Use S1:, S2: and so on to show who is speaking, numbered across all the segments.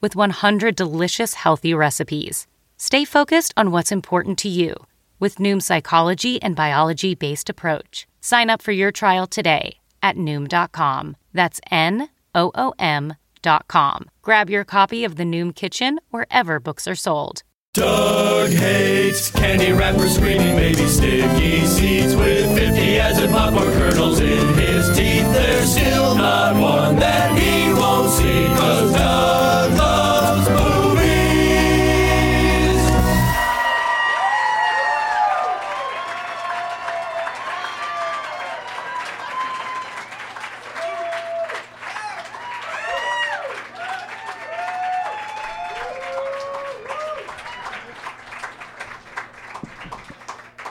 S1: with 100 delicious, healthy recipes. Stay focused on what's important to you with Noom's psychology and biology based approach. Sign up for your trial today at Noom.com. That's N O O M.com. Grab your copy of the Noom Kitchen wherever books are sold.
S2: Doug hates candy wrappers, screaming baby sticky seeds with 50 as in popcorn kernels in his teeth. There's still not one that he won't see, cause Doug loves movies.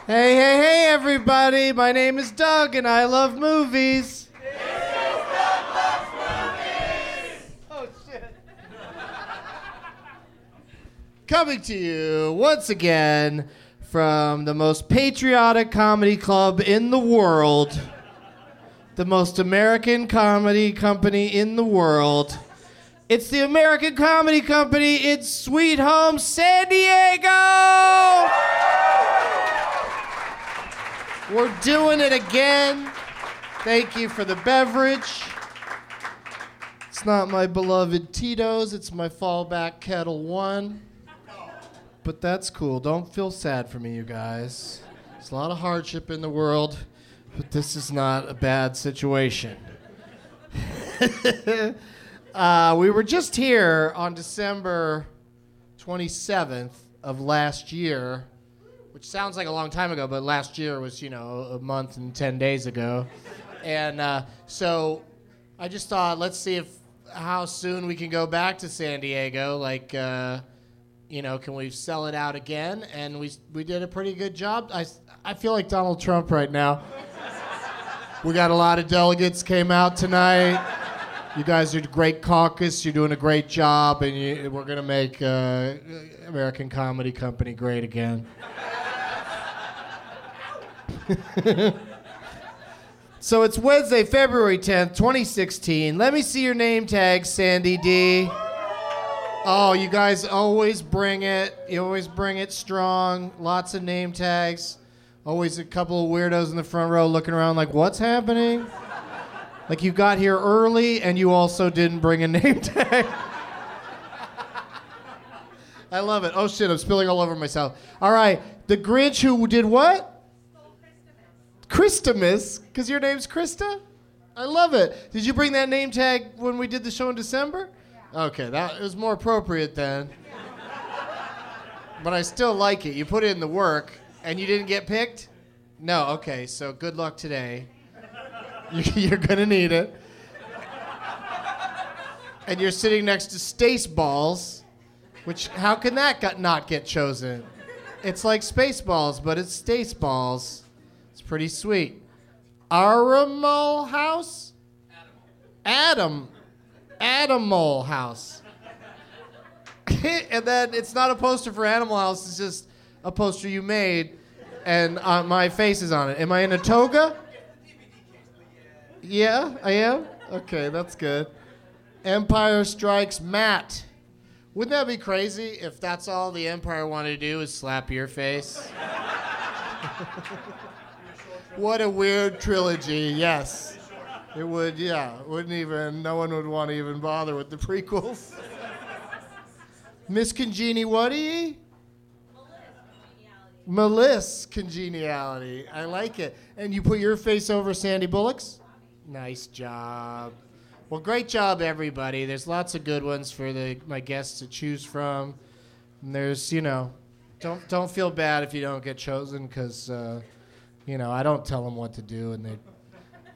S3: Hey, hey, hey, everybody! My name is Doug, and I love movies. Oh, Coming to you once again from the most patriotic comedy club in the world, the most American comedy company in the world. It's the American Comedy Company. It's Sweet Home San Diego. We're doing it again. Thank you for the beverage. It's not my beloved Tito's, it's my fallback Kettle One. But that's cool. Don't feel sad for me, you guys. There's a lot of hardship in the world, but this is not a bad situation. uh, we were just here on December 27th of last year which sounds like a long time ago, but last year was, you know, a month and 10 days ago. and uh, so I just thought, let's see if how soon we can go back to San Diego. Like, uh, you know, can we sell it out again? And we, we did a pretty good job. I, s- I feel like Donald Trump right now. we got a lot of delegates came out tonight. You guys are great caucus. You're doing a great job, and you, we're gonna make uh, American Comedy Company great again. so it's Wednesday, February 10th, 2016. Let me see your name tag, Sandy D. Oh, you guys always bring it. You always bring it strong. Lots of name tags. Always a couple of weirdos in the front row looking around like, what's happening? Like you got here early and you also didn't bring a name tag. I love it. Oh shit, I'm spilling all over myself. All right, the Grinch who did what? Christmas, because your name's Krista. I love it. Did you bring that name tag when we did the show in December? Okay, that was more appropriate then. But I still like it. You put in the work and you didn't get picked? No, okay, so good luck today. You- You're gonna need it. And you're sitting next to Stace Balls, which how can that got, not get chosen? It's like Spaceballs, but it's Stace Balls. It's pretty sweet. Aramal House? Adam. Animal House. and then it's not a poster for Animal House, it's just a poster you made, and uh, my face is on it. Am I in a toga? Yeah, I am? Okay, that's good. Empire Strikes Matt. Wouldn't that be crazy if that's all the Empire wanted to do is slap your face? what a weird trilogy, yes. It would, yeah. Wouldn't even, no one would want to even bother with the prequels. Miss Congeniality? Meliss Congeniality. I like it. And you put your face over Sandy Bullock's? Nice job. Well, great job, everybody. There's lots of good ones for the, my guests to choose from. And there's, you know, don't, don't feel bad if you don't get chosen because, uh, you know, I don't tell them what to do and they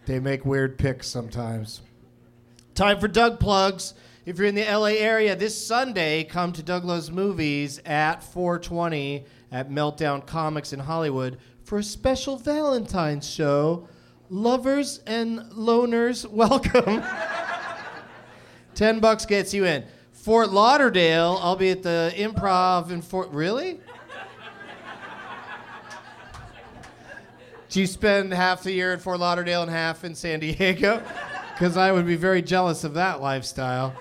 S3: they make weird picks sometimes. Time for Doug plugs. If you're in the LA area this Sunday, come to Doug Loves Movies at 420 at Meltdown Comics in Hollywood for a special Valentine's show. Lovers and loners, welcome. 10 bucks gets you in. Fort Lauderdale, I'll be at the improv in Fort. Really? Do you spend half the year in Fort Lauderdale and half in San Diego? Because I would be very jealous of that lifestyle.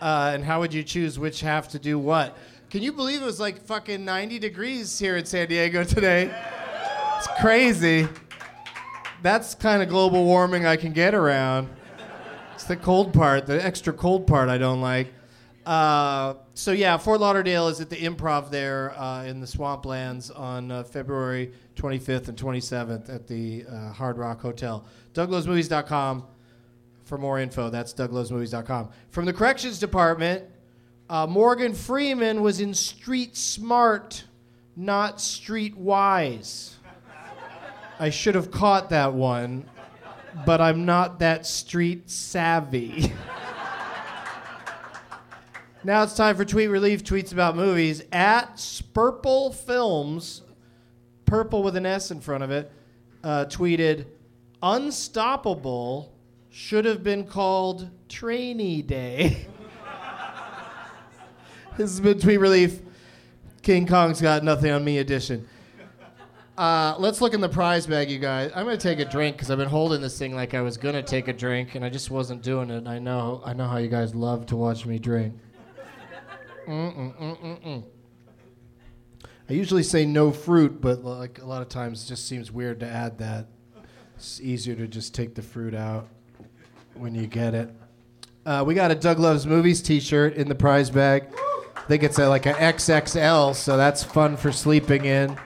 S3: Uh, and how would you choose which half to do what? Can you believe it was like fucking 90 degrees here in San Diego today? It's crazy. That's kind of global warming I can get around. It's the cold part, the extra cold part I don't like. Uh, so yeah, Fort Lauderdale is at the Improv there uh, in the Swamplands on uh, February 25th and 27th at the uh, Hard Rock Hotel. DouglasMovies.com for more info. That's DouglasMovies.com. From the Corrections Department, uh, Morgan Freeman was in Street Smart, not Street Wise. I should have caught that one, but I'm not that street savvy. Now it's time for Tweet Relief tweets about movies at Spurple Films, purple with an S in front of it, uh, tweeted, Unstoppable should have been called Trainee Day. this has been Tweet Relief, King Kong's Got Nothing on Me edition. Uh, let's look in the prize bag, you guys. I'm gonna take a drink because I've been holding this thing like I was gonna take a drink, and I just wasn't doing it. I know, I know how you guys love to watch me drink. I usually say no fruit, but like a lot of times it just seems weird to add that. It's easier to just take the fruit out when you get it. Uh, we got a Doug Loves Movies T-shirt in the prize bag. I think it's a, like a XXL, so that's fun for sleeping in.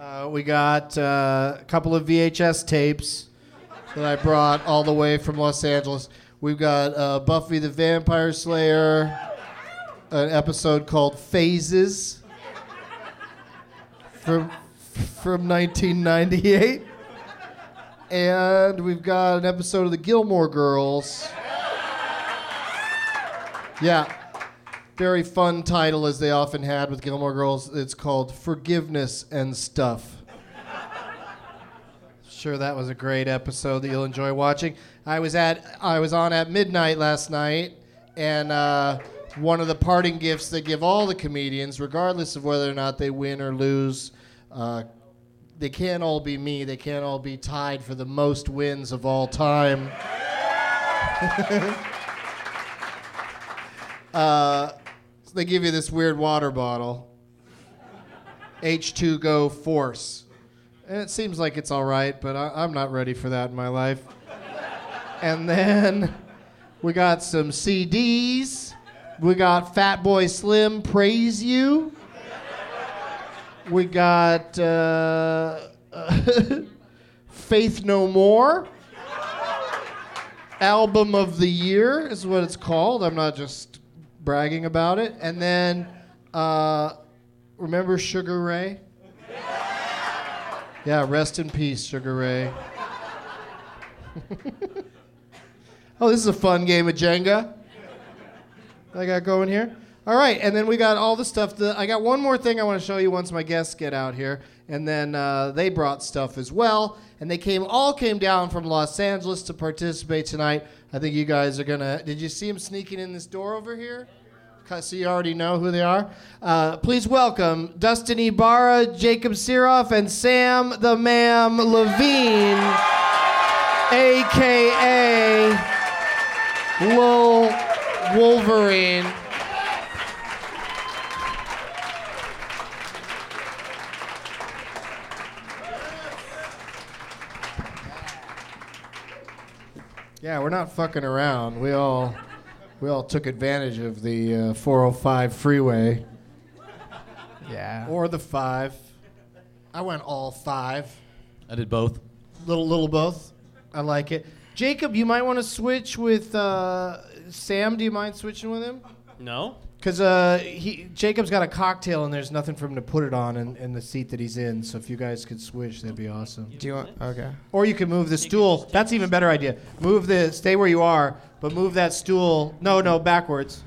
S3: Uh, we got uh, a couple of VHS tapes that I brought all the way from Los Angeles. We've got uh, Buffy the Vampire Slayer an episode called Phases from from 1998. And we've got an episode of the Gilmore Girls. Yeah. Very fun title as they often had with Gilmore Girls. It's called Forgiveness and Stuff. Sure, that was a great episode that you'll enjoy watching. I was at I was on at midnight last night, and uh, one of the parting gifts they give all the comedians, regardless of whether or not they win or lose, uh, they can't all be me. They can't all be tied for the most wins of all time. uh, so they give you this weird water bottle, H2Go Force. And it seems like it's all right, but I, I'm not ready for that in my life. and then we got some CDs. We got Fat Boy Slim Praise You. We got uh, Faith No More. Album of the Year is what it's called. I'm not just bragging about it. And then, uh, remember Sugar Ray? Yeah, rest in peace, Sugar Ray. oh, this is a fun game of Jenga. I got going here. All right, and then we got all the stuff. That, I got one more thing I want to show you once my guests get out here, and then uh, they brought stuff as well, and they came all came down from Los Angeles to participate tonight. I think you guys are gonna. Did you see them sneaking in this door over here? 'Cause- So you already know who they are. Uh, please welcome Dustin Ibarra, Jacob Siroff, and Sam the Ma'am Levine, aka Lil Wolverine. Yeah, we're not fucking around. We all, we all took advantage of the uh, 405 freeway
S4: Yeah.
S3: or the five. I went all five,
S2: I did both.
S3: little little both. I like it. Jacob, you might want to switch with uh, Sam. Do you mind switching with him?
S2: No?
S3: Because uh, he Jacob's got a cocktail and there's nothing for him to put it on in, in the seat that he's in. So if you guys could switch, that'd be awesome.
S4: Do you want? Okay.
S3: Or you could move the stool. That's even better idea. Move the stay where you are, but move that stool. No, no, backwards.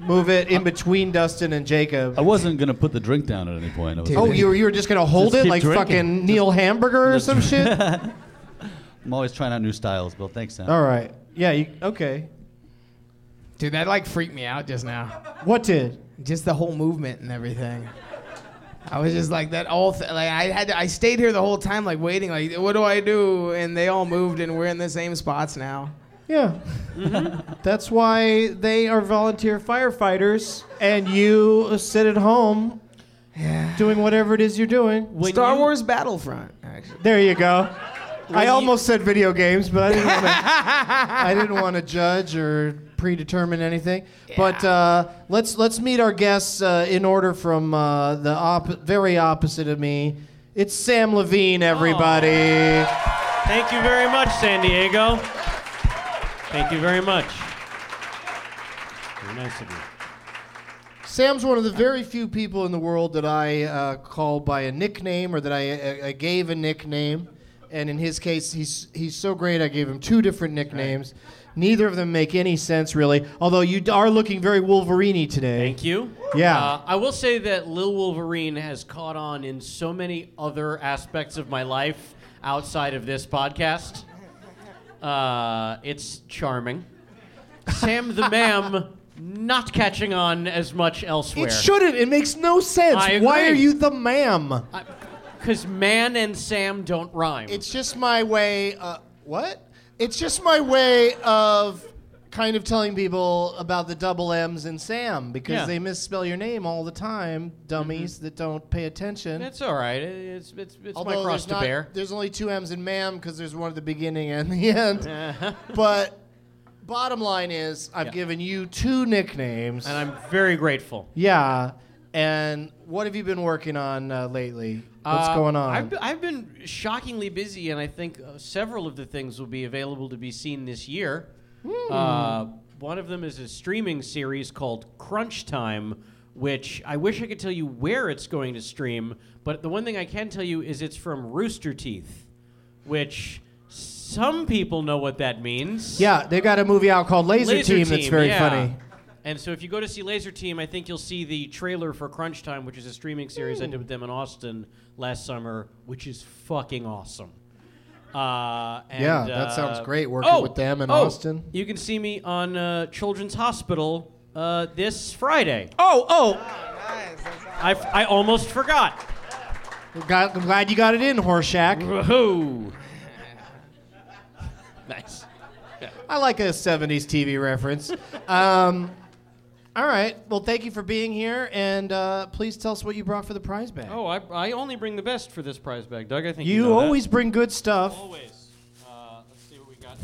S3: Move it in between Dustin and Jacob.
S5: I wasn't gonna put the drink down at any point. I was
S3: Oh, you were, you were just gonna hold
S5: Just
S3: it
S5: keep
S3: like
S5: drinking.
S3: fucking Neil Hamburger or some shit.
S5: I'm always trying out new styles, Bill. Thanks, Sam.
S3: All right. Yeah. You, okay.
S4: Dude, that like freaked me out just now.
S3: What did?
S4: Just the whole movement and everything. I was just like that all th- like I had to, I stayed here the whole time like waiting like what do I do and they all moved and we're in the same spots now.
S3: Yeah. That's why they are volunteer firefighters, and you sit at home, doing whatever it is you're doing.
S4: Star Wars Battlefront actually.
S3: There you go. I
S4: you-
S3: almost said video games, but I didn't want to. I didn't want to judge or predetermine anything. But uh, let's let's meet our guests uh, in order from uh, the op- very opposite of me. It's Sam Levine, everybody.
S6: Thank you very much, San Diego. Thank you very much. Very nice of you.
S3: Sam's one of the very few people in the world that I uh, call by a nickname or that I, I, I gave a nickname. And in his case, he's, he's so great, I gave him two different nicknames. Neither of them make any sense, really. Although you d- are looking very Wolverine today.
S6: Thank you.
S3: Yeah.
S6: Uh, I will say that Lil Wolverine has caught on in so many other aspects of my life outside of this podcast. Uh, it's charming. Sam the Ma'am not catching on as much elsewhere.
S3: It shouldn't. It makes no sense.
S6: I
S3: Why are
S6: agree.
S3: you the ma'am?
S6: Because man and Sam don't rhyme.
S3: It's just my way. Uh, what? It's just my way of kind of telling people about the double M's in Sam because
S6: Yeah.
S3: they misspell your name all the time, dummies that don't pay attention.
S6: It's all right. It's, it's, it's my
S3: Although
S6: cross
S3: there's
S6: to
S3: not-
S6: bear.
S3: There's only two M's in ma'am because there's one at the beginning and the end. but bottom line is, I've given you two nicknames.
S6: And I'm very grateful.
S3: yeah. And what have you been working on uh, lately? What's
S6: Uh,
S3: going on?
S6: I've, be- I've been shockingly busy, and I think uh, several of the things will be available to be seen this year.
S3: Hmm.
S6: Uh, one of them is a streaming series called Crunch Time, which I wish I could tell you where it's going to stream, but the one thing I can tell you is it's from Rooster Teeth, which some people know what that means.
S3: yeah, they got a movie out called Laser,
S6: Laser
S3: Team, that's very
S6: yeah.
S3: funny.
S6: And so if you go to see Laser Team, I think you'll see the trailer for Crunch Time, which is a streaming series I did with them in Austin last summer, which is fucking awesome. Uh, and,
S3: Yeah, that sounds
S6: uh,
S3: great, working
S6: oh,
S3: with them in
S6: oh,
S3: Austin.
S6: You can see me on uh, Children's Hospital uh, this Friday.
S4: Oh, oh,
S6: I, I almost forgot.
S3: I'm glad- I'm glad you got it in, Horshack.
S6: Woohoo! nice.
S3: I like a 70s TV reference. Um, all right. Well, thank you for being here, and uh, please tell us what you brought for the prize bag.
S6: Oh, I, I only bring the best for this prize bag, Doug. I think you,
S3: you
S6: know that.
S3: always bring good stuff.
S6: always. Uh, let's see what we got.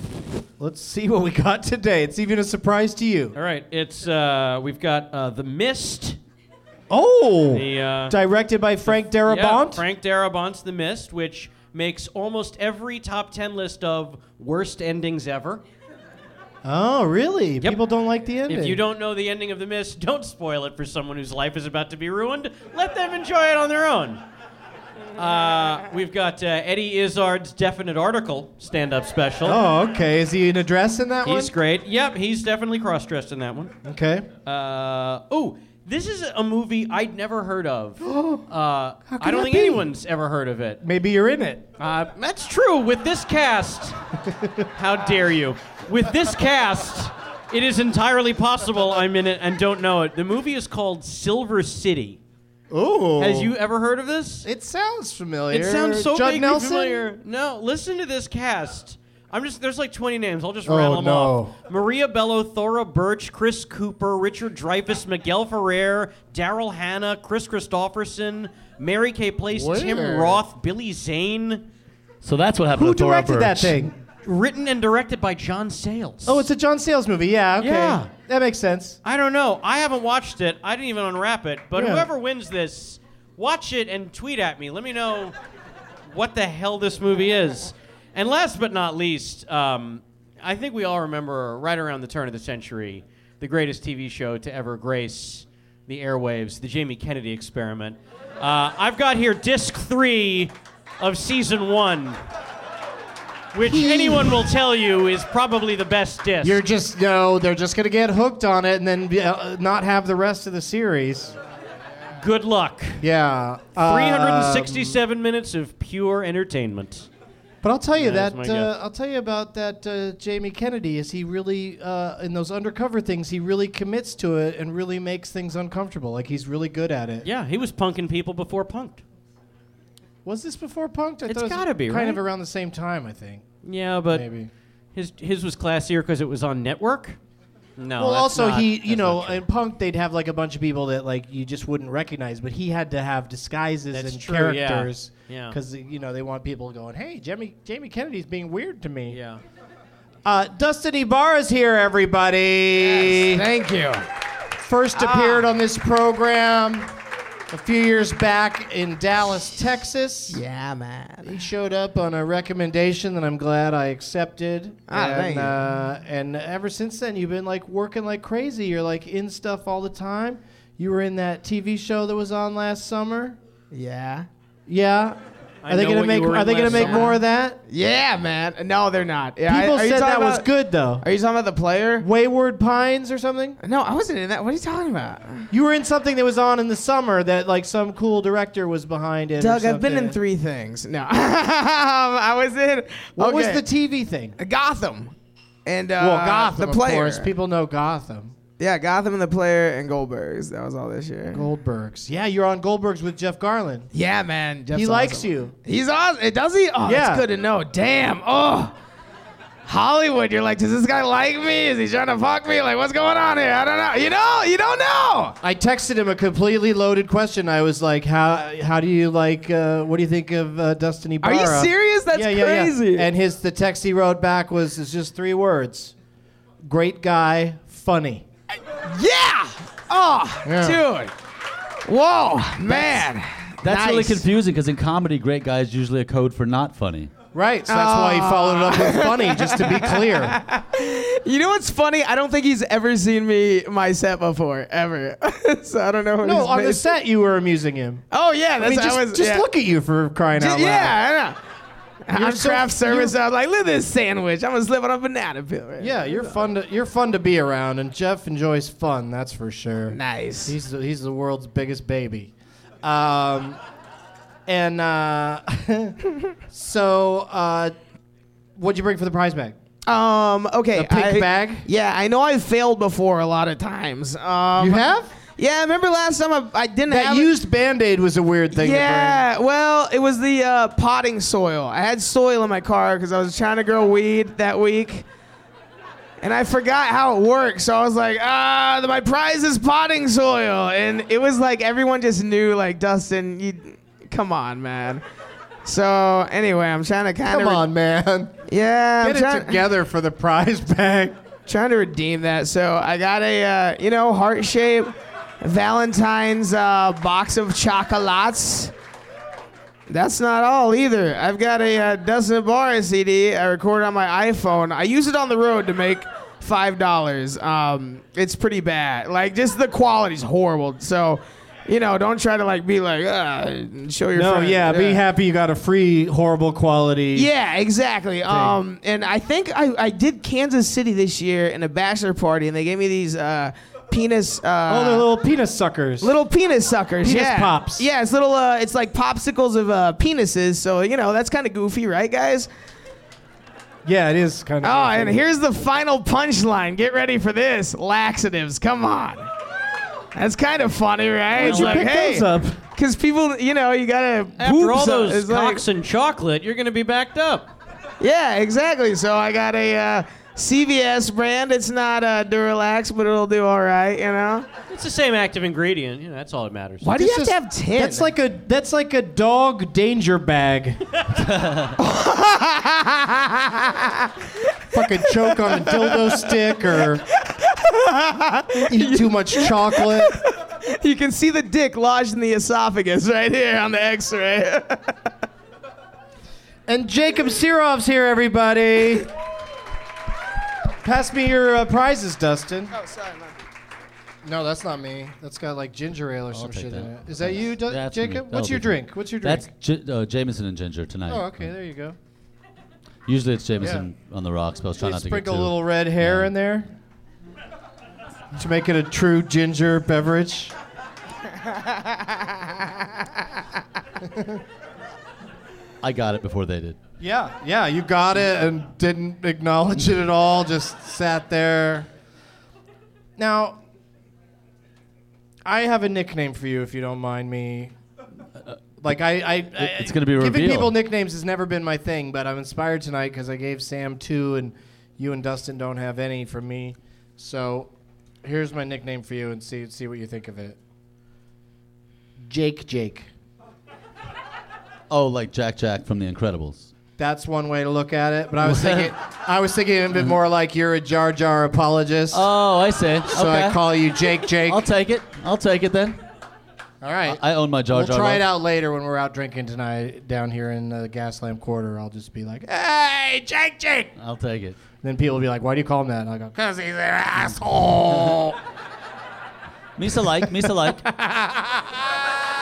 S3: Let's see what we got today. It's even a surprise to you.
S6: All right, it's uh, we've got uh, the Mist.
S3: Oh!
S6: The uh,
S3: directed by Frank
S6: yeah,
S3: Darabont.
S6: Frank Darabont's The Mist, which makes almost every top ten list of worst endings ever.
S3: Oh, really? People don't like the ending.
S6: If you don't know the ending of The Mist, don't spoil it for someone whose life is about to be ruined. Let them enjoy it on their own. Uh, we've got uh, Eddie Izzard's Definite Article stand up special.
S3: Oh, okay. Is he in a dress in that
S6: He's
S3: one?
S6: great. Yep, he's definitely cross dressed in that one.
S3: okay.
S6: Uh, oh, this is a movie I'd never heard of. Uh, I
S3: could
S6: don't
S3: that
S6: think
S3: be?
S6: anyone's ever heard of it.
S3: Maybe you're in it.
S6: Uh, that's true. With this cast, how dare you? With this cast, it is entirely possible I'm in it and don't know it. The movie is called Silver City.
S3: Ooh.
S6: Has you ever heard of this?
S3: It sounds familiar.
S6: It sounds so
S3: Judd
S6: vaguely
S3: Nelson?
S6: familiar. No, listen to this cast. I'm just there's like 20 names. I'll just
S3: Oh,
S6: rattle them
S3: no.
S6: off. Maria Bello, Thora Birch, Chris Cooper, Richard Dreyfuss, Miguel Ferrer, Daryl Hannah, Chris Christopherson, Mary Kay Place, Tim
S3: Where?
S6: Roth, Billy Zane.
S7: So that's what happened
S3: Who
S7: to Thora
S3: directed that
S7: Birch.
S3: thing?
S6: Written and directed by John Sayles.
S3: Oh, it's a John Sayles movie. Yeah, okay.
S6: Yeah.
S3: That makes sense.
S6: I don't know. I haven't watched it. I didn't even unwrap it. But
S3: Yeah.
S6: whoever wins this, watch it and tweet at me. Let me know what the hell this movie is. And last but not least, um, I think we all remember right around the turn of the century the greatest TV show to ever grace the airwaves, the Jamie Kennedy experiment. Uh, I've got here disc three of season one, which anyone will tell you is probably the best disc.
S3: You're just, no, they're just going to get hooked on it and then be- uh, not have the rest of the series.
S6: Good luck.
S3: Yeah. Uh,
S6: 367 minutes of pure entertainment.
S3: But I'll tell you
S6: That is
S3: that
S6: my guess.
S3: uh, I'll tell you about that uh, Jamie Kennedy. Is he really uh, in those undercover things? He really commits to it and really makes things uncomfortable. Like he's really good at it.
S6: Yeah, he was punking people before punked.
S3: Was this before Punked? I
S6: It's
S3: thought it was
S6: gotta be,
S3: kind of
S6: right?
S3: around the same time. I think
S6: Yeah, but
S3: maybe.
S6: his his was classier because it was on network. No.
S3: Well,
S6: Oh, that's
S3: also
S6: not-
S3: he, you
S6: that's
S3: know,
S6: not true.
S3: in Punk they'd have like a bunch of people that like you just wouldn't recognize, but he had to have disguises
S6: That's
S3: and
S6: true, yeah.
S3: characters
S6: Yeah.
S3: because you know they want people going, "Hey, Jamie, Jamie Kennedy's being weird to me."
S6: yeah.
S3: Uh, Dustin Ibarra's here, everybody.
S4: thank you.
S3: First
S6: Ah.
S3: appeared on this program a few years back in Dallas, Texas.
S4: Yeah, man.
S3: He showed up on a recommendation that I'm glad I accepted.
S4: Ah,
S3: and,
S4: thank you.
S3: Uh, and ever since then, you've been like working like crazy. You're like in stuff all the time. You were in that TV show that was on last summer.
S4: Yeah.
S3: Yeah.
S6: I
S3: are they
S6: know
S3: gonna
S6: what you
S3: make
S6: were
S3: Are
S6: in
S3: they gonna
S6: last
S3: make
S6: summer.
S3: more of that?
S4: Yeah, man. No, they're not. Yeah, I-
S3: People
S4: are you
S3: said that
S4: talking
S3: was
S4: about-
S3: good though.
S4: Are you talking about the player?
S3: Wayward Pines or something?
S4: No, I wasn't in that. What are you talking about?
S3: You were in something that was on in the summer that like some cool director was behind it. or
S4: Doug, I've been in
S3: something.
S4: three things. No, I was in.
S3: What was
S4: okay,
S3: the TV thing?
S4: Gotham? And uh,
S3: well, Gotham,
S4: the player.
S3: of course. People know Gotham.
S4: yeah, Gotham and the player and Goldbergs. That was all this year.
S3: Goldbergs. Yeah, you're on Goldbergs with Jeff Garland.
S4: yeah, man. Jeff's
S3: he likes
S4: awesome.
S3: you.
S4: He's awesome. It does he? Oh,
S3: Yeah.
S4: that's good to know. Damn. Oh, Hollywood. You're like, does this guy like me? Is he trying to fuck me? Like, what's going on here? I don't know. You know, you don't know.
S3: I texted him a completely loaded question. I was like, "How how do you like? Uh, what do you think of uh, Dustin
S4: Are
S3: Ibarra?"
S4: you serious? That's
S3: yeah, yeah, yeah.
S4: crazy.
S3: And his the text he wrote back was is just three words: great guy, funny.
S4: Yeah. Oh,
S3: Yeah.
S4: dude. Whoa, man.
S7: That's really
S4: Nice.
S7: confusing because in comedy, great guy is usually a code for not funny.
S3: Right. So that's why he followed it up
S4: Ah.
S3: with funny, just to be clear.
S4: You know what's funny? I don't think he's ever seen me my set before, ever. so I don't know. What
S3: No,
S4: he's
S3: on the
S4: made.
S3: set you were amusing him.
S4: Oh yeah,
S3: I
S4: that's
S3: mean, just,
S4: I was.
S3: just
S4: yeah.
S3: look at you for crying out
S4: Ju-
S3: loud.
S4: yeah, I know.
S3: You're
S4: I'm
S3: so-
S4: craft service.
S3: you're-
S4: I was like, look at this sandwich. I'm gonna slip on a banana peel. Right
S3: Yeah, you're fun to you're fun to be around, and Jeff enjoys fun. That's for sure.
S4: Nice.
S3: He's the, he's the world's biggest baby, um, and uh, so uh, What'd you bring for the prize bag?
S4: Um. Okay.
S3: The pink
S4: I-
S3: bag?
S4: Yeah, I know I've failed before a lot of times. Um,
S3: You have?
S4: Yeah, remember last time I, I didn't
S3: That
S4: have it-
S3: used band aid was a weird thing to
S4: Yeah, well, it was the uh, potting soil. I had soil in my car because I was trying to grow weed that week. And I forgot how it works, so I was like, ah, my prize is potting soil. And it was like everyone just knew, like, Dustin, you, come on, man. So anyway, I'm trying to kind
S3: bring.
S4: of.
S3: Come on, man.
S4: Yeah,
S3: Get
S4: I'm
S3: it
S4: trying,
S3: together for the prize bag.
S4: trying to redeem that. So I got a, uh, you know, heart shape Valentine's uh, box of chocolates. That's not all either. I've got a uh, Dustin Bar CD I record on my iPhone. I use it on the road to make five dollars. Um, it's pretty bad. Like just the quality's horrible. So, you know, don't try to like be like uh, show your.
S3: No,
S4: friend.
S3: yeah, be happy you got a free horrible quality.
S4: Yeah, exactly. Um, and I think I, I did Kansas City this year in a bachelor party, and they gave me these uh, penis. Uh,
S3: All Oh, the little penis suckers.
S4: Little penis suckers,
S3: Penis
S4: yeah.
S3: pops.
S4: Yeah, it's little, uh, it's like popsicles of uh, penises. So you know that's kind of goofy, right, guys?
S3: yeah, it is kind of.
S4: Oh, and here's the final punchline. Get ready for this. Laxatives, come on. That's kind of funny, right?
S3: Where'd you
S4: Like,
S3: pick
S4: hey,
S3: those up?
S4: Because people, you know, you gotta
S6: After
S4: poop
S6: all
S4: some-
S6: those
S4: it's like-
S6: cocks and chocolate, you're going to be backed up.
S4: Yeah, exactly. So I got a uh, CVS brand. It's not uh, Duralax, but it'll do all right, you know?
S6: It's the same active ingredient. You know, that's all that matters.
S4: Why do you
S3: This
S4: have
S3: is-
S4: to have 10?
S3: That's like a that's like a dog danger bag. Fucking choke on a dildo stick or eat too much chocolate.
S4: you can see the dick lodged in the esophagus right here on the x ray.
S3: And Jacob Sirov's here, everybody. Pass me your uh, prizes, Dustin. No, that's not me. That's got like ginger ale or some
S5: take
S3: shit in it.
S5: that.
S3: Is that you, Du-
S5: That's me.
S3: Jacob?
S5: That'll
S3: What's your
S5: be fun.
S3: drink? What's your drink?
S5: That's J- uh, Jameson and Ginger tonight.
S3: oh, okay, there you go.
S5: Usually it's Jameson on the rocks, but I was trying
S3: They
S5: not to get
S3: sprinkle
S5: too.
S3: a little red hair in there to make it a true ginger beverage.
S5: I got it before they did.
S3: Yeah, yeah, you got it and didn't acknowledge it at all. Just sat there. Now, I have a nickname for you, if you don't mind me.
S5: Uh,
S3: Like I, I, I
S5: it's gonna be a
S3: giving
S5: reveal.
S3: people nicknames has never been my thing, but I'm inspired tonight because I gave Sam two, and you and Dustin don't have any for me. So, here's my nickname for you, and see see what you think of it. Jake, Jake.
S5: Oh, like Jack Jack from The Incredibles.
S3: That's one way to look at it. But I was thinking, I was thinking a bit more like you're a Jar Jar apologist.
S5: Oh, I see.
S3: so I call you Jake Jake.
S5: I'll take it. I'll take it then.
S3: All right.
S5: I own my Jar
S3: We'll
S5: Jar.
S3: try it
S5: love.
S3: out later when we're out drinking tonight down here in the Gaslamp Quarter. I'll just be like, hey, Jake Jake.
S5: I'll take it.
S3: Then people will be like, why do you call him that? And I'll go, because he's an asshole.
S5: Misa like, Misa like.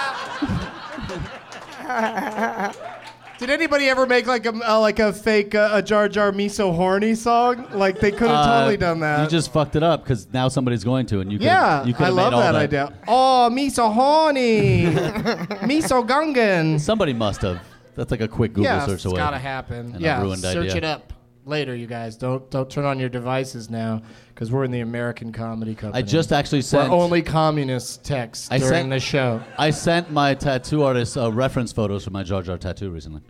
S3: Did anybody ever make like a, uh, like a fake uh, a Jar Jar Me So Horny song? Like they could have totally done that.
S5: Uh, You just fucked it up because now somebody's going to, and you could.
S3: Yeah,
S5: you could
S3: I
S5: have
S3: love
S5: made all
S3: that,
S5: that
S3: idea. Oh, me so horny. me so gungan.
S5: Somebody must have. That's like a quick Google
S3: Yeah,
S5: search
S3: it's
S5: away.
S3: gotta happen.
S5: And a
S3: yeah,
S5: ruined
S3: search
S5: idea.
S3: it up later, you guys. Don't don't turn on your devices now, because we're in the American Comedy Company.
S5: I just actually
S3: Where
S5: sent.
S3: only communists text
S5: I
S3: during
S5: sent-
S3: the show.
S5: I sent my tattoo artist uh, reference photos for my Jar Jar tattoo recently.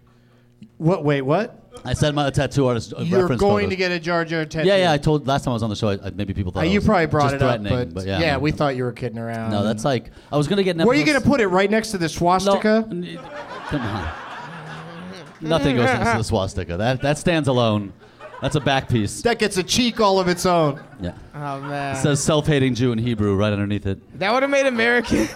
S3: What? Wait, what?
S5: I sent my tattoo artist uh,
S3: You're
S5: reference
S3: going
S5: photos.
S3: to get a Jar Jar tattoo.
S5: Yeah, yeah. I told last time I was on the show. I, I, maybe people thought
S3: Uh,
S5: I
S3: you
S5: was
S3: probably brought
S5: just
S3: it up,
S5: threatening,
S3: but,
S5: yeah,
S3: yeah, we thought you were kidding around.
S5: No, that's like I was gonna get.
S3: Where are you
S5: Netflix-
S3: gonna put it? Right next to the
S5: No,
S3: swastika?
S5: n- come on. Nothing goes next to the swastika. That that stands alone. That's a back piece.
S3: That gets a cheek all of its own.
S5: Yeah.
S3: Uh-huh.
S4: Oh, man.
S5: It says self-hating Jew in Hebrew right underneath it.
S4: that would have made American.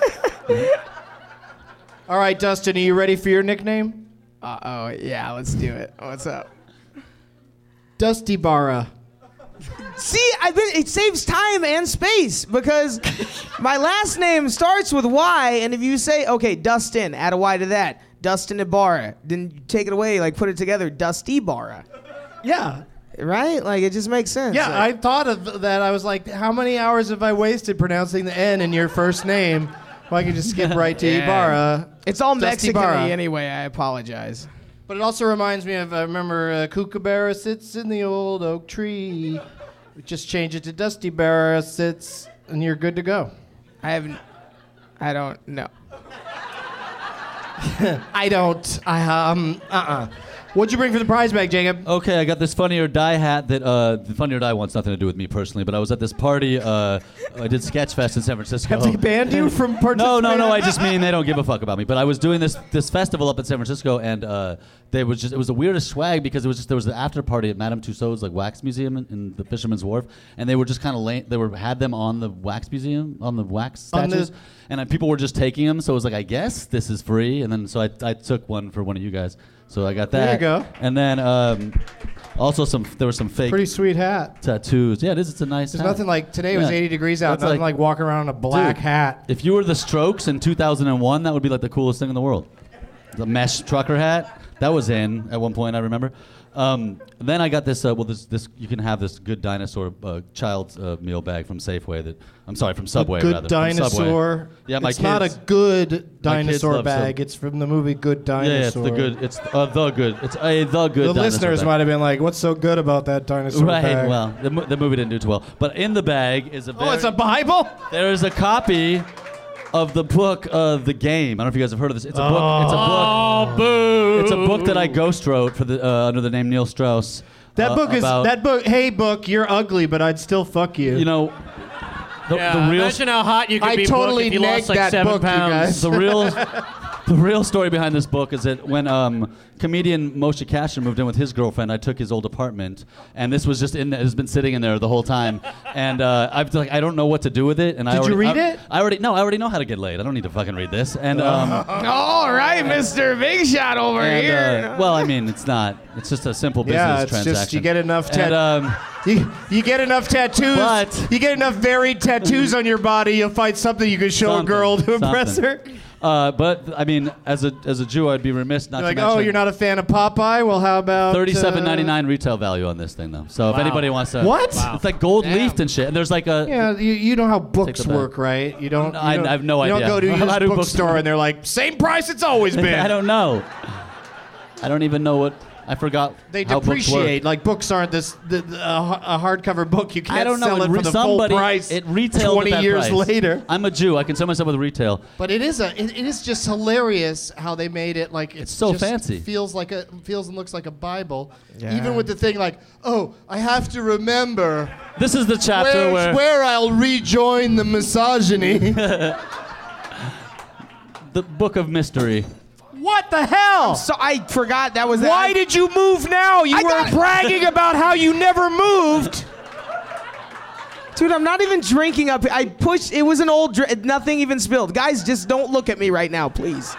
S3: All right, Dustin, are you ready for your nickname?
S4: uh oh, yeah, let's do it. What's up?
S3: Dusty Barra.
S4: See, I've been, it saves time and space because my last name starts with Y, and if you say, okay, Dustin, add a Y to that, Dustin Ibarra, then you take it away, like put it together, Dusty Ibarra,
S3: Yeah,
S4: right? Like it just makes sense.
S3: Yeah,
S4: Like,
S3: I thought of that. I was like, how many hours have I wasted pronouncing the N in your first name? Well, I could just skip right to Ibarra.
S4: it's all
S3: Dusty
S4: Mexican
S3: Ibarra.
S4: anyway. I apologize.
S3: But it also reminds me of I remember uh, Kookaburra sits in the old oak tree. Just change it to Dusty Bear sits, and you're good to go.
S4: I have, n- I don't know.
S3: I don't. I um. Uh. uh What'd you bring for the prize bag, Jacob?
S7: Okay, I got this Funny or Die hat that uh, the Funny or Die wants nothing to do with me personally, but I was at this party. Uh, I did Sketchfest in San Francisco.
S3: Have they banned you from
S7: No,
S3: participating?
S7: no, no. I just mean they don't give a fuck about me. But I was doing this this festival up in San Francisco, and uh, they was just it was the weirdest swag because it was just there was an after party at Madame Tussauds like wax museum in, in the Fisherman's Wharf, and they were just kind of late. They were had them on the wax museum on the wax
S3: On the-
S7: statues, and I, people were just taking them. So it was like I guess this is free, and then so I I took one for one of you guys. So I got
S3: There you
S7: that.
S3: go.
S7: Uh, And then um, also some there were some fake
S3: Pretty sweet hat.
S7: tattoos. Yeah, it is. It's a nice.
S3: There's
S7: hat.
S3: nothing like today was
S7: Yeah.
S3: 80 degrees out.
S7: That's
S3: Nothing like,
S7: like-
S3: walking around in a black
S7: Dude.
S3: hat.
S7: If you were the Strokes in 2001, that would be like the coolest thing in the world. The mesh trucker hat that was in at one point, I remember. Um, then I got this. Uh, well, this this you can have this good dinosaur uh, child's uh, meal bag from Safeway. That I'm sorry, from Subway.
S3: good
S7: rather, from Subway.
S3: dinosaur.
S7: Yeah, my
S3: it's not a
S7: kids-
S3: good
S7: my kids
S3: dinosaur
S7: love Sub-
S3: bag. It's from the movie Good
S7: Yeah,
S3: Dinosaur.
S7: yeah, it's the good. It's uh, the good. It's a the good.
S3: The
S7: dinosaur
S3: listeners
S7: bag.
S3: might have been like, "What's so good about that dinosaur
S7: Right.
S3: bag?"
S7: Well, the, mo- the movie didn't do too well. But in the bag is a.
S3: oh, it's
S7: very-
S3: a Bible.
S7: There is a copy of the book of the game. I don't know if you guys have heard of this. It's a book. It's a
S3: Oh,
S7: book. boo! It's a book that I ghost wrote for the uh, under the name Neil Strauss.
S3: That
S7: uh,
S3: book is
S7: about,
S3: that book. Hey, book, you're ugly, but I'd still fuck you.
S7: You know, the,
S6: Yeah,
S7: the real
S6: Uh, imagine how hot you could
S3: I
S6: be
S3: totally
S6: book if you
S3: negged
S6: lost like
S3: that
S6: seven
S3: book, you
S6: pounds.
S3: guys.
S7: the real the real story behind this book is that when um, comedian Moshe Kasher moved in with his girlfriend, I took his old apartment, and this was just in it's been sitting in there the whole time, and uh, I've like I don't know what to do with it, and I
S3: Did you read
S7: already, I,
S3: it? Oh,
S7: I already no, I already know how to get laid. I don't need to fucking read this, and. Um,
S4: Oh, All right, Mr. Big Shot over
S7: And,
S4: here.
S7: uh, well, I mean, it's not. It's just a simple business
S3: Yeah, it's just
S7: transaction.
S3: you get enough
S7: And,
S3: tat-
S7: um,
S3: You, you get enough tattoos.
S7: But-
S3: you get enough varied tattoos on your body. You'll find something you can show
S7: something,
S3: a girl to
S7: something.
S3: impress her.
S7: Uh, but I mean, as a as a Jew, I'd be remiss not
S3: You're
S7: to
S3: like,
S7: mention.
S3: oh, you're not a fan of Popeye. Well, how about
S7: Thirty-seven
S3: uh,
S7: ninety-nine retail value on this thing, though. So if anybody wants to,
S3: What?
S7: It's like gold leafed and shit. And there's like a
S3: Yeah, you, you know how books
S7: the bag.
S3: work, right? You don't.
S7: I-
S3: you don't-
S7: I have no
S3: you don't
S7: idea.
S3: go to
S7: How
S3: your
S7: do books-
S3: bookstore and they're like, same price it's always been.
S7: I don't know. I don't even know what I forgot.
S3: They
S7: how books work.
S3: depreciate. Like books aren't this the, the, a har- a hardcover book. You can't
S7: I don't know.
S3: sell
S7: it
S3: it
S7: re-
S3: for the
S7: somebody,
S3: full price.
S7: It retailed
S3: twenty
S7: at that
S3: years
S7: price.
S3: later.
S7: I'm a Jew. I can sell myself with retail.
S3: But it is a it, it is just hilarious how they made it like it's,
S7: so
S3: just
S7: fancy.
S3: Feels like a feels and looks like a Bible.
S4: Yeah.
S3: Even with the thing like, oh, I have to remember
S7: This is the chapter
S3: where,
S7: where
S3: where I'll rejoin the misogyny.
S7: the book of mystery.
S3: what the hell?
S4: so I forgot that was.
S3: Why did you move now? You
S4: I
S3: were
S4: thought-
S3: bragging about how you never moved.
S4: dude? I'm not even drinking up. I pushed. It was an old. Dr- nothing even spilled. Guys, just don't look at me right now, please.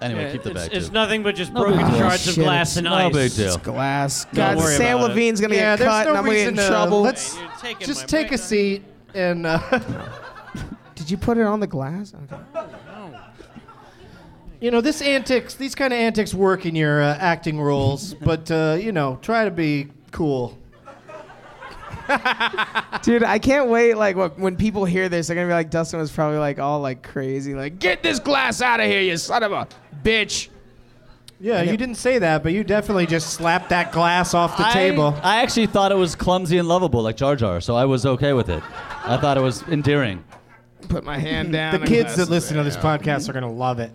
S7: Anyway, keep the
S6: it's,
S7: bag.
S6: it's
S7: too.
S6: nothing but just broken
S3: Oh,
S4: big deal.
S6: shards of
S4: Shit,
S6: glass
S4: it's
S6: and
S7: no
S6: ice.
S7: big deal.
S4: Glass.
S6: Don't
S4: God,
S6: worry
S4: Sam
S6: about it.
S4: Levine's gonna
S3: Yeah,
S4: get
S3: there's
S4: cut,
S3: no
S4: and I'm gonna get in
S3: reason to-
S4: trouble.
S3: let's-
S6: You're taking my
S3: Just take
S6: break.
S3: a seat and uh,
S4: Did you put it on the glass? Okay.
S3: you know this antics, these kind of antics work in your uh, acting roles, but uh, you know try to be cool.
S4: Dude, I can't wait. Like, what, when people hear this, they're gonna be like, Dustin was probably like all like crazy, like, get this glass out of here, you son of a bitch.
S3: Yeah, you didn't say that, but you definitely just slapped that glass off the
S7: I,
S3: table.
S7: I actually thought it was clumsy and lovable, like Jar Jar, so I was okay with it. I thought it was endearing.
S4: Put my hand down.
S3: The
S4: and
S3: kids that
S4: glass-
S3: listen to this podcast are gonna love it.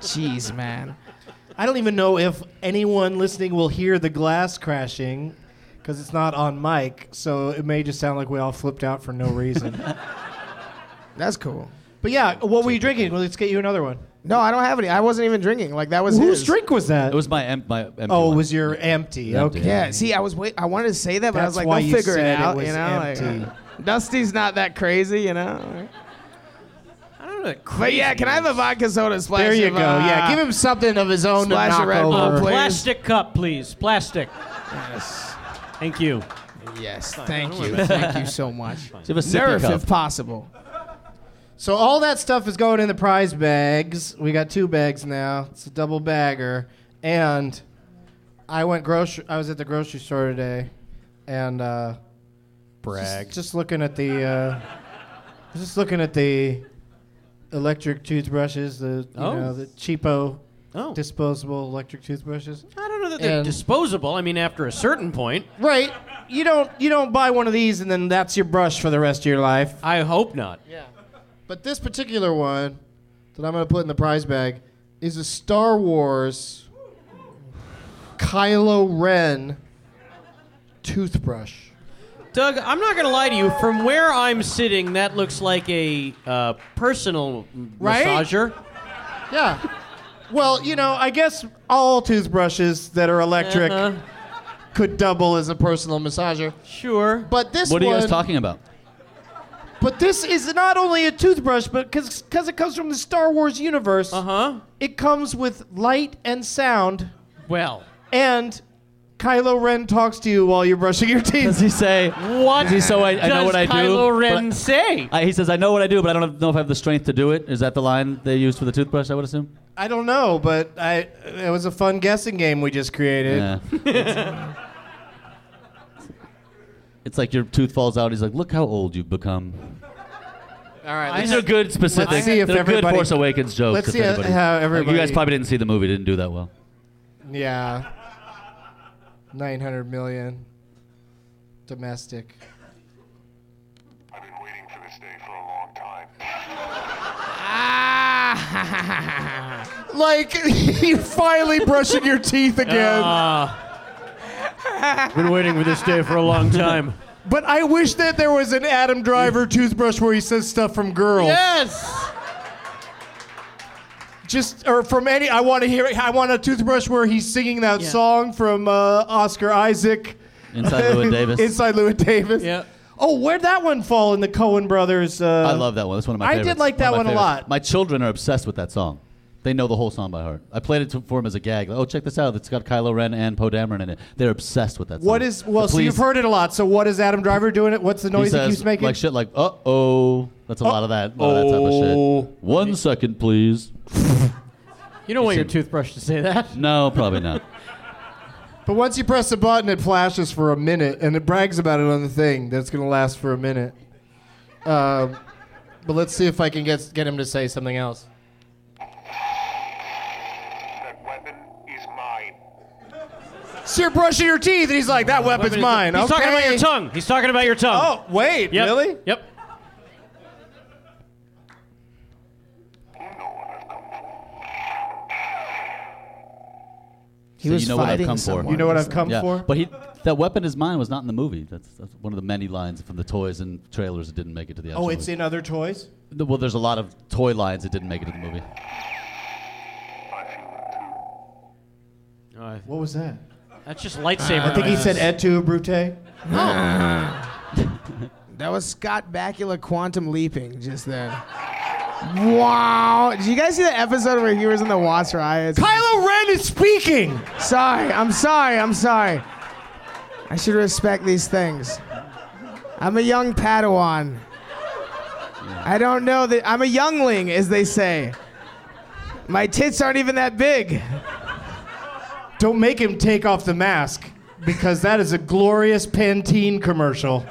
S4: Jeez, man.
S3: I don't even know if anyone listening will hear the glass crashing because it's not on mic, so it may just sound like we all flipped out for no reason.
S4: That's cool.
S3: but yeah, what were you drinking? Well, let's get you another one.
S4: No, I don't have any. I wasn't even drinking. Like that was
S3: Whose
S4: his.
S3: drink was that?
S7: It was my em- my. Empty
S3: oh, it
S7: one.
S3: was your empty.
S7: Empty.
S3: Okay.
S4: Yeah. See, I was wait. I wanted to say that, but I
S3: That's
S4: was like,
S3: why
S4: they'll
S3: you
S4: figure
S3: said
S4: it
S3: it
S4: out.
S3: was
S4: you know, like,
S3: empty.
S4: Dusty's not that crazy, you know.
S6: I don't know. That crazy
S4: But yeah, can I have a vodka soda splash?
S3: There you
S4: of,
S3: go.
S4: uh,
S3: yeah, give him something of his own to
S4: splash of
S3: knock
S4: Red Bull,
S7: Oh,
S3: over.
S4: please.
S6: plastic cup, please? Plastic. Thank you.
S4: Yes. Thank you. Thank you so much.
S7: Do you have a sippy
S4: Nerf,
S7: cup?
S4: if possible.
S3: So all that stuff is going in the prize bags. We got two bags now. It's a double bagger. And I went grocery. I was at the grocery store today, and uh, just, just looking at the, uh, just looking at the electric toothbrushes, the you
S6: Oh.
S3: know the cheapo
S6: Oh.
S3: disposable electric toothbrushes.
S6: I don't know that they're
S3: And-
S6: disposable. I mean, after a certain point,
S3: Right. You don't you don't buy one of these and then that's your brush for the rest of your life.
S6: I hope not.
S3: But this particular one that I'm going to put in the prize bag is a Star Wars Kylo Ren toothbrush.
S6: Doug, I'm not going to lie to you. From where I'm sitting, that looks like a uh, personal m-
S3: Right?
S6: massager.
S3: Yeah. Well, you know, I guess all toothbrushes that are electric
S6: Uh-huh.
S3: could double as a personal massager.
S6: Sure.
S3: But this
S7: What are you guys
S3: one-
S7: talking about?
S3: But this is not only a toothbrush, but because it comes from the Star Wars universe,
S6: Uh huh.
S3: it comes with light and sound,
S6: Well,
S3: and Kylo Ren talks to you while you're brushing your
S7: Does
S3: teeth.
S7: he say?
S6: what
S7: Does he so I, I know
S6: does
S7: what I
S6: Kylo
S7: do?
S6: Ren
S7: but-
S6: say?
S7: I, he says, "I know what I do, but I don't know if I have the strength to do it." Is that the line they used for the toothbrush? I would assume.
S3: I don't know, but I it was a fun guessing game we just created.
S7: Yeah. it's like your tooth falls out. He's like, "Look how old you've become."
S3: All right,
S6: I
S3: let's-
S7: These are good specific.
S3: Let's see if
S7: they're
S3: everybody-
S7: good Force Awakens jokes.
S3: let's
S7: if
S3: see how-
S7: anybody-
S3: how
S7: Like,
S3: everybody-
S7: You guys probably didn't see the movie. Didn't do that well.
S3: yeah. 900 million domestic.
S8: I've been waiting for this day for a long time.
S3: Like you're finally brushing your teeth again.
S6: Been waiting for this day for a long time.
S3: but I wish that there was an Adam Driver toothbrush where he says stuff from girls.
S6: yes.
S3: just or from any i want to hear i want a toothbrush where he's singing that
S6: Yeah.
S3: song from uh, oscar isaac
S7: Inside Lewin Davis.
S3: inside lewin davis
S6: Yeah.
S3: oh where'd that one fall in the cohen brothers uh,
S7: I love that one. That's one of my.
S3: I did
S7: favorites.
S3: like that
S7: of my
S3: one a
S7: favorites.
S3: lot.
S7: My children are obsessed with that song. They know the whole song by heart. I played it to, for them as a gag. Like, oh, check this out! It's got Kylo Ren and Poe Dameron in it. They're obsessed with that.
S3: what
S7: song.
S3: is well
S7: But
S3: so you've
S7: please-
S3: heard it a lot so what is adam driver doing it what's the
S7: He
S3: noise he,
S7: says,
S3: keeps making
S7: like shit, like uh oh. That's a lot of that. a lot of that
S6: Uh-oh.
S3: Oh.
S7: type of shit. One second, please.
S6: You don't want your toothbrush to say that.
S7: No, probably not.
S3: but once you press the button it flashes for a minute and it brags about it on the thing that's going to last for a minute Um but let's see if i can get, get him to say something else
S8: That weapon is mine.
S3: so you're brushing your teeth and he's like that weapon's mine
S6: He's talking about
S3: Okay.
S6: your tongue. He's talking about your tongue.
S3: oh wait
S6: Yep.
S3: really
S6: Yep.
S8: You know what I've come for.
S4: He
S7: So
S4: was
S7: you know what I've
S4: fighting
S7: come for.
S4: someone.
S3: You know what I've come
S7: yeah,
S3: for?
S7: but he, that weapon is mine was not in the movie. That's, that's one of the many lines from the toys and trailers that didn't make it to the. Actual
S3: oh, it's in other toys.
S7: in. Well, there's a lot of toy lines that didn't make it to the movie.
S8: I feel it too.
S3: What was that?
S6: That's just lightsaber.
S3: I think he said et tu, Brute.
S4: That was Scott Bakula quantum leaping just then. Wow! Did you guys see the episode where he was in the Watts riots?
S3: Kylo Ren is speaking.
S4: Sorry, I'm sorry, I'm sorry. I should respect these things. I'm a young Padawan. I don't know that I'm a youngling, as they say. My tits aren't even that big.
S3: Don't make him take off the mask because that is a glorious Pantene commercial.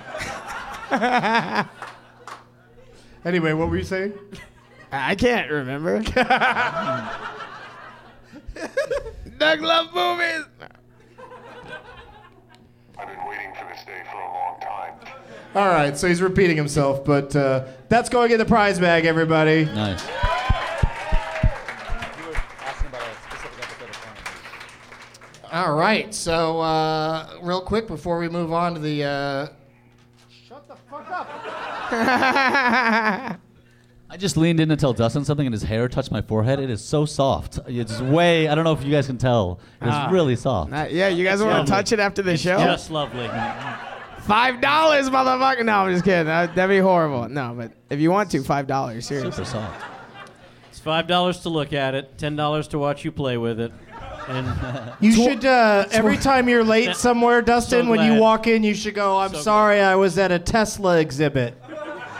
S3: anyway, what were you saying?
S4: I I can't remember. Doug love movies.
S8: I've been waiting for this day for a long time.
S3: All right, so he's repeating himself, but uh, that's going in the prize bag, everybody.
S7: Nice.
S3: All right, so uh, real quick before we move on to the. Uh... Shut the fuck up.
S7: I just leaned in to tell Dustin something, and his hair touched my forehead. It is so soft. It's way. I don't know if you guys can tell. It's
S6: Ah.
S7: really soft.
S4: Uh, yeah, you guys want
S6: lovely.
S4: to touch it after the
S3: Oh.
S4: show?
S6: Just lovely.
S4: Five dollars, motherfucker. No, I'm just kidding. Uh, that'd be horrible. No, but if you want to, five dollars. Seriously.
S7: Super soft.
S6: It's five dollars to look at it, ten dollars to watch you play with it, and
S3: You should uh, every time you're late somewhere, Dustin. when you
S6: glad.
S3: walk in, you should go. I'm sorry, I was at a Tesla exhibit.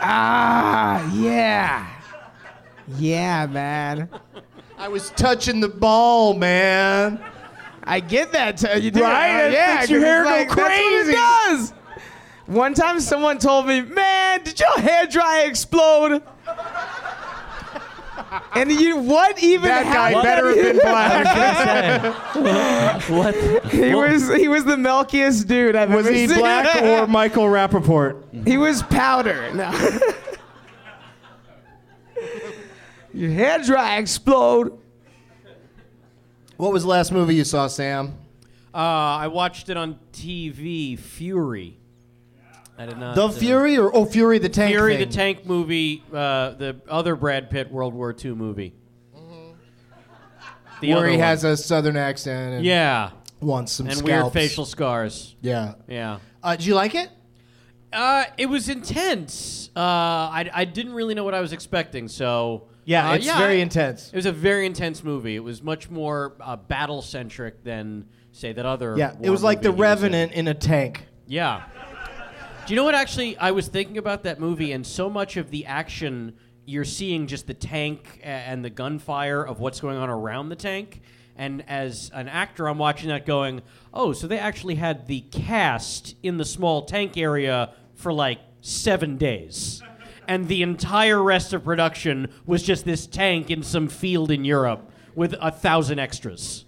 S4: Ah, yeah, yeah, man.
S3: I was touching the ball, man.
S4: I get that. T- you do,
S3: Right?
S4: uh,
S3: It
S4: yeah,
S3: makes your
S4: 'cause
S3: hair
S4: it's
S3: go
S4: like, that's what it
S3: crazy.
S4: does. One time, someone told me, "Man, did your hair dry explode?" And you, what even?
S9: That guy
S4: happened?
S9: better have been black.
S7: What?
S4: He was he was the milkiest dude I've
S9: Was
S4: ever
S9: he
S4: seen.
S9: black or Michael Rappaport?
S4: He was powder. No. Your hair dry explode.
S3: What was the last movie you saw, Sam?
S6: Uh, I watched it on TV. Fury. I did not.
S3: The
S6: uh,
S3: Fury or oh Fury the Tank?
S6: Fury, the
S3: thing.
S6: tank movie, uh, the other Brad Pitt World War II movie. The
S3: Mm-hmm. Where
S6: other
S3: he
S6: one.
S3: has a southern accent and
S6: yeah,
S3: wants some
S6: and weird
S3: scalps.
S6: facial scars.
S3: Yeah.
S6: Yeah.
S3: Uh, did you like it?
S6: Uh, it was intense. Uh, I, I didn't really know what I was expecting, so
S9: Yeah,
S6: uh,
S9: it's very
S6: I-
S9: intense.
S6: It was a very intense movie. It was much more uh, battle centric than say that other.
S9: Yeah,
S6: war
S3: It was like
S6: movie
S3: the
S6: he was in.
S3: Revenant in a tank.
S6: Yeah. Do you know what? Actually, I was thinking about that movie, and so much of the action you're seeing just the tank a- and the gunfire of what's going on around the tank. And as an actor, I'm watching that going, oh, so they actually had the cast in the small tank area for like seven days. And the entire rest of production was just this tank in some field in Europe with a thousand extras.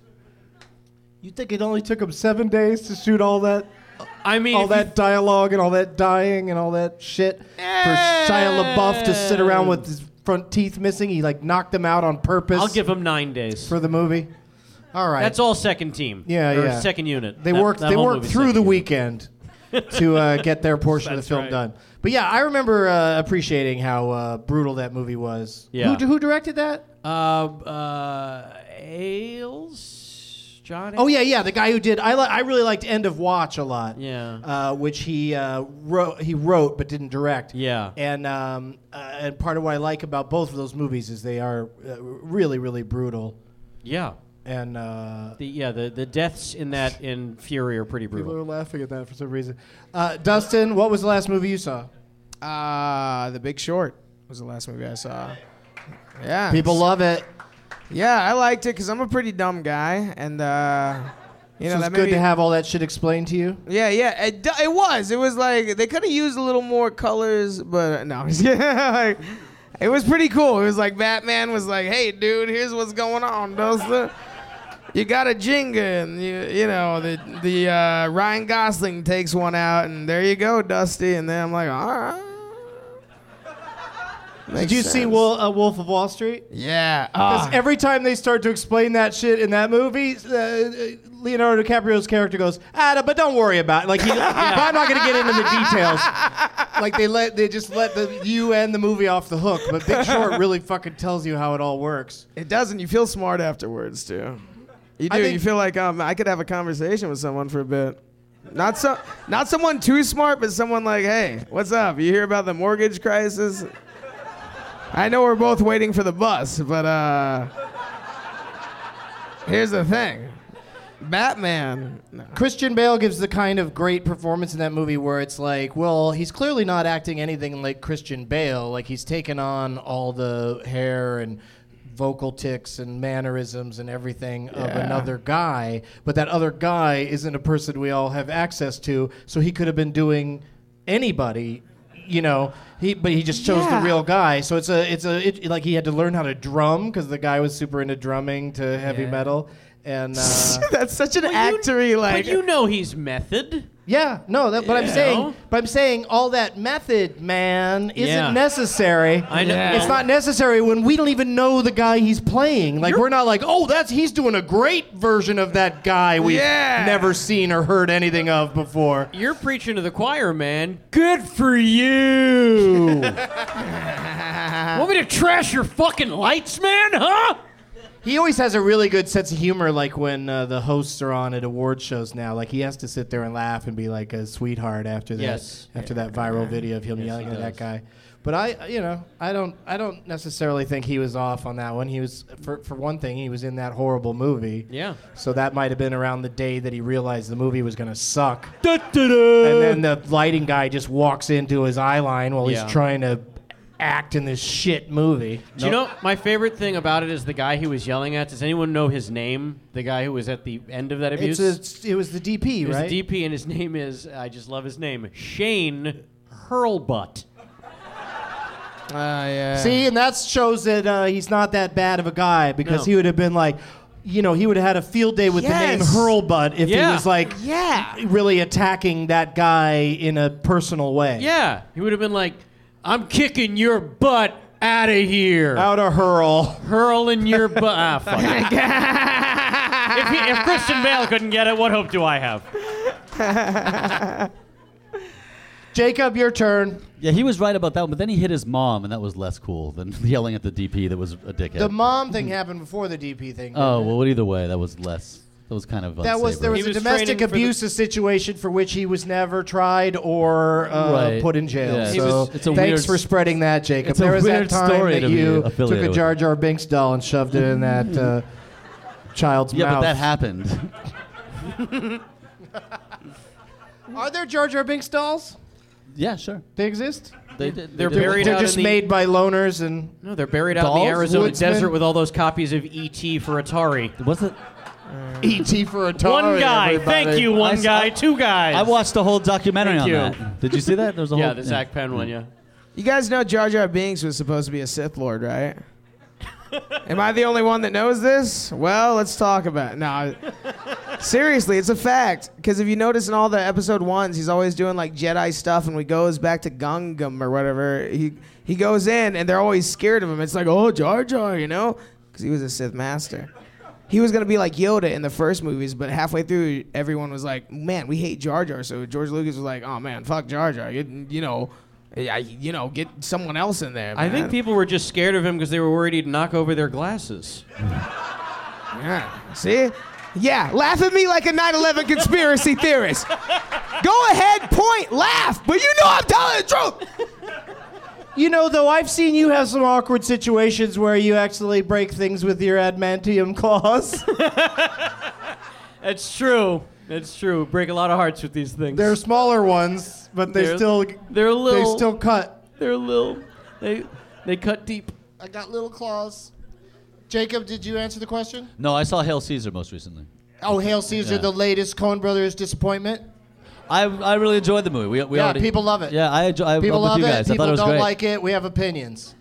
S9: You think it only took him seven days to shoot all that,
S6: I mean,
S9: all
S6: if you
S9: that dialogue and all that dying and all that shit for Shia LaBeouf to sit around with his front teeth missing? He like knocked them out on purpose
S6: I'll give them nine days.
S9: for the movie.
S3: All right.
S6: That's all second team.
S9: Yeah,
S6: or
S9: yeah.
S6: Second unit.
S3: They
S6: That-
S3: worked.
S6: that
S3: They
S6: whole
S3: worked
S6: movie's
S3: through
S6: second
S3: the
S6: unit.
S3: weekend to uh, get their portion of the
S6: That's
S3: film
S6: right.
S3: done. But yeah, I remember uh, appreciating how uh, brutal that movie was.
S6: Yeah.
S3: Who, who directed that?
S6: Uh, uh, Ailes, John.
S3: Oh yeah, yeah, the guy who did. I li- I really liked End of Watch a lot.
S6: Yeah.
S3: Uh, which he uh, wrote. He wrote but didn't direct.
S6: Yeah.
S3: And um, uh, and part of what I like about both of those movies is they are uh, really really brutal
S6: Yeah.
S3: and. Uh,
S6: The, yeah. The, the deaths in that in Fury are pretty
S9: People are
S6: brutal.
S9: laughing at that for some reason.
S3: uh, Dustin, what was the last movie you saw?
S4: Uh, The Big Short was the last movie I saw. Yeah.
S3: People love it.
S4: Yeah, I liked it because I'm a pretty dumb guy, and uh, you know
S3: So it's
S4: that
S3: good
S4: movie-
S3: to have all that shit explained to you.
S4: Yeah, yeah, it, do- it was. It was like they could have used a little more colors, but no, like, it was pretty cool. It was like Batman was like, "Hey, dude, here's what's going on, Dustin. You got a Jenga, and you, you know the the uh, Ryan Gosling takes one out, and there you go, Dusty." And then I'm like, "All right."
S9: Did you see Wolf, uh, Wolf of Wall Street?
S4: Yeah.
S9: Because
S4: Ah.
S9: every time they start to explain that shit in that movie, uh, Leonardo DiCaprio's character goes, "Ah, but don't worry about it." Like, he, I'm not going to get into the details.
S3: like they let they just let the you and the movie off the hook, but Big Short really fucking tells you how it all works.
S4: It doesn't. You feel smart afterwards too. You do.
S3: I think-
S4: you feel like um, I could have a conversation with someone for a bit. Not so, not someone too smart, but someone like, hey, what's up? You hear about the mortgage crisis? I know we're both waiting for the bus, but uh, here's the thing, Batman. No.
S3: Christian Bale gives the kind of great performance in that movie where it's like, well, he's clearly not acting anything like Christian Bale. Like he's taken on all the hair and vocal tics and mannerisms and everything of
S4: Yeah.
S3: another guy, but that other guy isn't a person we all have access to, so he could have been doing anybody, you know. He but he just chose
S4: Yeah.
S3: the real guy. So it's a it's a it, like he had to learn how to drum cuz the guy was super into drumming to heavy metal and uh
S4: That's such an actory like.
S6: But you know he's method.
S3: Yeah, no, that, but I'm
S6: You
S3: saying,
S6: know?
S3: but I'm saying all that method, man, isn't
S6: Yeah.
S3: necessary.
S6: I know.
S3: It's not necessary when we don't even know the guy he's playing. Like we're not like, oh, that's he's doing a great version of that guy we've
S4: Yeah.
S3: never seen or heard anything of before.
S6: You're preaching to the choir, man.
S3: Good for you.
S6: Want me to trash your fucking lights, man? Huh?
S3: he always has a really good sense of humor. Like when uh, the hosts are on at award shows now, like he has to sit there and laugh and be like a sweetheart after that.
S6: Yes.
S3: After that viral video of him yelling at that guy. But I, you know, I don't, I don't necessarily think he was off on that one. He was, for for one thing, he was in that horrible movie.
S6: Yeah.
S3: So that might have been around the day that he realized the movie was gonna suck. And then the lighting guy just walks into his eye line while
S6: Yeah.
S3: he's trying to act in this shit movie.
S6: Do you know my favorite thing about it is the guy he was yelling at? Does anyone know his name? The guy who was at the end of that abuse.
S3: It's a, it was the DP,
S6: There's
S3: right?
S6: a DP, and his name is I just love his name Shane Hurlbutt.
S4: uh, yeah.
S9: See, and that shows that uh, he's not that bad of a guy because he would have been like, you know, he would have had a field day with
S4: Yes.
S9: the name Hurlbutt if
S6: Yeah.
S9: he was like
S4: Yeah.
S9: really attacking that guy in a personal way.
S6: Yeah, he would have been like, "I'm kicking your butt out of here,
S9: Out of hurl.
S6: hurling your butt." ah, fuck. it. if, he, if Christian Bale couldn't get it, what hope do I have?
S9: Jacob, your turn.
S7: Yeah, he was right about that one, but then he hit his mom, and that was less cool than yelling at the DP that was a dickhead.
S3: The mom thing happened before the DP thing.
S7: oh, well, either way, that was less. That was kind of
S3: That was there
S7: unsavory.
S3: was,
S6: He was
S3: a domestic
S6: training for the-
S3: abuse
S9: Situation for which he was never tried or uh,
S7: Right.
S9: put in jail.
S7: Yeah,
S9: So
S7: He was- it's a
S9: thanks for
S7: weird-
S9: spreading that, Jacob.
S7: It's a
S9: there was
S7: weird
S9: that time
S7: story
S9: that
S7: to be
S9: you took
S7: affiliated
S9: a
S7: with.
S9: Jar Jar Binks doll and shoved it in that uh, child's
S7: yeah,
S9: mouth.
S7: but that happened.
S3: Are there Jar Jar Binks dolls?
S7: yeah, sure.
S9: They exist?
S7: They did.
S6: They're
S7: they did.
S6: buried
S9: They're
S6: out
S9: just
S6: in the,
S9: made by loners and
S6: No, they're buried out in
S7: Dolls?
S6: the Arizona
S9: Woodsmen?
S6: desert with all those copies of E.T. for Atari.
S7: Was it?
S9: E.T. E for Atari.
S6: One guy, thank
S9: everybody.
S6: you. One
S7: I-
S6: guy,
S7: I-
S6: two guys.
S7: I watched the whole documentary
S6: Thank
S7: on
S6: you.
S7: that. Did you see that? There was a
S6: Yeah,
S7: whole.
S6: the Zach Penn one. Yeah.
S4: You guys know Jar Jar Binks was supposed to be a Sith Lord, right? Am I the only one that knows this? Well, let's talk about it. No, I- seriously, it's a fact. Because if you notice in all the episode ones, he's always doing like Jedi stuff, and we goes back to Gungam or whatever. He he goes in, and they're always scared of him. It's like, oh, Jar Jar, you know, because he was a Sith master. He was gonna be like Yoda in the first movies, but halfway through, everyone was like, "Man, we hate Jar Jar." So George Lucas was like, "Oh man, fuck Jar Jar. You, you know, I, you know, get someone else in there."
S6: I think
S4: man."
S6: people were just scared of him because they were worried he'd knock over their glasses.
S4: Yeah. See? Yeah, laugh at me like a 9 11 conspiracy theorist. Go ahead, point, laugh, but you know I'm telling the truth.
S9: You know, though, I've seen you have some awkward situations where you actually break things with your adamantium claws.
S6: It's true. It's true. Break a lot of hearts with these things.
S9: They're smaller ones, but they
S6: They're-
S9: still
S6: they're a little-
S9: they still cut.
S6: They're little. They they cut deep.
S3: I got little claws. Jacob, did you answer the question?
S7: No, I saw Hail Caesar most recently.
S3: Oh, Hail Caesar,
S7: Yeah.
S3: the latest Coen Brothers disappointment.
S7: I, I really enjoyed the movie. We, we
S3: Yeah,
S7: already-
S3: people love it.
S7: Yeah, I enjoy. I'm
S3: People
S7: with
S3: love
S7: you guys.
S3: it.
S7: I thought
S3: People
S7: it was
S3: don't
S7: great.
S3: like it. We have opinions.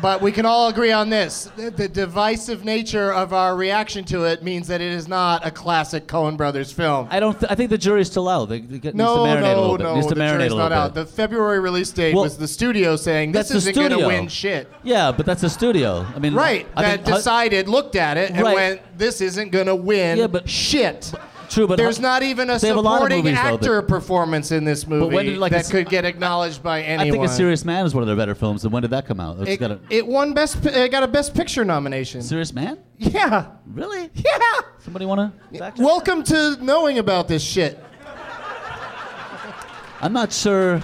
S3: But we can all agree on this. The, the divisive nature of our reaction to it means that it is not a classic Coen Brothers film.
S7: I don't. Th- I think the jury's still out. They, they get,
S3: no,
S7: needs to marinate a
S3: no,
S7: little bit.
S3: no.
S7: Needs to
S3: the
S7: marinate
S3: jury's
S7: a
S3: not
S7: little bit.
S3: out. The February release date
S7: Well,
S3: was the studio saying this
S7: that's the
S3: isn't going to
S7: studio.
S3: win shit.
S7: Yeah, but that's a studio. I mean,
S3: Right.
S7: I
S3: that
S7: mean, hu-
S3: decided, looked at it, and
S7: Right.
S3: went, "This isn't going to win
S7: Yeah, but-
S3: shit."
S7: true, but
S3: There's
S7: hu-
S3: not even a
S7: they have a lot of
S3: supporting
S7: movies, though, that-
S3: actor performance in this movie
S7: when did, like,
S3: that
S7: a-
S3: could get acknowledged by anyone.
S7: I think A Serious Man is one of their better films. And when did that come out? It's
S3: It,
S7: got a-
S3: it won best. Pi- It got a best picture nomination.
S7: Serious Man?
S3: Yeah,
S7: Really?
S3: yeah.
S7: Somebody wanna? fact check?
S3: Welcome to knowing about this shit.
S7: I'm not sure.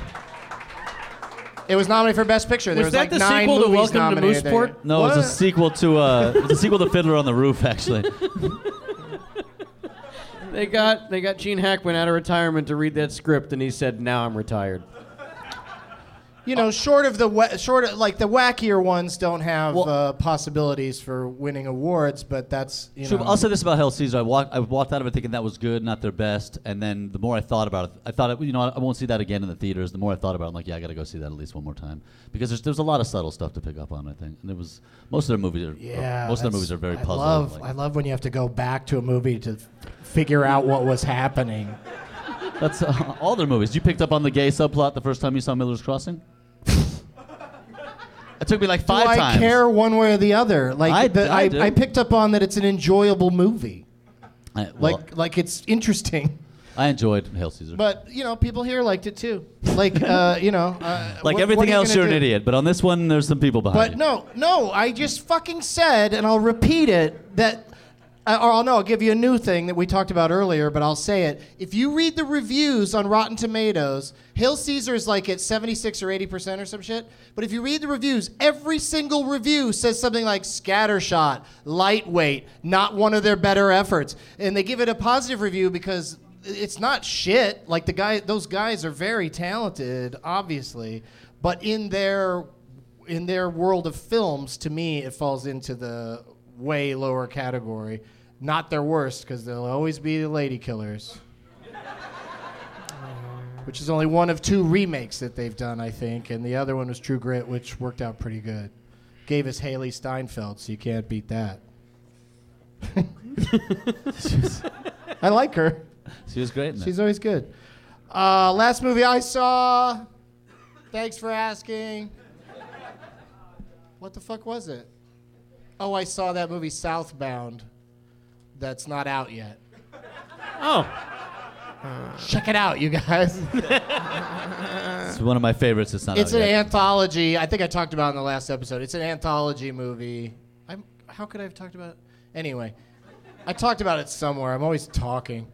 S3: It was nominated for best picture. There was,
S6: that
S3: like
S6: the
S3: nine
S6: sequel to
S3: movies
S6: Welcome to
S3: nominated that
S6: Mooseport?
S3: year.
S7: No, it's a sequel to uh, it's a sequel to Fiddler on the Roof, actually.
S6: They got they got Gene Hackman out of retirement to read that script, and he said, "Now I'm retired."
S3: You know, short of the wa- short of, like the wackier ones don't have uh, possibilities for winning awards, but that's you
S7: True,
S3: know.
S7: but I'll say this about Hell Caesar. I walked, I walked out of it thinking that was good, not their best. And then the more I thought about it, I thought, it, you know, I won't see that again in the theaters. The more I thought about it, I'm like, yeah, I got to go see that at least one more time. Because there's, there's a lot of subtle stuff to pick up on, I think. And it was, most of their movies are, uh,
S3: Yeah,
S7: most of their
S3: that's-
S7: movies are very
S3: I
S7: puzzling.
S3: Love,
S7: like-
S3: I love when you have to go back to a movie to f- figure out what was happening.
S7: That's uh, all their movies. You picked up on the gay subplot the first time you saw Miller's Crossing? it took me like five
S3: Do I
S7: times.
S3: care one way or the other? Like
S7: I-
S3: the,
S7: I
S3: I,
S7: do.
S3: I, picked up on that it's an enjoyable movie.
S7: I, well,
S3: Like like it's interesting.
S7: I enjoyed Hail Caesar.
S3: But you know, people here liked it too. Like uh, you know, uh,
S7: like
S3: what- what
S7: everything
S3: are you
S7: else,
S3: gonna
S7: you're
S3: do?
S7: an idiot. But on this one, there's some people behind
S3: But
S7: you.
S3: no, no, I just fucking said, and I'll repeat it that. Uh, or I'll no, I'll give you a new thing that we talked about earlier, but I'll say it. If you read the reviews on Rotten Tomatoes, Hill Caesar is like at 76 or 80 percent or some shit. But if you read the reviews, every single review says something like scattershot, lightweight, not one of their better efforts, and they give it a positive review because it's not shit. Like the guy, those guys are very talented, obviously, but in their in their world of films, to me, it falls into the way lower category. Not their worst, because they'll always be the lady killers. which is only one of two remakes that they've done, I think, and the other one was True Grit, which worked out pretty good. Gave us Haley Steinfeld, so you can't beat that. I like her.
S7: She was great in that.
S3: She's always good. Uh, last movie I saw. Thanks for asking. What the fuck was it? Oh, I saw that movie Southbound. That's not out yet.
S6: Oh,
S3: Check it out, you guys.
S7: It's one of my favorites. It's not
S3: it's
S7: out
S3: an
S7: yet.
S3: anthology. I think I talked about it in the last episode. It's an anthology movie. I'm, how could I have talked about it? Anyway, I talked about it somewhere. I'm always talking.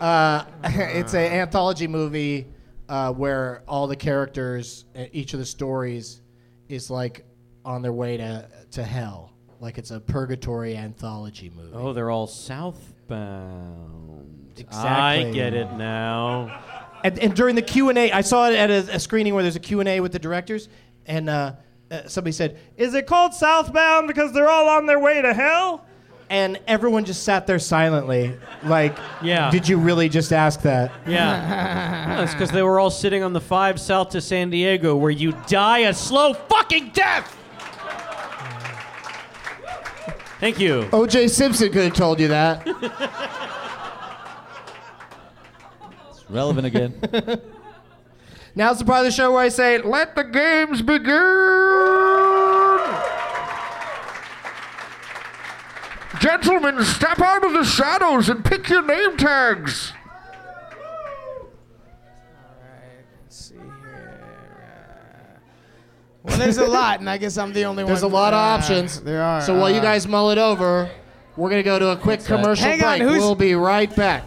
S3: Uh, it's an anthology movie uh, where all the characters, uh, each of the stories, is like on their way to to hell. Like it's a purgatory anthology movie.
S6: oh, they're all southbound. I
S9: Exactly.
S6: get it now.
S3: and, and during the Q and A, I saw it at a, a screening where there's a Q and A with the directors, and uh, uh, somebody said, "Is it called Southbound because they're all on their way to hell?" And everyone just sat there silently, like,
S6: Yeah.
S3: did you really just ask that?"
S6: Yeah. That's because they were all sitting on the five south to San Diego where you die a slow fucking death. Thank you.
S3: O.J. Simpson could have told you that.
S7: It's relevant again.
S3: Now's the part of the show where I say, "Let the games begin."
S10: Gentlemen, step out of the shadows and pick your name tags.
S4: Let's see here. Well, there's a lot, and I guess I'm the only
S3: There's a lot
S4: one.
S3: of
S4: Yeah,
S3: options.
S4: There are.
S3: So while you
S4: uh,
S3: guys mull it over, we're gonna go to a quick commercial
S4: Hang on,
S3: break.
S4: who's-
S3: we'll be right back.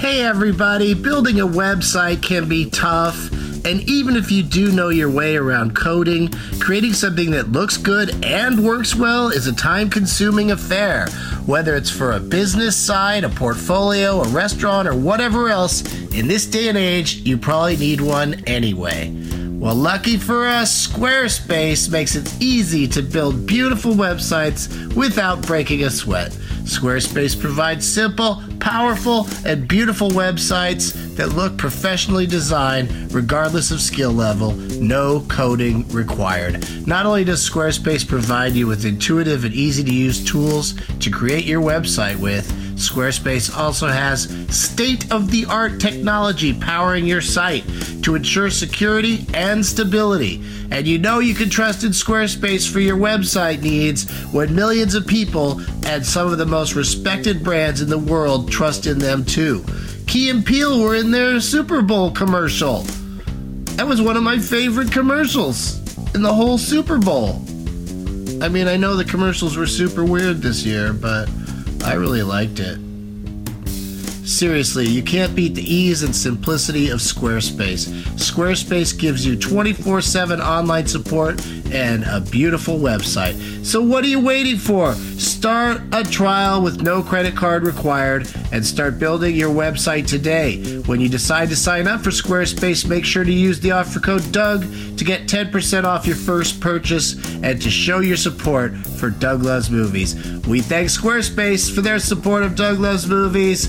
S11: Hey everybody, building a website can be tough, and even if you do know your way around coding, creating something that looks good and works well is a time consuming affair. Whether it's for a business site, a portfolio, a restaurant, or whatever else, in this day and age, you probably need one anyway. Well, lucky for us, Squarespace makes it easy to build beautiful websites without breaking a sweat. Squarespace provides simple, powerful, and beautiful websites that look professionally designed regardless of skill level, no coding required. Not only does Squarespace provide you with intuitive and easy to use tools to create your website with, Squarespace also has state of the art technology powering your site to ensure security and stability. And you know you can trust in Squarespace for your website needs when millions of people and some of the most respected brands in the world trust in them too. Key and Peele were in their Super Bowl commercial. That was one of my favorite commercials in the whole Super Bowl. I mean, I know the commercials were super weird this year, but I really liked it. Seriously, you can't beat the ease and simplicity of Squarespace. Squarespace gives you 24 7 online support and a beautiful website. So, what are you waiting for? Start a trial with no credit card required and start building your website today. When you decide to sign up for Squarespace, make sure to use the offer code DOUG to get 10% off your first purchase and to show your support for Doug Loves Movies. We thank Squarespace for their support of Doug Loves Movies.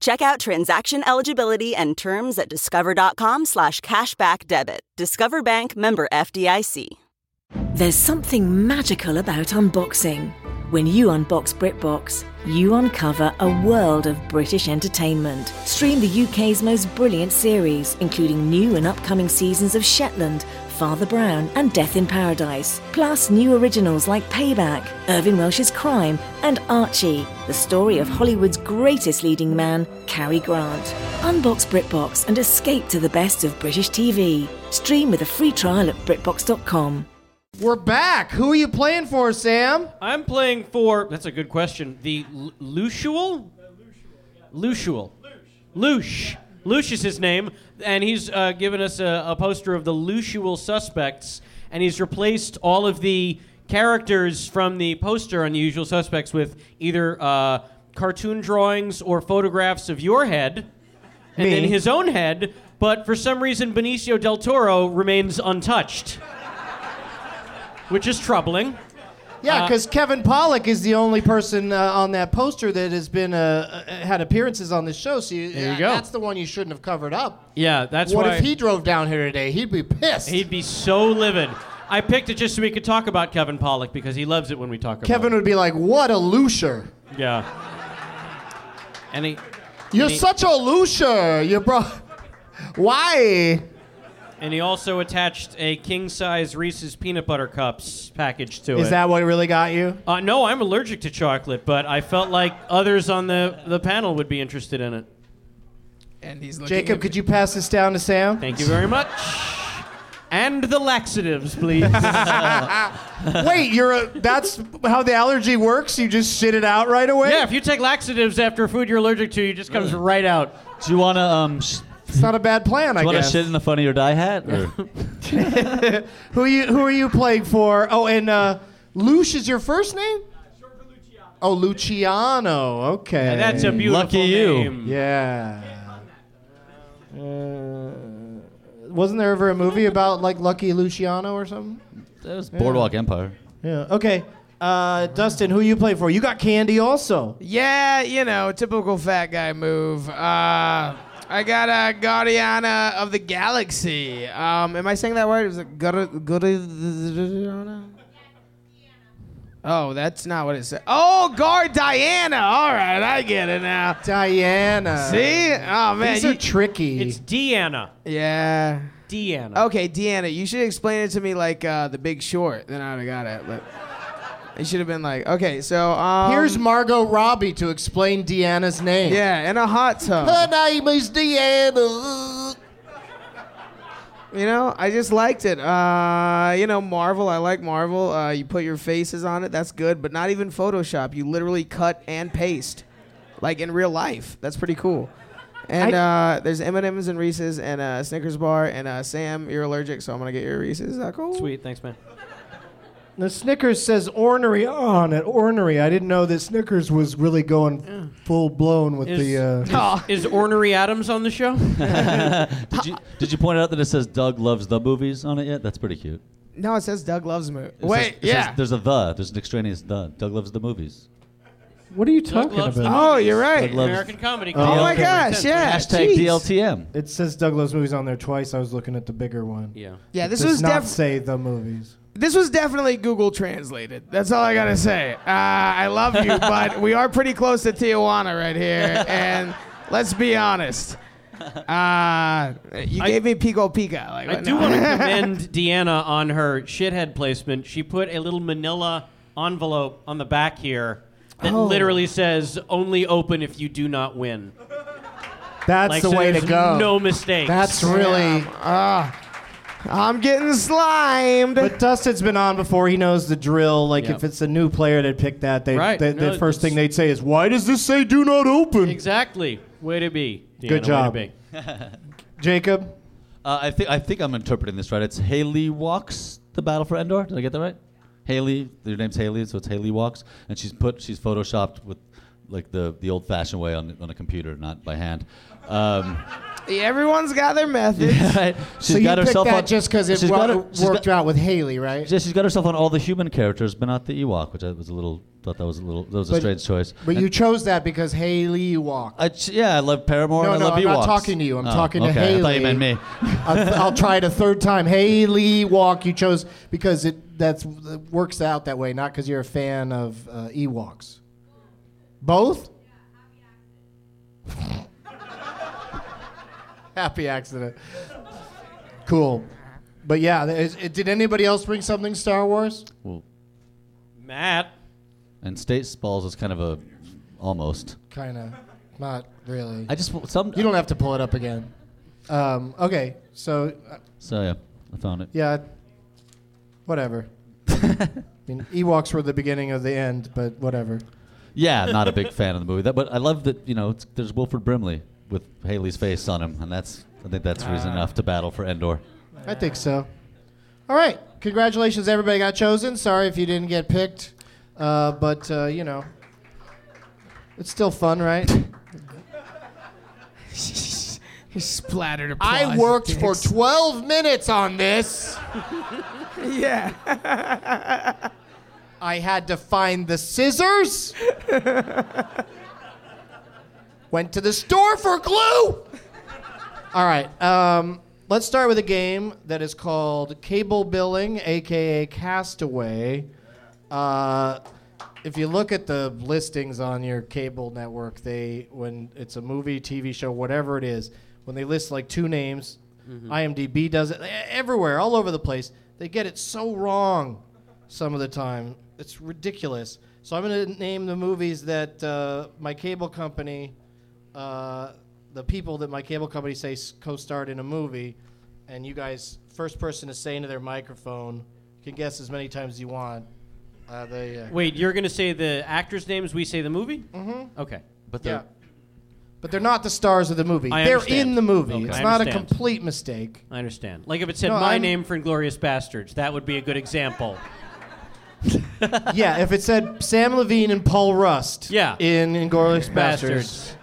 S12: Check out transaction eligibility and terms at discover.com slash cashback debit. Discover Bank member FDIC.
S13: There's something magical about unboxing. When you unbox BritBox, you uncover a world of British entertainment. Stream the UK's most brilliant series, including new and upcoming seasons of Shetland, Father Brown, and Death in Paradise, plus new originals like Payback, Irving Welsh's Crime, and Archie, the story of Hollywood's greatest leading man, Cary Grant. Unbox BritBox and escape to the best of British TV. Stream with a free trial at BritBox.com.
S3: We're back. Who are you playing for, Sam?
S6: I'm playing for. That's a good question. The L- Lusual? Lusual. Lush. Lush is his name, and he's uh, given us a, a poster of the Lushul suspects, and he's replaced all of the characters from the poster on the usual suspects with either uh, cartoon drawings or photographs of your head, and
S9: Me.
S6: then his own head. But for some reason, Benicio del Toro remains untouched, which is troubling.
S3: Yeah,
S6: Uh,
S3: because Kevin Pollock is the only person uh, on that poster that has been uh, uh, had appearances on this show. So you,
S6: There you
S3: yeah,
S6: go.
S3: that's the one you shouldn't have covered up.
S6: Yeah, that's
S3: what
S6: why
S3: if he drove down here today? He'd be pissed.
S6: He'd be so livid. I picked it just so we could talk about Kevin Pollock because he loves it when we talk about
S3: Kevin would be like, "What a loser!
S6: it. Yeah. And he
S3: You're
S6: and he,
S3: such a loser! You bro, why?"
S6: and he also attached a king size Reese's peanut butter cups package to it.
S3: Is that what really got you?
S6: Uh, no, I'm allergic to chocolate, but I felt like others on the, the panel would be interested in it.
S4: And he's
S3: Jacob, could you pass this down to Sam?
S6: Thank you very much. And the laxatives, please.
S3: Wait, you're a, that's how the allergy works. You just shit it out right away.
S6: Yeah, if you take laxatives after food you're allergic to, it just comes right out.
S7: Do you want to um? Sh-
S3: it's not a bad plan.
S7: do
S3: I
S7: you want to
S3: guess.
S7: shit in the funny or die hat? Or?
S3: who are you who are you playing for? Oh, and uh, Lush is your first name? Oh, Luciano. Okay.
S6: And that's a beautiful Lucky you. name.
S3: Yeah. Uh, wasn't there ever a movie about like Lucky Luciano or something?
S7: That was Boardwalk Empire.
S3: Yeah. Okay. Uh, Dustin, who you play for? You got Candy also.
S4: Yeah, you know, typical fat guy move. Uh, I got a Guardiana of the Galaxy. Um, am I saying that word? Is it Guar- Guardiana? Oh, that's not what it said. Oh, guard Diana. All right, I get it now.
S3: Diana.
S4: See? Oh man,
S3: These are
S4: you-
S3: tricky.
S6: It's Deanna.
S4: yeah.
S6: Deanna.
S4: Okay, Deanna, you should explain it to me like uh, The Big Short. Then I would have got it. But it should have been like, okay, so um,
S3: Here's Margot Robbie to explain Deanna's name.
S4: yeah, in a hot tub.
S3: Her name is Deanna.
S4: You know, I just liked it. Uh, you know, Marvel. I like Marvel. Uh, you put your faces on it. That's good, but not even Photoshop. You literally cut and paste, like in real life. That's pretty cool. And uh, there's M and M's and Reese's and a Snickers bar. And uh, Sam, you're allergic, so I'm gonna get your Reese's. Is that cool?
S6: Sweet, thanks, man.
S3: The Snickers says ornery on it. Ornery. I didn't know that Snickers was really going full blown with
S6: Is,
S3: the. Uh,
S6: is, is Ornery Adams on the show?
S7: did you did you point out that it says Doug loves the movies on it yet? That's pretty cute.
S4: No, it says Doug loves me.
S7: It
S4: Wait,
S7: says- it
S4: yeah.
S7: says there's a the. There's an extraneous the. Doug loves the movies.
S3: what are you
S6: Doug loves the
S4: oh, you're right.
S7: Doug loves-
S6: American comedy.
S4: Oh my
S7: DLTM.
S4: gosh, yeah. jeez.
S7: Hashtag DLTM.
S3: It says Douglas movies on there twice. I was looking at the bigger one.
S6: Yeah.
S4: Yeah, this
S3: Does
S4: was
S3: not
S4: def-
S3: say the movies.
S4: This was definitely Google translated. That's all I gotta say. Uh, I love you, but we are pretty close to Tijuana right here, and let's be honest. Uh, you
S6: I-
S4: gave me pico pica. Like,
S6: I
S4: what-
S6: do
S4: no.
S6: want to commend Deanna on her shithead placement. She put a little manila envelope on the back here that
S4: Oh.
S6: literally says only open if you do not win.
S3: That's
S6: Like,
S3: the
S6: so
S3: way to
S6: there's
S3: go.
S6: No mistakes.
S3: That's really. uh,
S4: I'm getting slimed.
S3: But Dustin's been on before. He knows the drill. Like
S6: Yeah.
S3: if it's a new player that picked that, they,
S6: Right.
S3: they,
S6: No,
S3: the first thing
S6: it's-
S3: they'd say is, "Why does this say do not open?"
S6: exactly. Way to be. Deanna,
S3: Good job.
S6: Way to be.
S3: Jacob.
S7: Uh, I think I think I'm interpreting this right. It's Haley walks the battle for Endor. Did I get that right? Haley, your name's Haley, so it's Haley walks, and she's put she's photoshopped with like the, the old fashioned way on on a computer, not by hand. Um,
S4: Everyone's got their methods.
S7: right? She's
S3: so you
S7: got
S3: picked
S7: herself
S3: that
S7: on,
S3: just because it
S7: she's
S3: wo-
S7: got her-
S3: worked
S7: she's got-
S3: out with Haley, right?
S7: Yeah, she's got herself on all the human characters, but not the Ewok, which I was a little thought that was a little that was a
S3: But-
S7: strange choice.
S3: But
S7: And
S3: you chose that because Haley walked.
S7: I ch- yeah, I love Paramore.
S3: No,
S7: and
S3: no,
S7: I love
S3: I'm not
S7: Ewoks. Oh,
S3: talking to you. I'm talking to
S7: okay. I thought you
S3: Haley.
S7: meant me.
S3: I'll, I'll try it a third time. Haley walk. You chose because it that's it works out that way, not because you're a fan of uh, Ewoks. Both. happy accident. Cool. But yeah, there is- did anybody else bring something Star Wars?
S7: Well,
S6: Matt.
S7: and States Balls is kind of a almost.
S3: Kind of. Not really.
S7: I just w- some
S3: You
S5: uh,
S3: don't have to pull it up again. Um, okay, so uh,
S7: So yeah, I found it.
S3: yeah, whatever. I mean, Ewoks were the beginning of the end, but whatever.
S7: Yeah, not a big fan of the movie. That, but I love that you know it's, there's Wilford Brimley
S5: with Haley's face on him, and that's I think that's reason enough to battle for Endor.
S3: I think so. All right. Congratulations, everybody got chosen. Sorry if you didn't get picked, uh, but uh, you know, it's still fun, right?
S4: splattered applause.
S3: I worked for
S4: dicks.
S3: 12 minutes on this.
S4: yeah.
S3: I had to find the scissors. Went to the store for glue. All right. Um, let's start with a game that is called Cable Billing, aka Castaway. Uh, if you look at the listings on your cable network, they when it's a movie, TV show, whatever it is, when they list like two names, IMDb does it e- everywhere, all over the place. They get it so wrong some of the time. It's ridiculous. So I'm going to name the movies that uh, my cable company, uh, the people that my cable company say s- co-starred in a movie, and you guys, first person to say into their microphone, you can guess as many times as you want. Uh, they, uh,
S6: Wait, you're gonna say the actors' names? We say the movie? Mm-hmm. Okay. But
S3: yeah. But they're not the stars of the movie.
S6: I
S3: they're
S6: understand.
S3: in the movie.
S6: Okay.
S3: It's
S6: I
S3: not a
S6: understand.
S3: complete mistake.
S6: I understand. Like if it said
S3: No,
S6: my
S3: I'm-
S6: name for Inglorious Bastards, that would be a good example.
S3: yeah, if it said Sam Levine and Paul Rust
S6: Yeah.
S3: in Inglourious
S6: Bastards.
S3: Bastards,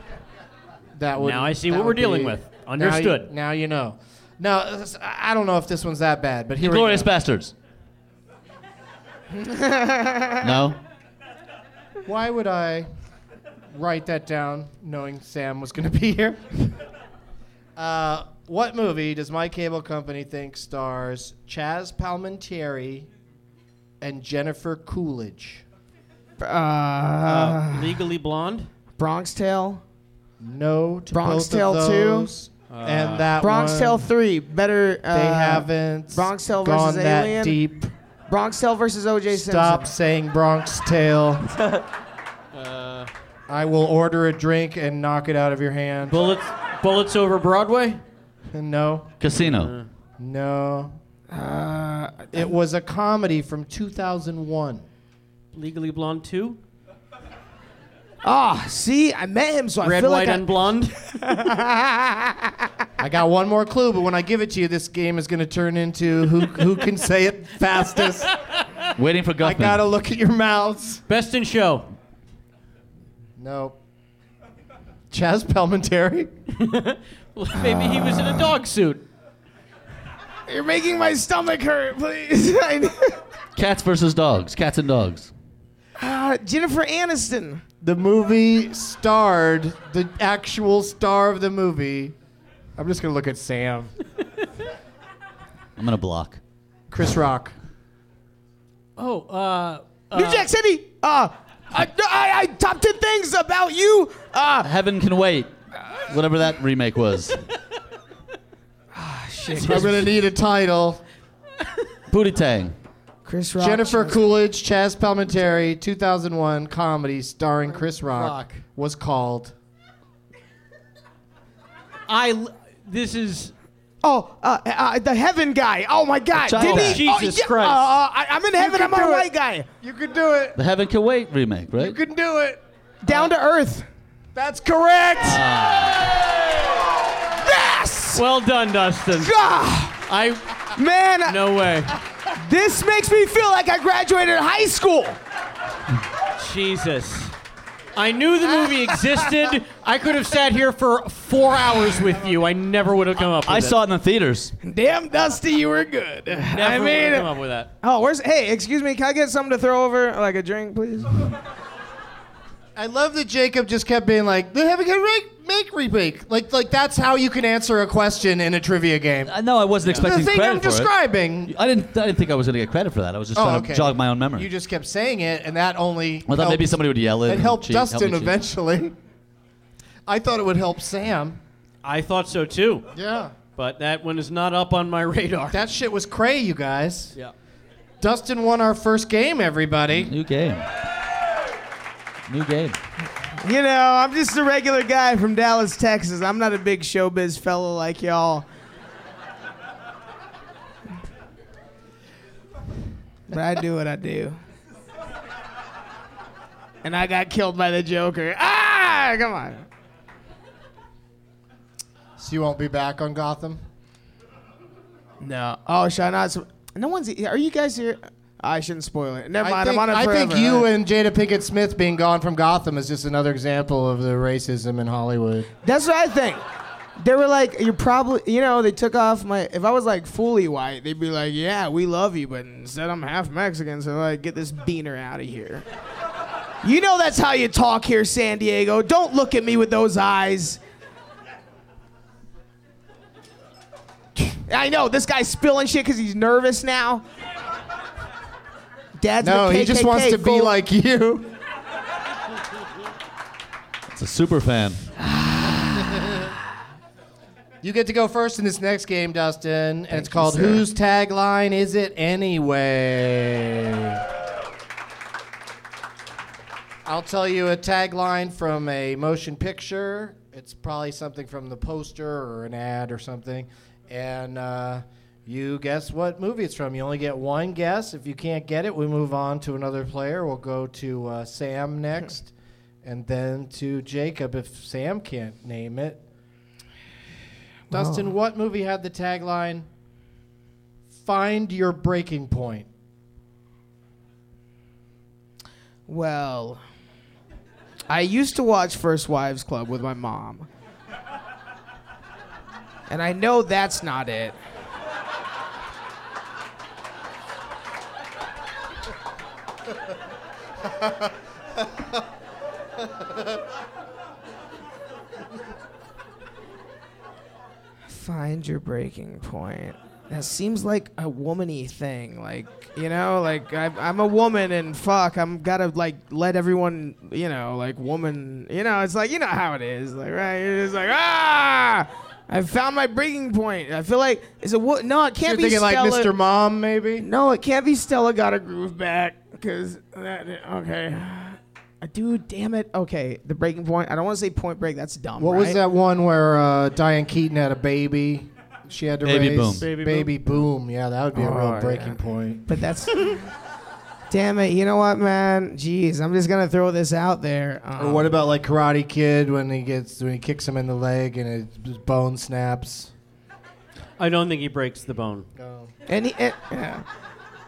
S3: that would
S6: Now I see
S3: that
S6: what we're
S3: would
S6: dealing
S3: be-
S6: with.
S3: now you-
S6: Understood.
S3: Now you, know. Now this- I don't know if this one's that bad, but here
S5: Inglorious
S3: we go.
S5: Bastards. No.
S3: Why would I write that down knowing Sam was going to be here? uh, what movie does my cable company think stars Chaz Palmentieri and Jennifer Coolidge?
S6: Uh, Legally Blonde.
S4: Bronx Tale.
S3: No to
S4: Bronx
S3: both of
S4: Tale
S3: those.
S4: Two.
S3: and that
S4: Bronx
S3: one,
S4: Tale Three. Better. Uh,
S3: haven't
S4: Bronx Tale
S3: gone
S4: versus
S3: that
S4: Alien.
S3: deep.
S4: Bronx Tale versus O.J.
S3: Stop saying Bronx Tale.
S4: Simpson. Uh,
S3: I will order a drink and knock it out of your hand.
S6: Bullets, bullets over Broadway.
S3: No,
S5: Casino.
S3: no.
S4: Uh,
S3: it was a comedy from 2001.
S6: Legally Blonde Two.
S4: Ah, see, I met him, so I
S6: Red,
S4: feel
S6: white,
S4: like I-
S6: and blonde.
S3: I got one more clue, but when I give it to you, this game is going to turn into who who can say it fastest.
S5: Waiting for
S3: I
S5: Guffman.
S3: gotta look at your mouths.
S6: Best in show.
S3: Nope. Chaz Palminteri.
S6: Well, Maybe he was in a dog suit.
S4: You're making my stomach hurt, please. I-
S5: Cats versus dogs. Cats and dogs.
S4: Ah, Jennifer Aniston.
S3: The movie starred the actual star of the movie. I'm just gonna look at Sam.
S5: I'm gonna block.
S3: Chris Rock.
S6: Oh, uh,
S4: New Jack City. Uh, I, I, I top ten things about you. Uh,
S5: Heaven can wait. Whatever that remake was.
S4: shit.
S3: I'm gonna need a title.
S5: Booty Tang.
S4: Chris Rock.
S3: Jennifer Coolidge, Chaz Palminteri, 2001 comedy starring Chris Rock,
S6: Rock.
S3: was called.
S6: I. l- This is.
S4: Oh, uh, uh, the heaven guy. Oh my God!
S5: The child
S4: Did he?
S5: guy.
S4: oh,
S5: Jesus
S4: yeah,
S5: Christ.
S4: Uh, I, I'm in heaven. I'm
S3: can
S4: a
S3: do it.
S4: white guy.
S3: You could do it.
S5: The Heaven Can Wait remake, right?
S3: You can do it.
S4: Down to earth.
S3: That's correct.
S4: Yes.
S6: Well done, Dustin.
S4: God,
S6: I.
S4: man,
S6: No way.
S4: this makes me feel like I graduated high school.
S6: Jesus. I knew the movie existed. I could have sat here for four hours with you. I never would have come up with
S5: I
S6: it.
S5: saw it in the theaters.
S4: Damn, Dusty, you were good.
S6: Never
S4: I
S6: would have
S4: mean,
S6: come up with that.
S4: oh, where's? Hey, excuse me. Can I get something to throw over, like a drink, please?
S3: I love that Jacob just kept being like, "They haven't make make remake." Like like that's how you can answer a question in a trivia game.
S5: I know I wasn't
S3: the
S5: expecting
S3: thing
S5: credit
S3: I'm
S5: for
S3: describing.
S5: it. I didn't. I didn't think I was going to get credit for that. I was just
S3: Oh,
S5: trying
S3: okay.
S5: to jog my own memory.
S3: You just kept saying it, and that only.
S5: I thought
S3: helped-
S5: maybe somebody would yell it.
S3: It
S5: and
S3: helped
S5: cheat, help me
S3: Dustin
S5: cheat.
S3: eventually. I thought it would help Sam.
S6: I thought so too,
S3: Yeah.
S6: but that one is not up on my radar.
S3: That shit was cray, you guys.
S6: Yeah.
S3: Dustin won our first game, everybody.
S5: New game. New game.
S4: You know, I'm just a regular guy from Dallas, Texas. I'm not a big showbiz fellow like y'all. But I do what I do. And I got killed by the Joker. Ah, come on.
S3: So you won't be back on Gotham?
S4: No. Oh, should I not? sp- No one's. Are you guys here? I shouldn't spoil it. Never
S3: I
S4: mind.
S3: think,
S4: I'm on it
S3: I
S4: forever.
S3: think you
S4: Uh,
S3: and Jada Pinkett Smith being gone from Gotham is just another example of the racism in Hollywood.
S4: That's what I think. They were like, you're probably, you know, they took off my. If I was like fully white, they'd be like, yeah, we love you, but instead I'm half Mexican, so like, get this beaner out of here. you know that's how you talk here, San Diego. Don't look at me with those eyes. I know this guy's spilling shit because he's nervous now. Dad's
S3: no,
S4: the
S3: he just wants
S4: KKK
S3: to be
S4: fool.
S3: like you.
S7: It's a super fan.
S3: You get to go first in this next game, Dustin, and it's
S7: you,
S3: called
S7: sir.
S3: Whose Tagline Is It Anyway? I'll tell you a tagline from a motion picture. It's probably something from the poster or an ad or something. And uh, you guess what movie it's from. You only get one guess. If you can't get it, we move on to another player. We'll go to uh, Sam next, and then to Jacob if Sam can't name it. Dustin, what movie had the tagline "Find your breaking point"?
S4: Well, I used to watch First Wives Club with my mom. And I know that's not it. Find your breaking point. That seems like a womany thing. Like, you know, like I, I'm a woman and fuck, I'm gotta like let everyone, you know, like woman, you know, it's like, you know how it is. Like, right? It's like, ah! I found my breaking point. I feel like it's a wo- no. It can't
S3: You're
S4: be
S3: thinking like
S4: Stella-
S3: Mr. Mom, maybe.
S4: No, it can't be Stella got a groove back because that okay. Dude, damn it. Okay, the breaking point. I don't want to say point break. That's dumb.
S3: What was
S4: right?
S3: that one where uh, Diane Keaton had a baby? She had to
S4: Baby
S3: raise
S4: boom.
S3: Baby,
S4: Baby
S3: boom. Yeah, that would be a
S4: Oh,
S3: real
S4: yeah.
S3: breaking point.
S4: But that's. damn it. You know what, man? Jeez, I'm just gonna throw this out there. um,
S3: or what about like Karate Kid when he gets when he kicks him in the leg and it- his bone snaps?
S6: I don't think he breaks the bone.
S4: Any?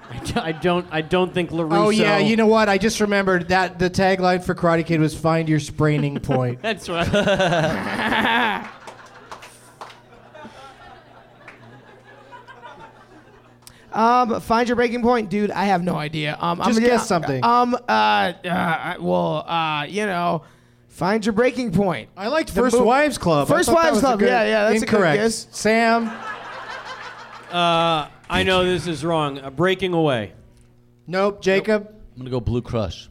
S6: I, d- I don't. I don't think Larusso.
S3: Oh yeah, you know what? I just remembered that the tagline for Karate Kid was "Find your spraining point."
S6: That's right.
S4: Um, find your breaking point, dude. I have no idea. Um,
S3: Just
S4: I'm,
S3: guess something.
S4: Um, uh, uh, I- well, uh, you know, find your breaking point.
S3: I liked
S4: The
S3: First
S4: mov-
S3: Wives Club. I
S4: First
S3: thought that
S4: Wives
S3: was a
S4: Club.
S3: good-
S4: yeah, yeah, that's
S3: incorrect.
S4: a good guess.
S3: Sam.
S6: uh, I know this is wrong. Uh, breaking away.
S3: Nope, Jacob.
S7: I'm gonna go Blue Crush.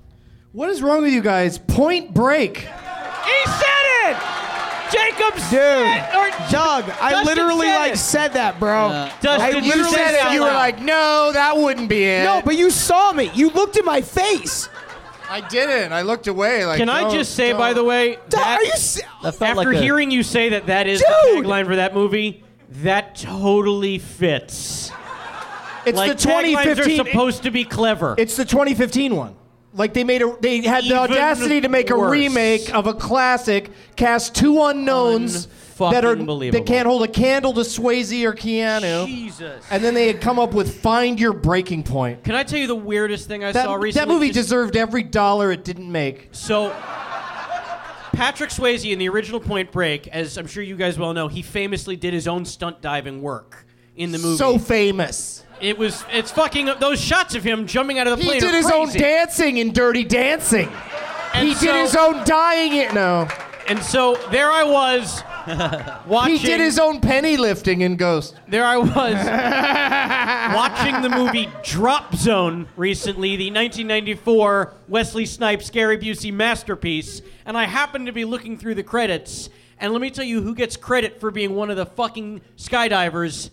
S3: What is wrong with you guys? Point Break.
S4: He said it.
S6: Jacob
S4: Dude, Jug, I
S3: Dustin
S4: literally
S3: said
S4: like
S3: it.
S4: said that, bro.
S3: Dustin, Uh,
S4: I
S3: you
S4: literally
S3: said it. You were like, no, that wouldn't be it.
S4: No, but you saw me. You looked in my face.
S3: I didn't. I looked away. Like,
S6: Can I
S3: don't-
S6: just say,
S3: don't.
S6: by the way, that,
S4: are you se-
S7: That felt
S6: after
S7: like a-
S6: hearing you say that that is the
S7: Dude!
S6: tagline for that movie, that totally fits.
S3: It's
S6: like,
S3: the 2015
S6: Taglines are supposed to be clever.
S3: It's the 2015 one. Like they made a, they had
S6: Even
S3: the audacity to make a
S6: worse.
S3: remake of a classic, cast two unknowns that are
S6: Un-fucking-believable.
S3: that can't hold a candle to Swayze or Keanu.
S6: Jesus.
S3: And then they had come up with "Find Your Breaking Point."
S6: Can I tell you the weirdest thing I
S3: That,
S6: saw
S3: that
S6: recently?
S3: movie
S6: Just-
S3: deserved every dollar it didn't make.
S6: So, Patrick Swayze in the original Point Break, as I'm sure you guys well know, he famously did his own stunt diving work in the movie.
S3: So famous.
S6: it was it's fucking those shots of him jumping out of the
S3: He
S6: plane.
S3: did
S6: are
S3: his own
S6: crazy.
S3: dancing in Dirty Dancing.
S6: And
S3: he
S6: so-
S3: did his own dying it no.
S6: And so there I was watching.
S3: He did his own penny lifting in Ghost.
S6: There I was watching the movie Drop Zone recently, the 1994 Wesley Snipes Gary Busey masterpiece, and I happened to be looking through the credits. And let me tell you who gets credit for being one of the fucking skydivers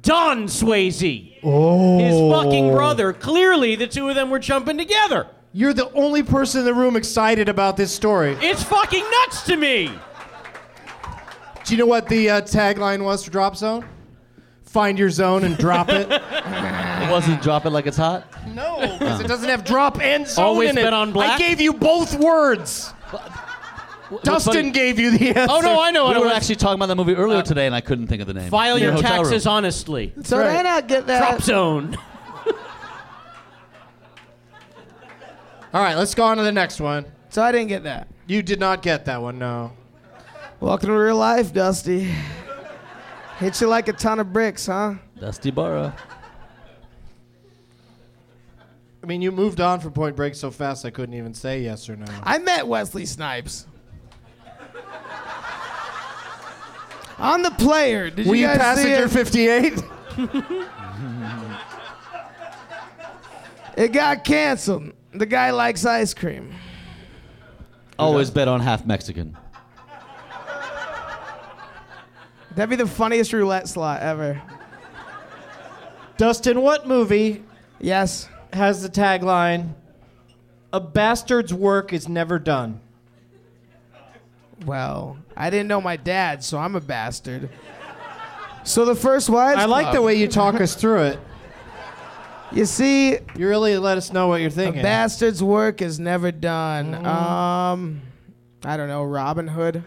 S6: Don Swayze.
S3: Oh.
S6: His fucking brother. Clearly, the two of them were jumping together.
S3: You're the only person in the room excited about this story.
S6: It's fucking nuts to me.
S3: Do you know what the uh, tagline was for Drop Zone? Find your zone and drop it.
S7: It wasn't drop it like it's hot.
S3: no, because it doesn't have drop and zone
S7: Always
S3: in it.
S7: bet on black?
S3: I gave you both words.
S5: What's
S3: Dustin
S5: funny-
S3: gave you the answer.
S6: Oh, no, I know what
S5: We
S6: it
S5: were
S6: was. Uh,
S5: actually talking about that movie earlier today, and I couldn't think of the name.
S6: File your
S5: hotel room.
S6: taxes honestly.
S4: So did I not get that?
S6: Drop zone.
S3: All right, let's go on to the next one.
S4: So I didn't get that.
S3: You did not get that one, no.
S4: Welcome to real life, Dusty. Hit you like a ton of bricks, huh?
S5: Dusty Barra.
S3: I mean, you moved on from Point Break so fast I couldn't even say yes or no.
S4: I met Wesley Snipes. I'm the player. Did
S3: Were
S4: you
S3: you
S4: guys
S3: passenger
S4: 58? it got canceled. The guy likes ice cream.
S5: Always bet on half Mexican.
S4: That'd be the funniest roulette slot ever.
S9: Dustin, what movie?
S4: Yes.
S9: Has the tagline, "A bastard's work is never done."
S4: Well, I didn't know my dad, so I'm a bastard. So the first wives.
S3: I like the
S4: Club.
S3: way you talk us through it.
S4: You see,
S3: You really let us know what you're
S4: a
S3: thinking.
S4: bastard's work is never done.
S3: Mm.
S4: Um, I don't know. Robin Hood.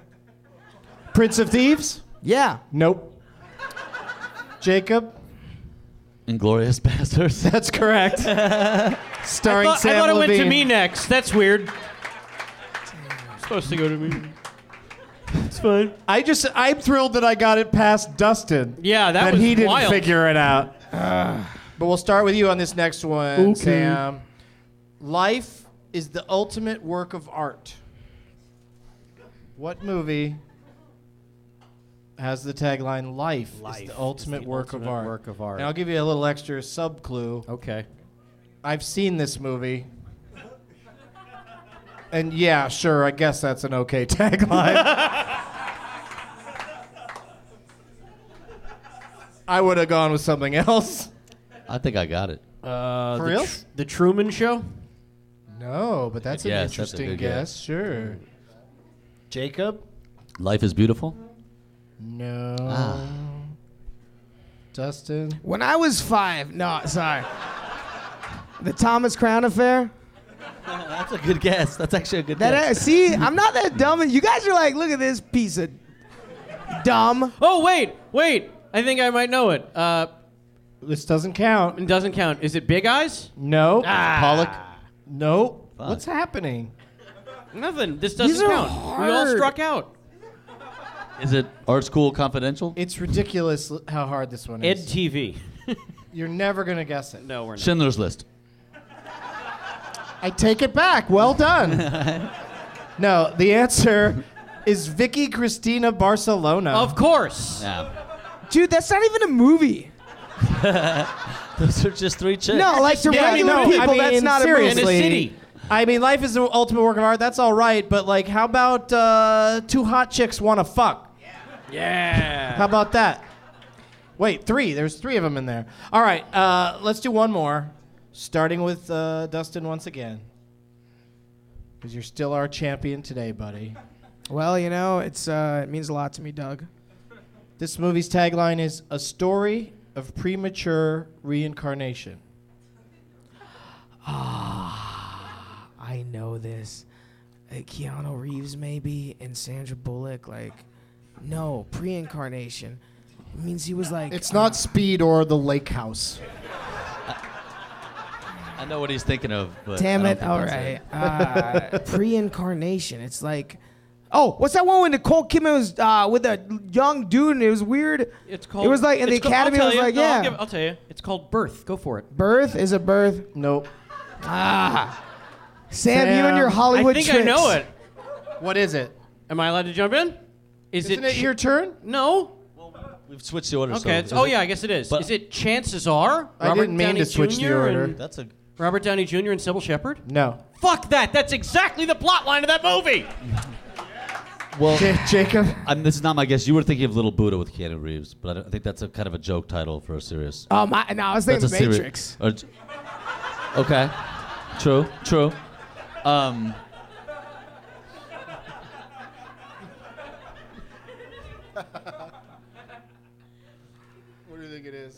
S3: Prince of Thieves?
S4: Yeah.
S3: Nope. Jacob?
S5: Inglorious Bastards.
S3: That's correct. Starring
S6: I thought, I
S3: Sam
S6: thought it went to
S3: Levine.
S6: me next. That's weird. It's supposed to go to me. It's fine.
S3: I just I'm thrilled that I got it past Dustin.
S6: Yeah, that
S3: that
S6: was
S3: he didn't
S6: wild.
S3: figure it out. but we'll start with you on this next one,
S9: Okay.
S3: Sam. Life is the ultimate work of art. What movie has the tagline "Life,
S6: Life
S3: is
S6: is
S3: the ultimate,
S6: the
S3: work, of
S6: ultimate
S3: art.
S6: work of art.
S3: And I'll give you a little extra sub clue.
S6: Okay.
S3: I've seen this movie. And yeah, sure, I guess that's an okay tagline. I would have gone with something else.
S5: I think I got it.
S6: Uh,
S3: For
S6: the
S3: real?
S6: Tr- the Truman Show.
S3: No, but that's an
S5: Yes, that's a
S3: interesting
S5: good
S3: guess.
S5: guess.
S3: Sure. Jacob?
S5: Life is beautiful.
S3: No.
S5: Ah.
S3: Dustin?
S4: When I was five, no, sorry. The Thomas Crown affair.
S5: That's a good guess. That's actually a good
S4: That
S5: guess.
S4: see, I'm not that dumb. You guys are like, look at this piece of dumb.
S6: Oh wait, wait. I think I might know it. Uh,
S3: This doesn't count.
S6: it doesn't count. Is it Big Eyes?
S3: No.
S5: Pollock.
S3: No.
S5: Ah. Fuck.
S3: What's happening?
S6: Nothing. This doesn't
S4: are
S6: count. We all
S4: hard.
S6: struck out.
S5: Is it Art School Confidential?
S3: It's ridiculous l- how hard this one
S6: Ed
S3: is.
S6: TV.
S3: You're never going to guess it.
S6: No, we're not.
S5: Schindler's List.
S3: I take it back. Well done. no, the answer is Vicky Cristina Barcelona.
S6: Of course.
S5: Yeah.
S4: Dude, that's not even a movie.
S5: Those are just three chicks.
S4: No, like to
S3: Yeah,
S4: regular
S3: no, I
S4: people,
S3: mean,
S4: that's not
S3: seriously.
S6: In a city.
S3: I mean, life is the ultimate work of art. That's all right, but like, how about uh, two hot chicks want to fuck?
S6: Yeah.
S3: How about that? Wait, three. There's three of them in there. All right, uh, let's do one more, starting with uh, Dustin once again, because you're still our champion today, buddy.
S4: a. Well, you know, it's uh, it means a lot to me, Doug.
S3: This movie's tagline is "A story of premature reincarnation."
S4: I know this. Uh, Keanu Reeves, maybe, and Sandra Bullock. Like, no, pre-incarnation. It means he was like.
S3: It's not Speed or The Lake House.
S5: I know what he's thinking of. But
S4: Damn
S5: I
S4: it! All
S5: don't think
S4: right, uh, pre-incarnation. It's like, oh, what's that one when Nicole Kidman was uh, with a young dude and it was weird?
S6: It's called.
S4: It was like in the
S6: it's called- I'll
S4: academy.
S6: tell
S4: It was
S6: you.
S4: like,
S6: No,
S4: yeah,
S6: I'll, give- I'll tell you. It's called Birth. Go for it.
S4: birth is a birth.
S3: Nope.
S4: Sam, you and your
S3: Sam,
S4: Hollywood
S6: I think I
S4: tricks.
S6: know it.
S3: What is it?
S6: Am I allowed to jump in? Is
S3: Isn't it
S6: ch-
S3: your turn?
S6: No.
S5: that's it. We've switched the order. so
S6: Okay. it's,
S5: is
S6: oh
S5: it-
S6: yeah, I guess it Oh, is.
S5: But-
S6: is it Chances Are?
S3: I
S6: Robert
S3: didn't mean
S6: Downey
S3: to switch the
S6: Jr.
S3: order.
S6: and-
S5: That's a.
S6: Robert Downey Jr. and Sybil Shepherd.
S3: No.
S6: Fuck that. That's exactly the plot line of that movie.
S5: Well,
S3: Jacob.
S5: I mean, this is not my guess. You were thinking of Little Buddha with Keanu Reeves, but I, don't- I think that's a kind of a joke title for a serious.
S4: Um, I, no, I was
S5: That's
S4: thinking
S5: a serious.
S4: Matrix.
S5: or j- okay. True. True. Um,
S3: What do you think it is?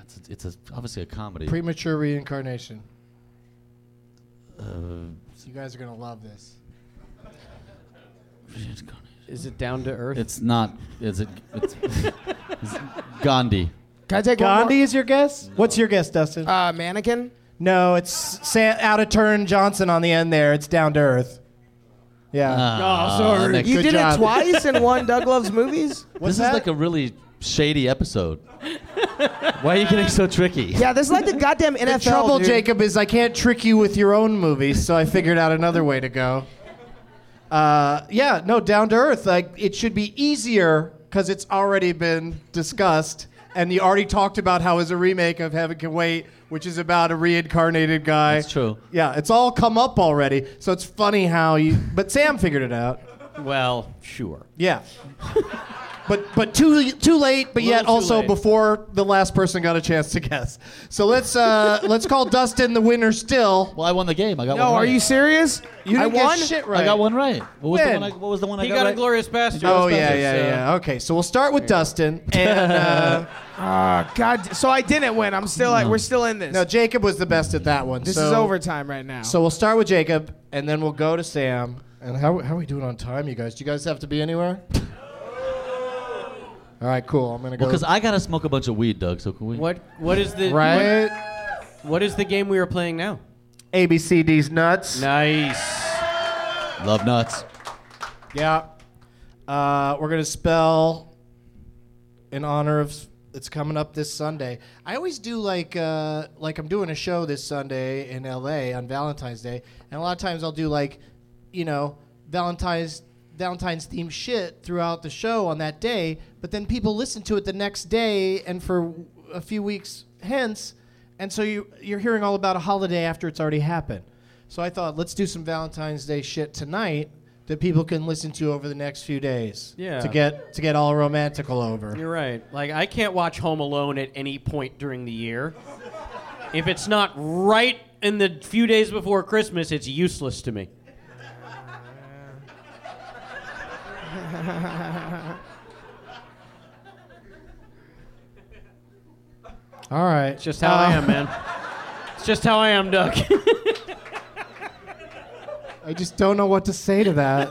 S5: it's, it's a, obviously a comedy.
S3: Premature reincarnation. Uh, You guys are gonna love this.
S6: Is it down to earth?
S7: It's not. Is it? It's, it's Gandhi.
S4: Can I take
S9: Gandhi
S4: one
S9: is your guess? What's your guess, Dustin?
S4: more? Uh, mannequin.
S9: no, it's Sa- out of turn Johnson on the end there. It's down to earth. Yeah.
S5: Uh,
S7: Ah, Oh, sorry. next-
S4: you
S7: good
S4: did
S7: job.
S4: it twice in one Doug Loves Movies.
S7: this is like a really shady episode. Why are you getting so tricky?
S4: Yeah, this is like the goddamn NFL.
S3: the trouble,
S4: dude.
S3: Jacob, is I can't trick you with your own movies, so I figured out another way to go. Uh, yeah, no, down to earth. Like it should be easier because it's already been discussed, and you already talked about how it's a remake of Heaven Can Wait, which is about a reincarnated guy. That's
S7: true.
S3: Yeah, it's all come up already, so it's funny how you. But Sam figured it out.
S6: Well, sure.
S3: Yeah. But, but too too late, but yet
S6: Little too
S3: also
S6: late.
S3: before the last person got a chance to guess. So let's uh, let's call Dustin the winner still.
S7: Well, I won the game. I got
S4: No, are you serious?
S3: You didn't
S4: I
S3: get
S4: won?
S3: shit right.
S7: I got one right. What was
S3: When?
S7: the one? I, what was the one I
S6: He
S7: got?
S6: got a
S7: right?
S6: glorious bastard.
S3: Oh yeah, yeah, yeah. Okay, so we'll start with Dustin. And uh,
S4: Ah, God. So I didn't win. I'm still like, we're still in this.
S3: no, Jacob was the best at that one.
S4: this
S3: so,
S4: is overtime right now.
S3: So we'll start with Jacob, and then we'll go to Sam. And how how are we doing on time, you guys? Do you guys have to be anywhere? All right, cool. I'm gonna go.
S7: Well, because I gotta smoke a bunch of weed, Doug. So can we?
S6: What what is the
S3: right,
S6: what- what is the game we are playing now?
S3: ABCD's nuts.
S6: Nice.
S7: Love nuts.
S3: Yeah. Uh, we're going to spell in honor of it's coming up this Sunday. I always do like uh, like I'm doing a show this Sunday in LA on Valentine's Day, and a lot of times I'll do like, you know, Valentine's Valentine's themed shit throughout the show on that day, but then people listen to it the next day and for a few weeks hence, and so you you're hearing all about a holiday after it's already happened. So I thought let's do some Valentine's Day shit tonight that people can listen to over the next few days.
S6: Yeah.
S3: To get to get all romantical over.
S6: You're right. Like I can't watch Home Alone at any point during the year. If it's not right in the few days before Christmas, it's useless to me.
S3: All right.
S6: It's just how
S3: Uh.
S6: I am, man. It's just how I am, Doug.
S3: I just don't know what to say to that.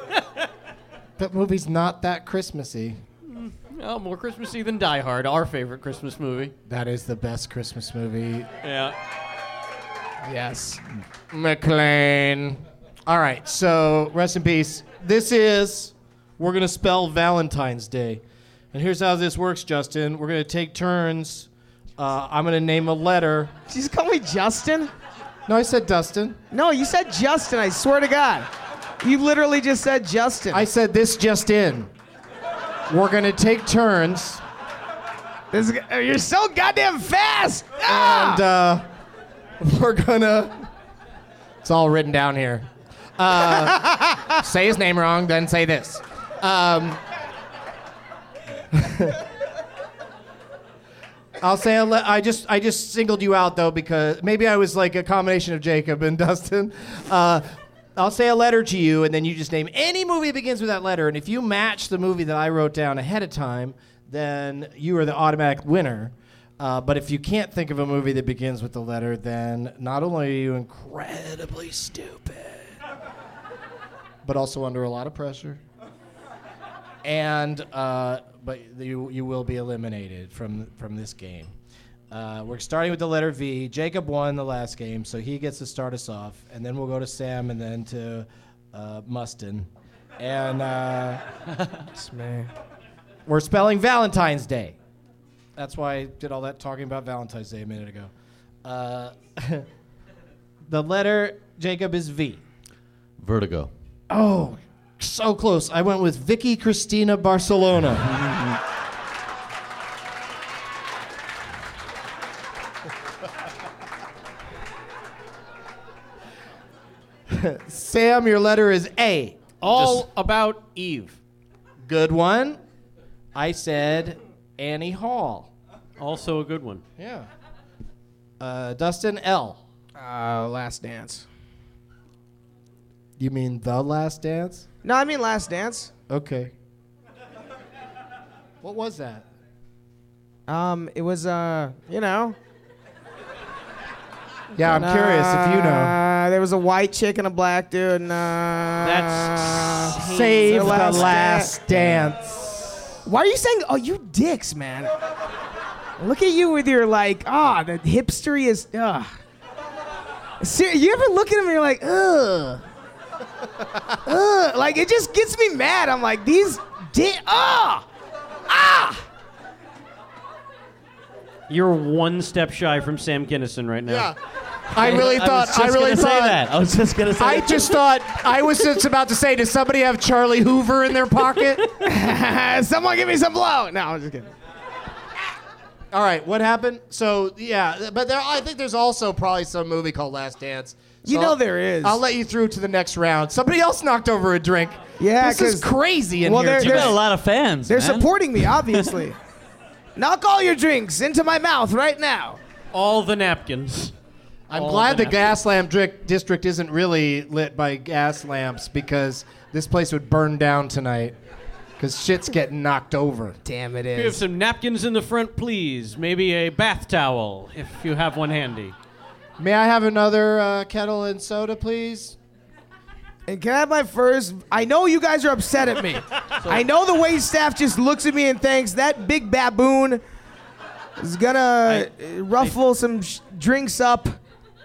S3: that movie's not that Christmassy.
S6: well, Oh, more Christmassy than Die Hard, our favorite Christmas movie.
S3: That is the best Christmas movie.
S6: Yeah.
S4: yes.
S3: McLean. All right, so rest in peace. This is we're gonna spell Valentine's Day, and here's how this works, Justin. We're gonna take turns. Uh, I'm gonna name a letter.
S4: Just call me Justin.
S3: No, I said Dustin.
S4: No, you said Justin. I swear to God, you literally just said Justin.
S3: I said this just in. We're gonna take turns,
S4: This is- you're so goddamn fast. Ah!
S3: and uh, we're gonna. It's all written down here. Uh, say his name wrong, then say this. Um, I'll say a le- I just I just singled you out though because maybe I was like a combination of Jacob and Dustin. Uh, I'll say a letter to you, and then you just name any movie that begins with that letter. And if you match the movie that I wrote down ahead of time, then you are the automatic winner. Uh, but if you can't think of a movie that begins with the letter, then not only are you incredibly stupid, but also under a lot of pressure and uh, but you you will be eliminated from from this game. Uh, we're starting with the letter V. Jacob won the last game, so he gets to start us off, and then we'll go to Sam, and then to uh, Mustin, and uh, we're spelling Valentine's Day. That's why I did all that talking about Valentine's Day a minute ago. Uh, the letter Jacob is V.
S7: Vertigo.
S3: Oh, so close. I went with Vicky Cristina Barcelona. Sam, your letter is A.
S6: All about Eve.
S3: Good one. I said Annie Hall.
S6: Also a good one.
S3: Yeah. Uh, Dustin L.
S4: Uh, last dance.
S3: You mean The Last Dance?
S4: No, I mean last dance.
S3: Okay. What was that?
S4: Um, it was uh, you know.
S3: Yeah, I'm curious if you know.
S4: Uh, Uh, there was a white chick and a black dude. And, uh, That's
S9: Save the last dance.
S4: Why are you saying? Oh, you dicks, man. Look at you with your like, ah, the hipstery is. Ugh. Ser- you ever look at him and you're like, ugh, ugh. Like it just gets me mad. I'm like these dick. Ah, ah.
S6: You're one step shy from Sam Kinison right now.
S3: Yeah.
S9: I really thought. I, really thought
S5: was just gonna
S9: I just thought. I was just about to say, does somebody have Charlie Hoover in their pocket?
S4: Someone give me some blow. No, I'm just kidding.
S3: All right, what happened? So yeah, but there, I think there's also probably some movie called Last Dance.
S4: You
S3: So
S4: know
S3: I'll-
S4: there is.
S3: I'll let you through to the next round. Somebody else knocked over a drink.
S4: Yeah,
S3: this is
S4: 'cause-
S3: crazy in
S4: well,
S3: here.
S4: there-
S3: tonight.
S4: there's-
S6: fans.
S4: They're
S6: man.
S4: supporting me, obviously. Knock all your drinks into my mouth right now.
S6: All the napkins.
S3: I'm
S6: All
S3: glad the
S6: napkins.
S3: gas lamp dric- district isn't really lit by gas lamps because this place would burn down tonight because shit's getting knocked over.
S4: Damn it
S6: We have some napkins in the front, please. Maybe a bath towel if you have one handy.
S3: May I have another uh, kettle and soda, please?
S4: And can I have my first? I know you guys are upset at me. I know the wait staff just looks at me and thinks that big baboon is gonna uh, ruffle some sh- drinks up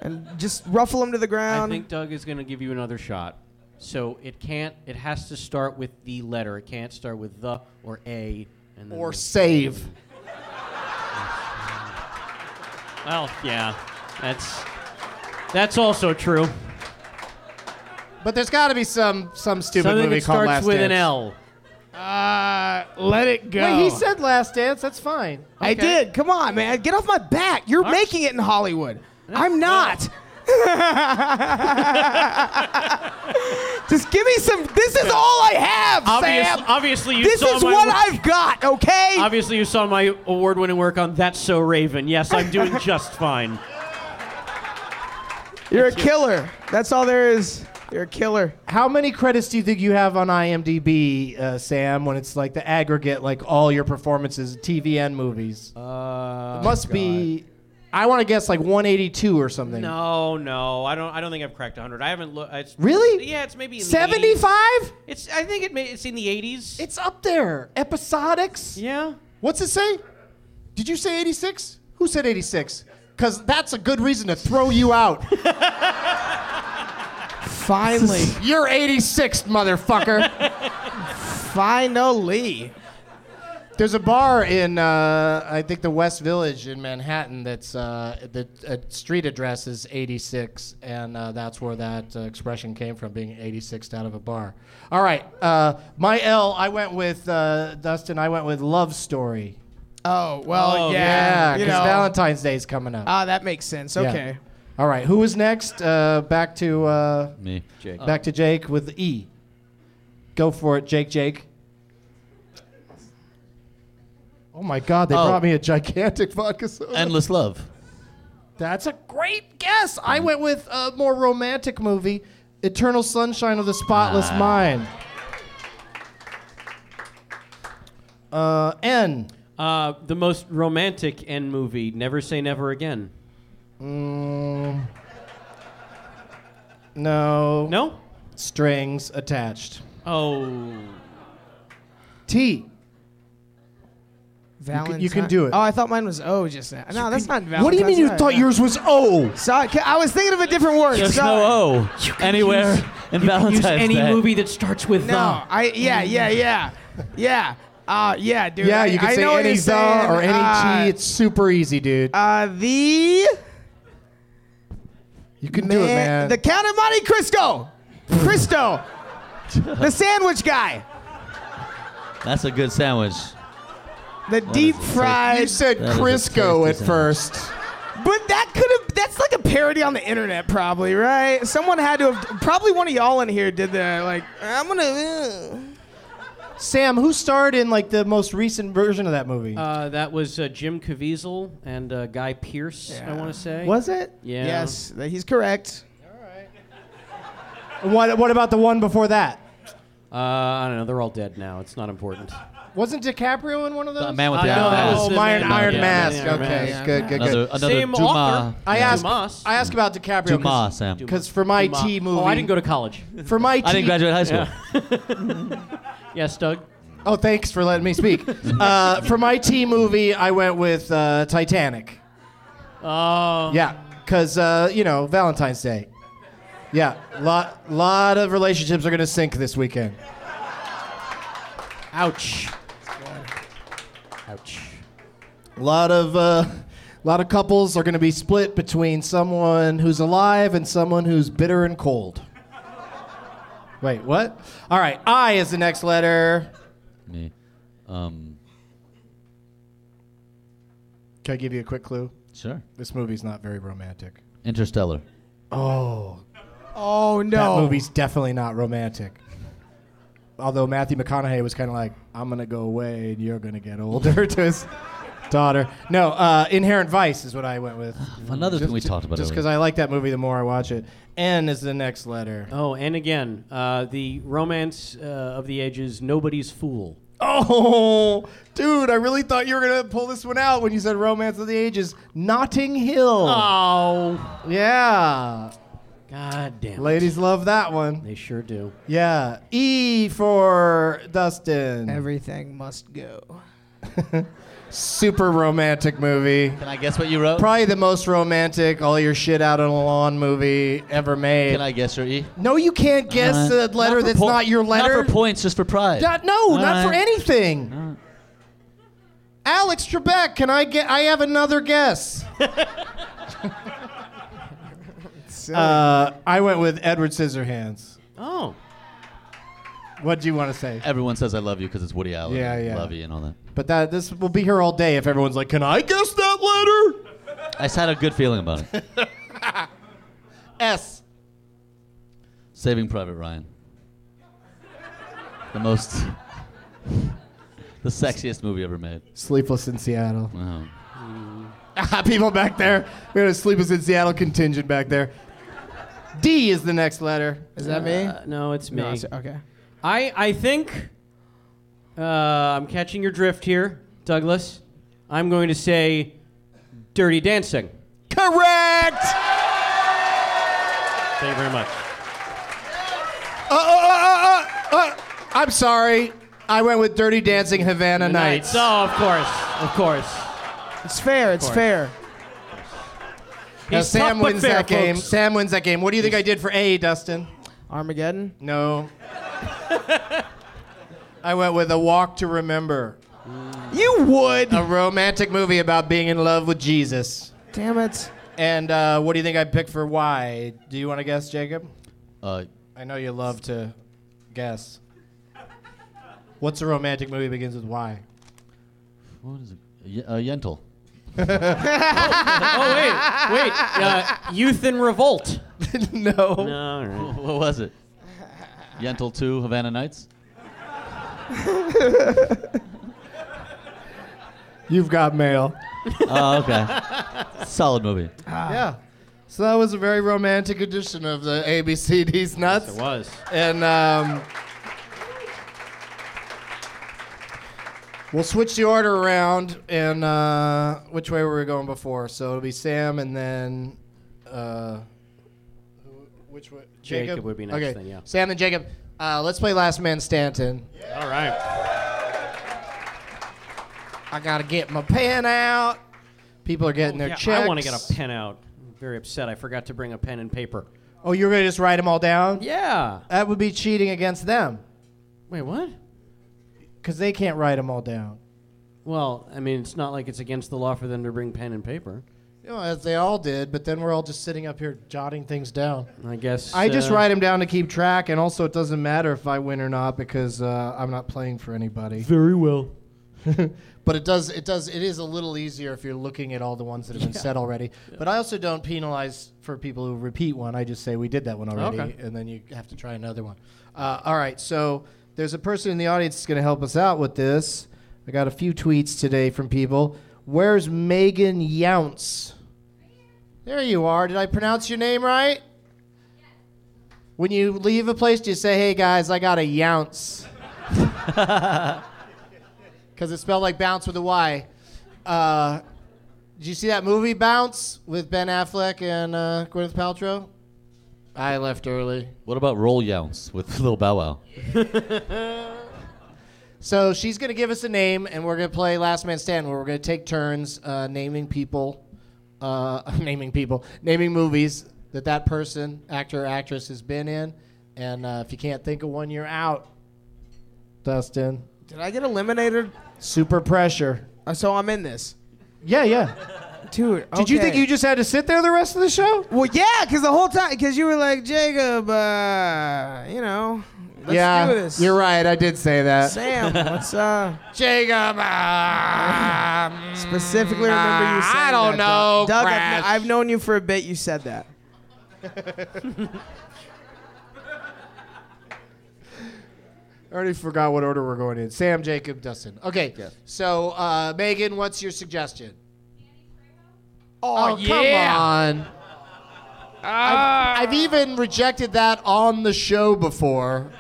S4: and just ruffle them to the
S6: I
S4: ground.
S6: think Doug is going to give you another shot. So it can't. It has to start with the letter. It can't start with the or a. And then
S3: Or
S6: the-
S3: save.
S6: Well, yeah, that's that's also true.
S3: But there's got to be some some stupid
S6: Something
S3: movie
S6: that
S3: called
S6: starts
S3: Last
S6: with
S3: Dance.
S6: an L.
S4: Uh, let it go.
S3: Wait, he said Last Dance. That's fine.
S4: I did. Come on, man. Get off my back. You're making it in Hollywood. I'm not. Just give me some. This is all I have,
S6: Obvious-
S4: Sam.
S6: obviously you
S4: this
S6: saw
S4: is
S6: my
S4: what
S6: work-
S4: I've got. Okay.
S6: Obviously, you saw my award-winning work on "That's So Raven." Yes, I'm doing just fine.
S4: You're a killer. That's all there is. You're a killer.
S3: How many credits do you think you have on IMDb, uh, Sam? When it's like the aggregate, like all your performances, TV and movies,
S6: Uh,
S3: it must be. I want to guess like 182 or something.
S6: No, no, I don't. I don't think I've cracked 100. I haven't looked. It's
S3: Really?
S6: Yeah, it's maybe in the
S3: 75?
S6: 80s. It's. I think it may, it's in the 80s.
S3: It's up there. Episodics.
S6: yeah.
S3: What's it say? Did you say 86? Who said 86? Because that's a good reason to throw you out.
S4: Finally,
S3: You're 86th, motherfucker.
S4: finally.
S3: There's a bar in uh, I think the West Village in Manhattan that's uh, the uh, street address is 86, and uh, that's where that uh, expression came from, being 86 out of a bar. All right, uh, my L. I went with uh, Dustin. I went with Love Story.
S4: Oh well,
S6: Oh,
S4: yeah. you
S3: because
S4: know.
S3: Valentine's Day is coming up.
S4: ah, that makes sense.
S3: Yeah.
S4: Okay.
S3: All right, who was next? Uh, back to uh,
S5: Me.
S6: Jake.
S3: Back to Jake with E. Go for it, Jake. Jake. Oh my God! They
S5: Oh.
S3: brought me a gigantic vodka soda.
S5: Endless love.
S3: That's a great guess. I went with a more romantic movie, Eternal Sunshine of the Spotless
S5: Ah.
S3: Mind. Uh, N.
S6: Uh, the most romantic end movie, Never Say Never Again.
S3: Mm. no.
S6: No?
S3: Strings attached.
S6: Oh.
S3: T. you
S4: Valentine.
S3: can do it.
S4: Oh, I thought mine was O just now. No, that's not Valentine.
S3: What do you mean you thought yours was O?
S4: Sorry, I was thinking of a different word.
S5: There's
S4: Sorry.
S5: no O anywhere in Valentine's
S6: Use any
S5: Day.
S6: movie that starts with
S4: No, I yeah yeah yeah yeah uh yeah dude.
S3: Yeah,
S4: I,
S3: you can
S4: I
S3: say
S4: know what
S3: any
S4: you're
S3: za or
S4: saying.
S3: any
S4: uh,
S3: G. It's super easy, dude.
S4: Uh, the eh,
S3: you can do it, man.
S4: the Count of Monte Cristo, Cristo, the sandwich guy,
S5: That's a good sandwich.
S4: the deep
S3: you
S4: fried.
S3: said
S5: That is a
S3: Crisco
S5: tasty sandwich.
S3: at first.
S4: But that could have. That's like a parody on the internet, probably, right? Someone had to have. Probably one of y'all in here did the like. I'm gonna. uh,
S3: Sam, who starred in like the most recent version of that movie?
S6: Uh, that was uh, Jim Caviezel and uh, Guy Pierce, I want to say.
S3: was it?
S6: Yeah.
S4: Yes, that- he's correct.
S3: What What about the one before that?
S6: Uh, I don't know. They're all dead now. It's not important.
S3: Wasn't DiCaprio in one of those?
S6: man with the iron mask.
S3: Oh,
S6: The
S3: Iron,
S6: man.
S3: Iron
S6: Yeah,
S3: Mask.
S6: yeah, Iron
S3: okay,
S6: Mask.
S3: good, good,
S6: Another-
S3: good.
S6: another Same Dumas. author.
S3: I
S6: Yeah.
S3: asked.
S6: Dumas.
S3: I asked about DiCaprio. 'cause-
S7: Dumas, Sam.
S3: Because for my
S6: Dumas.
S3: T movie.
S6: Oh, I didn't go to college.
S3: For my T.
S6: I didn't graduate high school.
S3: yes, Doug. Oh, thanks for letting me speak. uh, for my T movie, I went with uh, Titanic.
S6: Oh.
S3: Yeah, because uh, you know Valentine's Day. Yeah, lot lot of relationships are gonna sink this weekend. Ouch. Ouch. A lot of uh, lot of couples are gonna be split between someone who's alive and someone who's bitter and cold. Wait, what? All right, I is the next letter.
S7: Me. Um,
S3: Can I give you a quick clue?
S7: Sure.
S3: This movie's not very romantic.
S7: Interstellar.
S3: Oh.
S4: Oh no.
S3: That movie's definitely not romantic. Although Matthew McConaughey was kind of like, I'm going to go away and you're going to get older to his daughter. No, uh, Inherent Vice is what I went with.
S7: Another
S3: Just-
S7: thing we talked about.
S3: Just
S7: earlier.
S3: because I like that movie the more I watch it. N is the next letter.
S6: Oh, and again, uh, the romance uh, of the ages, nobody's fool.
S3: Oh, dude, I really thought you were going to pull this one out when you said Romance of the Ages. Notting Hill.
S6: Oh.
S3: Ah. Yeah.
S6: God damn.
S3: Ladies love that one.
S6: They sure do.
S3: Yeah. E for Dustin.
S4: Everything must go.
S3: Super romantic movie. Can
S7: I guess what you wrote?
S3: Probably the most romantic all your shit out on a lawn movie ever made.
S7: Can I guess your E?
S3: No, you can't guess
S7: Uh,
S3: a letter
S7: for
S3: that's
S7: po-
S3: not your letter.
S7: Not for points, just for pride.
S3: Not- no, not for anything. Alex Trebek, can I get I have another guess. uh, I went with Edward Scissorhands.
S6: Oh.
S3: What do you want to say?
S7: Everyone says I love you because it's Woody Allen.
S3: Yeah,
S7: and
S3: yeah.
S7: Love you and all that.
S3: But that this will be here all day if everyone's like, "Can I guess that letter?"
S7: I just had a good feeling about it.
S3: S.
S7: Saving Private Ryan. The most, the sexiest movie ever made. Um,
S3: Sleepless in Seattle.
S7: Wow.
S3: People back there. We had a Sleepless in Seattle contingent back there. D is Oh, the next letter.
S4: Is that me?
S6: Uh, no, it's me.
S4: No, it's- okay.
S6: I I think uh, I'm catching your drift here, Douglas. I'm going to say Dirty Dancing.
S3: Correct.
S6: Thank you very much.
S3: Uh, uh, uh, uh, uh, I'm sorry. I went with Dirty Dancing Havana Nights.
S6: Oh, of course, of course.
S4: It's fair. It's
S3: course.
S4: fair.
S3: Now,
S4: He's
S3: Sam
S4: tough but
S3: wins
S4: fair,
S3: that game.
S4: folks.
S3: Sam wins that game. What do you think I did for A, Dustin?
S4: Armageddon.
S3: No. I went with A Walk to Remember.
S4: You would.
S3: A romantic movie about being in love with Jesus.
S4: Damn it.
S3: And uh, what do you think I picked for Y? Do you want to guess, Jacob?
S7: Uh,
S3: I know you love to guess. What's a romantic movie that begins with Y?
S7: what is it? Y- uh, Yentl.
S6: Oh wait, wait. Uh, Youth in Revolt.
S3: no.
S6: all right.
S7: Wh- What was it? Yentl 2, Havana Nights?
S3: You've got mail.
S7: Oh, okay. Solid movie.
S3: Yeah. So that was a very romantic edition of the ABCD's Nuts.
S6: It was.
S3: And um, we'll switch the order around. And uh, which way were we going before? So it'll be Sam and then. Uh, wh- which way?
S6: Jacob would be next
S3: Okay.
S6: then, yeah.
S3: Sam and Jacob. Uh, let's play Last Man Stanton.
S6: All right.
S3: I gotta get my pen out. People are getting their
S6: Oh, Yeah,
S3: checks.
S6: I want to get a pen out. I'm very upset. I forgot to bring a pen and paper.
S3: Oh, you're gonna just write them all down?
S6: Yeah.
S3: That would be cheating against them.
S6: Wait, what?
S3: Because they can't write them all down.
S6: Well, I mean, it's not like it's against the law for them to bring pen and paper.
S3: You know, as they all did, but then we're all just sitting up here jotting things down.
S6: I guess.
S3: I just
S6: uh,
S3: write them down to keep track, and also it doesn't matter if I win or not because uh, I'm not playing for anybody.
S6: very well.
S3: But it does, it does, it is a little easier if you're looking at all the ones that have been said already. But I also don't penalize for people who repeat one. I just say we did that one already,
S6: Okay.
S3: and then you have to try another one. Uh, all right, so there's a person in the audience that's going to help us out with this. I got a few tweets today from people. Where's Megan Younce? There you are. Did I pronounce your name right? When you leave a place, do you say, hey guys, I got a younce? Because it's spelled like bounce with a Y. Uh, did you see that movie Bounce with Ben Affleck and uh, Gwyneth Paltrow? I left early.
S7: What about roll younce with Lil Bow Wow?
S3: So she's going to give us a name, and we're going to play Last Man Stand, where we're going to take turns uh, naming people, uh, naming people, naming movies that that person, actor or actress, has been in. And uh, if you can't think of one, you're out. Dustin.
S4: Did I get eliminated?
S3: Super pressure.
S4: Uh, So I'm in this.
S3: Yeah, yeah.
S4: Dude,
S9: Did you think
S4: okay.
S9: you just had to sit there the rest of the show?
S4: Well, yeah, because the whole time, because you were like, Jacob, uh, you know, let's
S3: yeah,
S4: do this.
S3: you're right. I did say that.
S4: Sam, what's uh?
S3: Jacob. Uh,
S4: Specifically, remember you
S3: uh,
S4: saying
S3: I don't
S4: that,
S3: know,
S4: Doug. Doug, I've,
S3: Crash.
S4: kn- I've known you for a bit. You said that.
S3: I already forgot what order we're going in. Sam, Jacob, Dustin. Okay. So, uh, Megan, what's your suggestion? Oh,
S9: yeah.
S3: come on. I've, I've even rejected that on the show before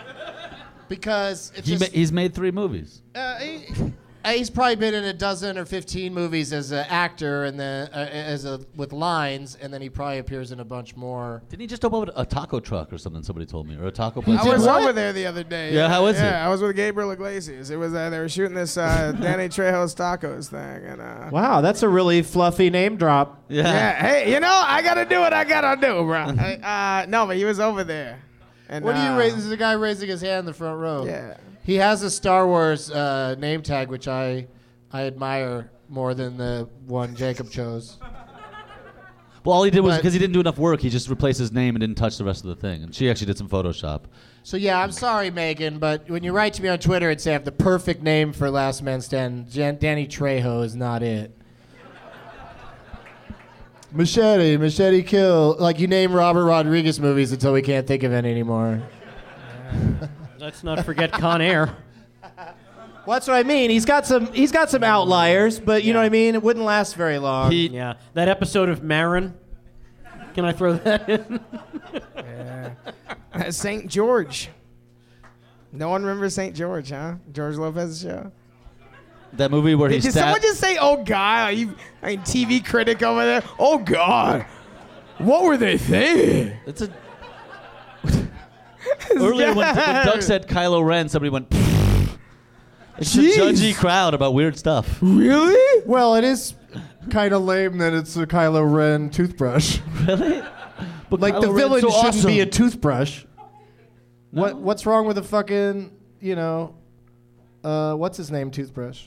S3: because it's
S7: He ma-
S3: just,
S7: he's made three movies.
S3: uh, he- uh, he's probably been in a dozen or 15 movies as an actor and then uh, as a with lines and then he probably appears in a bunch more.
S7: Didn't he just open a taco truck or something? Somebody told me, or a taco place.
S4: I was
S7: What?
S4: over there the other day.
S7: Yeah, how was it?
S4: Yeah, I was with Gabriel Iglesias. It was uh, they were shooting this uh, Danny Trejo's tacos thing, and uh,
S9: Wow, that's a really fluffy name drop.
S4: yeah. hey, you know, I gotta do what I gotta do, bro. I- uh, no, but he was over there. And,
S3: What do
S4: uh,
S3: you raise? There's a guy raising his hand in the front row.
S4: Yeah.
S3: He has a Star Wars uh, name tag, which I I admire more than the one Jacob chose.
S7: Well, all he did was
S3: But-
S7: because he didn't do enough work. He just replaced his name and didn't touch the rest of the thing. And she actually did some Photoshop.
S3: So yeah, I'm sorry, Megan, but when you write to me on Twitter and say I have the perfect name for Last Man Stand, Jan- Danny Trejo is not it. Machete, machete kill. Like you name Robert Rodriguez movies until we can't think of any anymore.
S6: Let's not forget Con Air.
S9: Well, that's what I mean. He's got some. He's got some outliers, but you know what I mean. It wouldn't last very
S3: Um,
S9: long.
S6: yeah, that episode of Marin. Can I throw that in?
S4: St. George. No one remembers St. George, huh? George Lopez's show.
S7: That movie where he
S4: Did you- someone
S7: stabbed.
S4: just say, "Oh God"? Are you, I mean, TV critic over there. Oh God, what were they thinking?
S7: It's a. Earlier when, when Doug said Kylo Ren, somebody went. it's a
S4: Jeez.
S7: judgy crowd about weird stuff.
S4: Really?
S3: Well, it is kind of lame that it's a Kylo Ren toothbrush.
S7: Really? But
S3: Like the
S7: Kylo Ren's
S3: villain
S7: so
S3: shouldn't
S7: awesome.
S3: be a toothbrush. What what's wrong with a fucking you know, uh, what's his name toothbrush?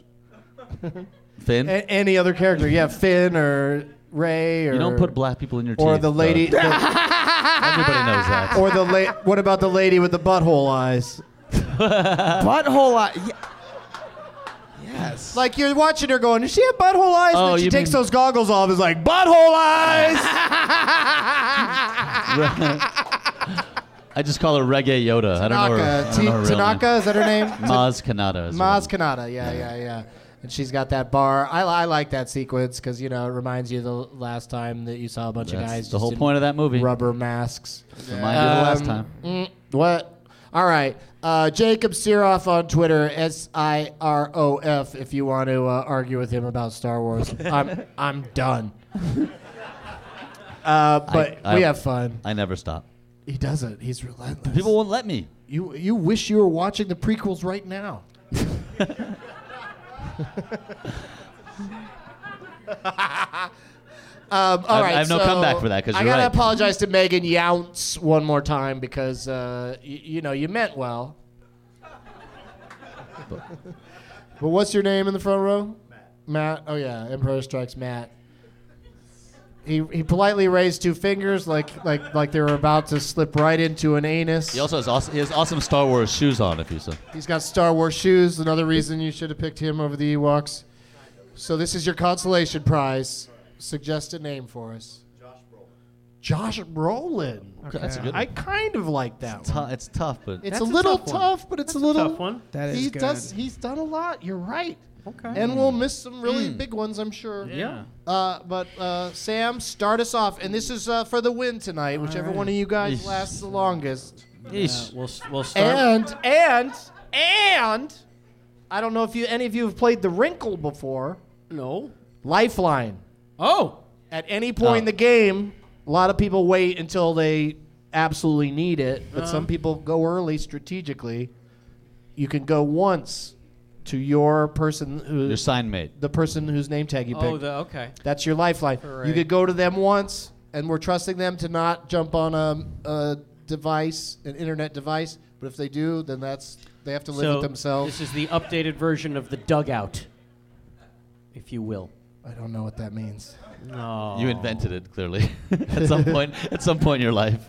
S7: Finn.
S3: A- any other character? Yeah, Finn or Ray or
S7: you don't put black people in your teeth.
S3: or the
S7: Doug.
S3: lady the-
S7: Everybody knows that.
S3: or the la- what about the lady with the butthole eyes?
S4: Butthole. Eye. Yes.
S3: Like you're watching her going, does she have butthole eyes?
S7: Oh,
S3: and she
S7: you
S3: takes
S7: mean-
S3: those goggles off. Is like butthole eyes.
S7: I just call her Reggae Yoda. I don't know her.
S3: Tanaka,
S7: I don't know her
S3: T-
S7: real
S3: Tanaka is that her name?
S7: name. Maz Kanata. is her
S3: Maz
S7: name.
S3: Kanata, yeah, yeah, yeah. And she's got that bar. I, I like that sequence because you know it reminds you of the last time that you saw a bunch of
S7: That's
S3: guys.
S7: the
S3: just
S7: whole
S3: in
S7: point of that movie.
S3: Rubber masks.
S7: Reminded you of the last
S3: Um,
S7: time.
S3: mm, what? All right, uh, Jacob Siroff on Twitter, S I R O F. If you want to uh, argue with him about Star Wars, I'm I'm done. uh, but
S7: I-
S3: we have fun.
S7: I never stop.
S3: He doesn't. He's relentless.
S7: People won't let me.
S3: You you wish you were watching the prequels right now. um, all
S7: I- I
S3: right,
S7: have no
S3: so
S7: comeback for that 'cause
S3: I
S7: you're
S3: gotta
S7: right.
S3: apologize to Megan Younce one more time because uh, y- you know you meant well. but what's your name in the front row? Matt. Matt. Oh yeah, Emperor Strikes Matt. He, he politely raised two fingers like like like they were about to slip right into an anus.
S7: He also has awesome, he has awesome Star Wars shoes on, if you so.
S3: He's got Star Wars shoes. Another reason you should have picked him over the Ewoks. So this is your consolation prize. Suggest a name for us. Josh Brolin. Josh Brolin.
S7: That's a good
S3: I
S7: one.
S3: kind of like that.
S7: It's, tou- it's tough, but
S3: It's a little tough,
S7: one.
S3: but it's
S7: That's
S3: a little
S7: tough one. That is
S3: he
S7: good.
S3: does. He's done a lot. You're right.
S6: Okay.
S3: And we'll miss some really
S6: Mm.
S3: big ones, I'm sure.
S6: Yeah.
S3: Uh, but uh, Sam, start us off, and this is uh, for the win tonight. Whichever
S6: right.
S3: one of you guys
S6: Yeesh.
S3: lasts the longest.
S6: Yeesh. we'll s- we'll start.
S3: And and and I don't know if you any of you have played the Wrinkle before.
S6: No.
S3: Lifeline.
S6: Oh.
S3: At any point in the game, a lot of people wait until they absolutely need it, but
S6: Uh-huh.
S3: some people go early strategically. You can go once to your person who
S7: Your sign mate.
S3: the person whose name tag you
S6: Oh,
S3: picked.
S6: the- okay.
S3: That's your lifeline. You
S6: Hooray.
S3: could go to them once, and we're trusting them to not jump on a, a device, an internet device. But if they do, then that's they have to live
S6: so
S3: with themselves.
S6: This is the updated version of the dugout, if you will.
S3: I don't know what that means.
S6: No.
S7: You invented it clearly. at some point, at some point in your life.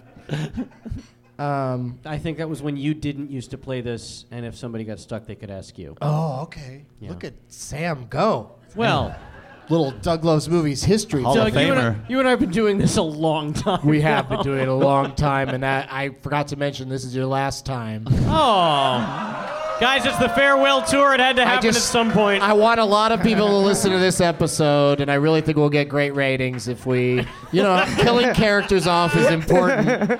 S3: Um,
S6: I think that was when you didn't used to play this, and if somebody got stuck, they could ask you.
S3: Oh, okay.
S6: Yeah.
S3: Look at Sam go.
S6: Well.
S3: little Doug Loves Movies history.
S6: Doug, you and, I, you and I have been doing this a long time.
S3: We have
S6: now.
S3: been doing it a long time, and I, I forgot to mention this is your last time.
S6: Oh. Guys, it's the farewell tour. It had to happen at some point.
S3: I want a lot of people to listen to this episode, and I really think we'll get great ratings if we, you know, killing characters off is important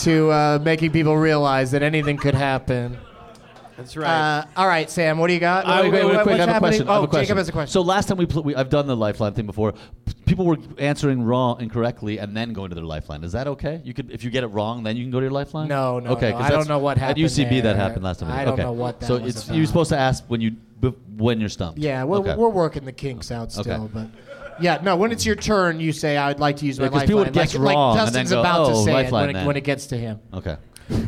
S3: to uh, making people realize that anything could happen.
S6: That's
S3: Uh, all right, Sam, what do you got?
S7: I,
S3: Wait,
S7: wait,
S3: wait,
S7: wait,
S3: what-
S7: quick,
S3: what's
S7: I have a
S3: happening?
S7: question. I
S3: Oh,
S7: have a question.
S3: Jacob has a question.
S7: So last time we, pl- we I've done the lifeline thing before. P- People were answering wrong incorrectly and then going to their lifeline. Is that okay? You could if you get it wrong, then you can go to your lifeline.
S3: No, no,
S7: Okay,
S3: no.
S7: 'cause
S3: I don't
S7: that's-
S3: know what happened
S7: at UCB.
S3: there.
S7: That happened last time.
S3: I don't
S7: okay.
S3: know what that
S7: So
S3: was
S7: it's
S3: about.
S7: you're supposed to ask when you bef- when you're stumped.
S3: Yeah, we're,
S7: Okay.
S3: we're working the kinks out still,
S7: Okay.
S3: but yeah, no. When it's your turn, you say, "I'd like to use my
S7: Yeah, 'cause
S3: lifeline."
S7: people would guess
S3: like,
S7: wrong
S3: like
S7: and then
S3: Dustin's
S7: go,
S3: about
S7: "Oh,
S3: to say it
S7: lifeline
S3: when, it
S7: then."
S3: when it gets to him.
S7: Okay.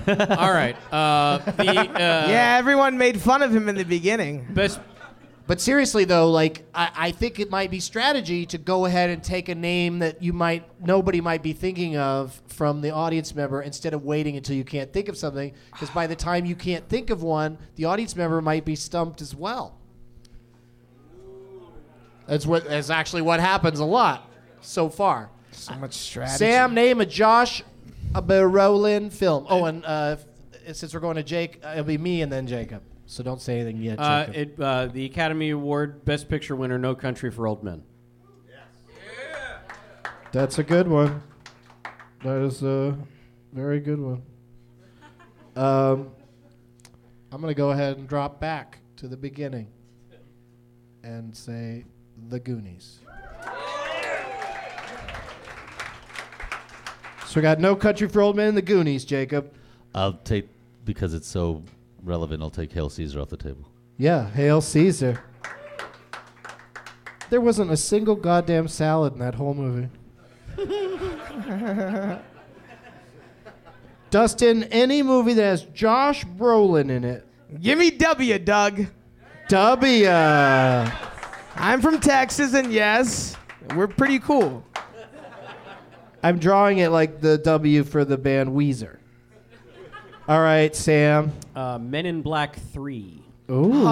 S6: All right. Uh, the, uh,
S4: yeah, everyone made fun of him in the beginning.
S6: Best
S3: But seriously, though, like I, I think it might be strategy to go ahead and take a name that you might nobody might be thinking of from the audience member instead of waiting until you can't think of something. Because by the time you can't think of one, the audience member might be stumped as well. That's what that's actually what happens a lot so far.
S4: So much strategy.
S3: Sam, name a Josh Brolin film. Oh, and uh, f- since we're going to Jake, uh, it'll be me and then Jacob. So don't say anything yet,
S6: uh,
S3: Jacob.
S6: it, uh, the Academy Award Best Picture winner, No Country for Old Men.
S3: That's a good one. That is a very good one. Um, I'm going to go ahead and drop back to the beginning and say The Goonies. So we got No Country for Old Men and The Goonies, Jacob.
S7: I'll take because it's so relevant. I'll take Hail Caesar off the table.
S3: Yeah, Hail Caesar. There wasn't a single goddamn salad in that whole movie. Dustin, any movie that has Josh Brolin in it.
S4: Give me W, Doug.
S3: W.
S4: I'm from Texas, and yes, we're pretty cool.
S3: I'm drawing it like the W for the band Weezer. All right, Sam.
S6: Uh, Men in Black 3.
S3: Ooh.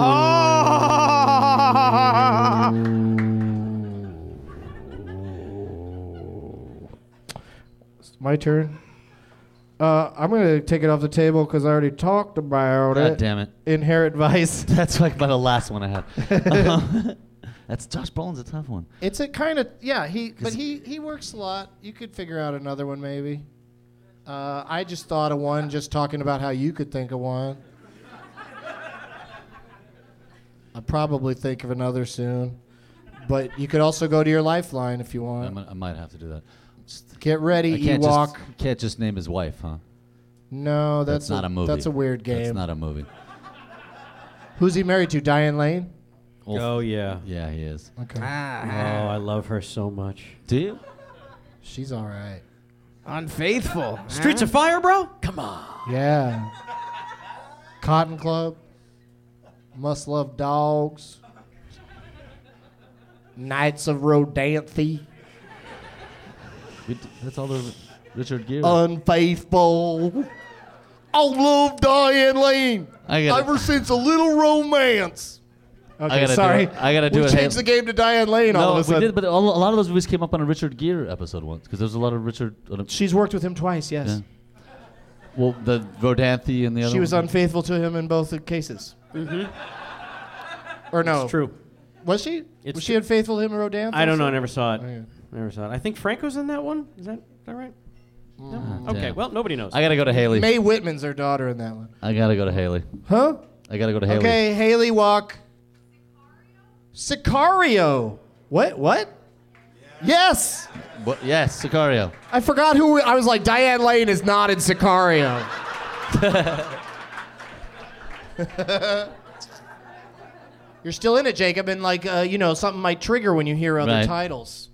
S3: It's my turn. Uh, I'm going to take it off the table because I already talked about it.
S7: God damn it.
S3: Inherent Vice.
S7: That's like about the last one I had. That's Josh Brolin's a tough one.
S3: It's a kind of yeah. He but he he works a lot. You could figure out another one maybe. Uh, I just thought of one. Just talking about how you could think of one. I'll probably think of another soon, but you could also go to your lifeline if you
S7: I
S3: want.
S7: might, I might have to do that. Just,
S3: Get ready,
S7: Um, I can't just-
S3: Ewok.
S7: can't just name his wife, huh?
S3: No, that's,
S7: not a movie.
S3: That's a weird game.
S7: That's not a movie.
S3: Who's he married to? Diane Lane.
S6: Oh, yeah.
S7: Yeah, he is.
S3: Okay.
S6: Oh, I love her so much.
S7: Do you?
S3: She's all right.
S4: Unfaithful.
S6: Streets of Fire, bro? Come on.
S3: Yeah. Cotton Club. Must Love Dogs. Knights of Rodanthe.
S7: We d- That's all the Richard Gere.
S3: Uh, Unfaithful. I love Diane Lane.
S7: I gotta-
S3: Ever since a little romance. Okay,
S7: gotta do
S3: sorry.
S7: it. I gotta do
S3: we
S7: it.
S3: changed the
S7: Hey-
S3: game to Diane Lane all
S7: no,
S3: of a
S7: we
S3: sudden.
S7: did, but all, a lot of those movies came up on a Richard Gere episode once because there's a lot of Richard.
S3: She's worked with him twice, yes.
S7: Yeah.
S5: Well, the Rodanthe and the other.
S3: She was
S5: one?
S3: unfaithful to him in both cases.
S6: Mm-hmm.
S3: Or no?
S6: It's true.
S3: Was she?
S6: It's
S3: was she
S6: true.
S3: unfaithful to him in Rodan?
S6: I don't know. I never saw
S3: Oh,
S6: it. Never saw it. I think Franco's in that one. Is that, is that right? No?
S5: Ah,
S6: okay.
S5: damn.
S6: Well, nobody knows.
S5: I gotta go to Haley.
S3: Mae Whitman's her daughter in that one.
S5: I gotta go to Haley.
S3: Huh?
S5: I gotta go to Haley.
S3: Okay, Haley Walk. Sicario. What? What? Yes.
S5: But yes, Sicario.
S3: I forgot who. I was like, Diane Lane is not in Sicario. You're still in it, Jacob, and like, uh, you know, something might trigger when you hear other
S4: Right.
S3: titles.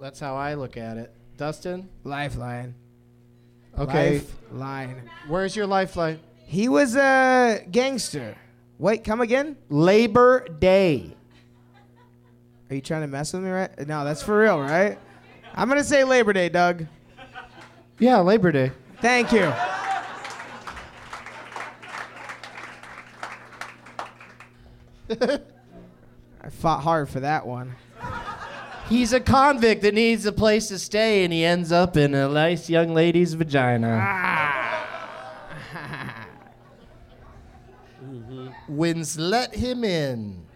S3: That's how I look at it. Dustin?
S4: Lifeline.
S3: Okay.
S4: Lifeline.
S3: Where's your lifeline?
S4: He was a gangster. Wait, come again?
S3: Labor Day.
S4: Are you trying to mess with me, right? No, that's for real, right? I'm gonna say Labor Day, Doug.
S3: Yeah, Labor Day.
S4: Thank you. I fought hard for that one.
S3: He's a convict that needs a place to stay, and he ends up in a nice young lady's vagina. Wins Mm-hmm. let him in.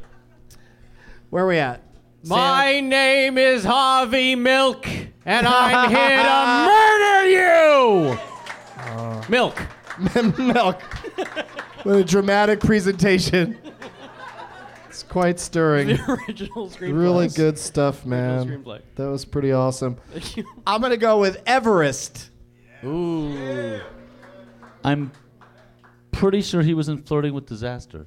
S3: Where are we at?
S6: My name is Harvey Milk, and I'm
S3: Uh,
S6: here to murder you. Milk.
S3: Milk. What a dramatic presentation. It's quite stirring.
S6: The original screenplay.
S3: Really good stuff,
S6: Original
S3: man.
S6: screenplay.
S3: That was pretty awesome.
S6: Thank you.
S3: I'm gonna go with Everest.
S5: Ooh. I'm pretty sure he was in Flirting with Disaster.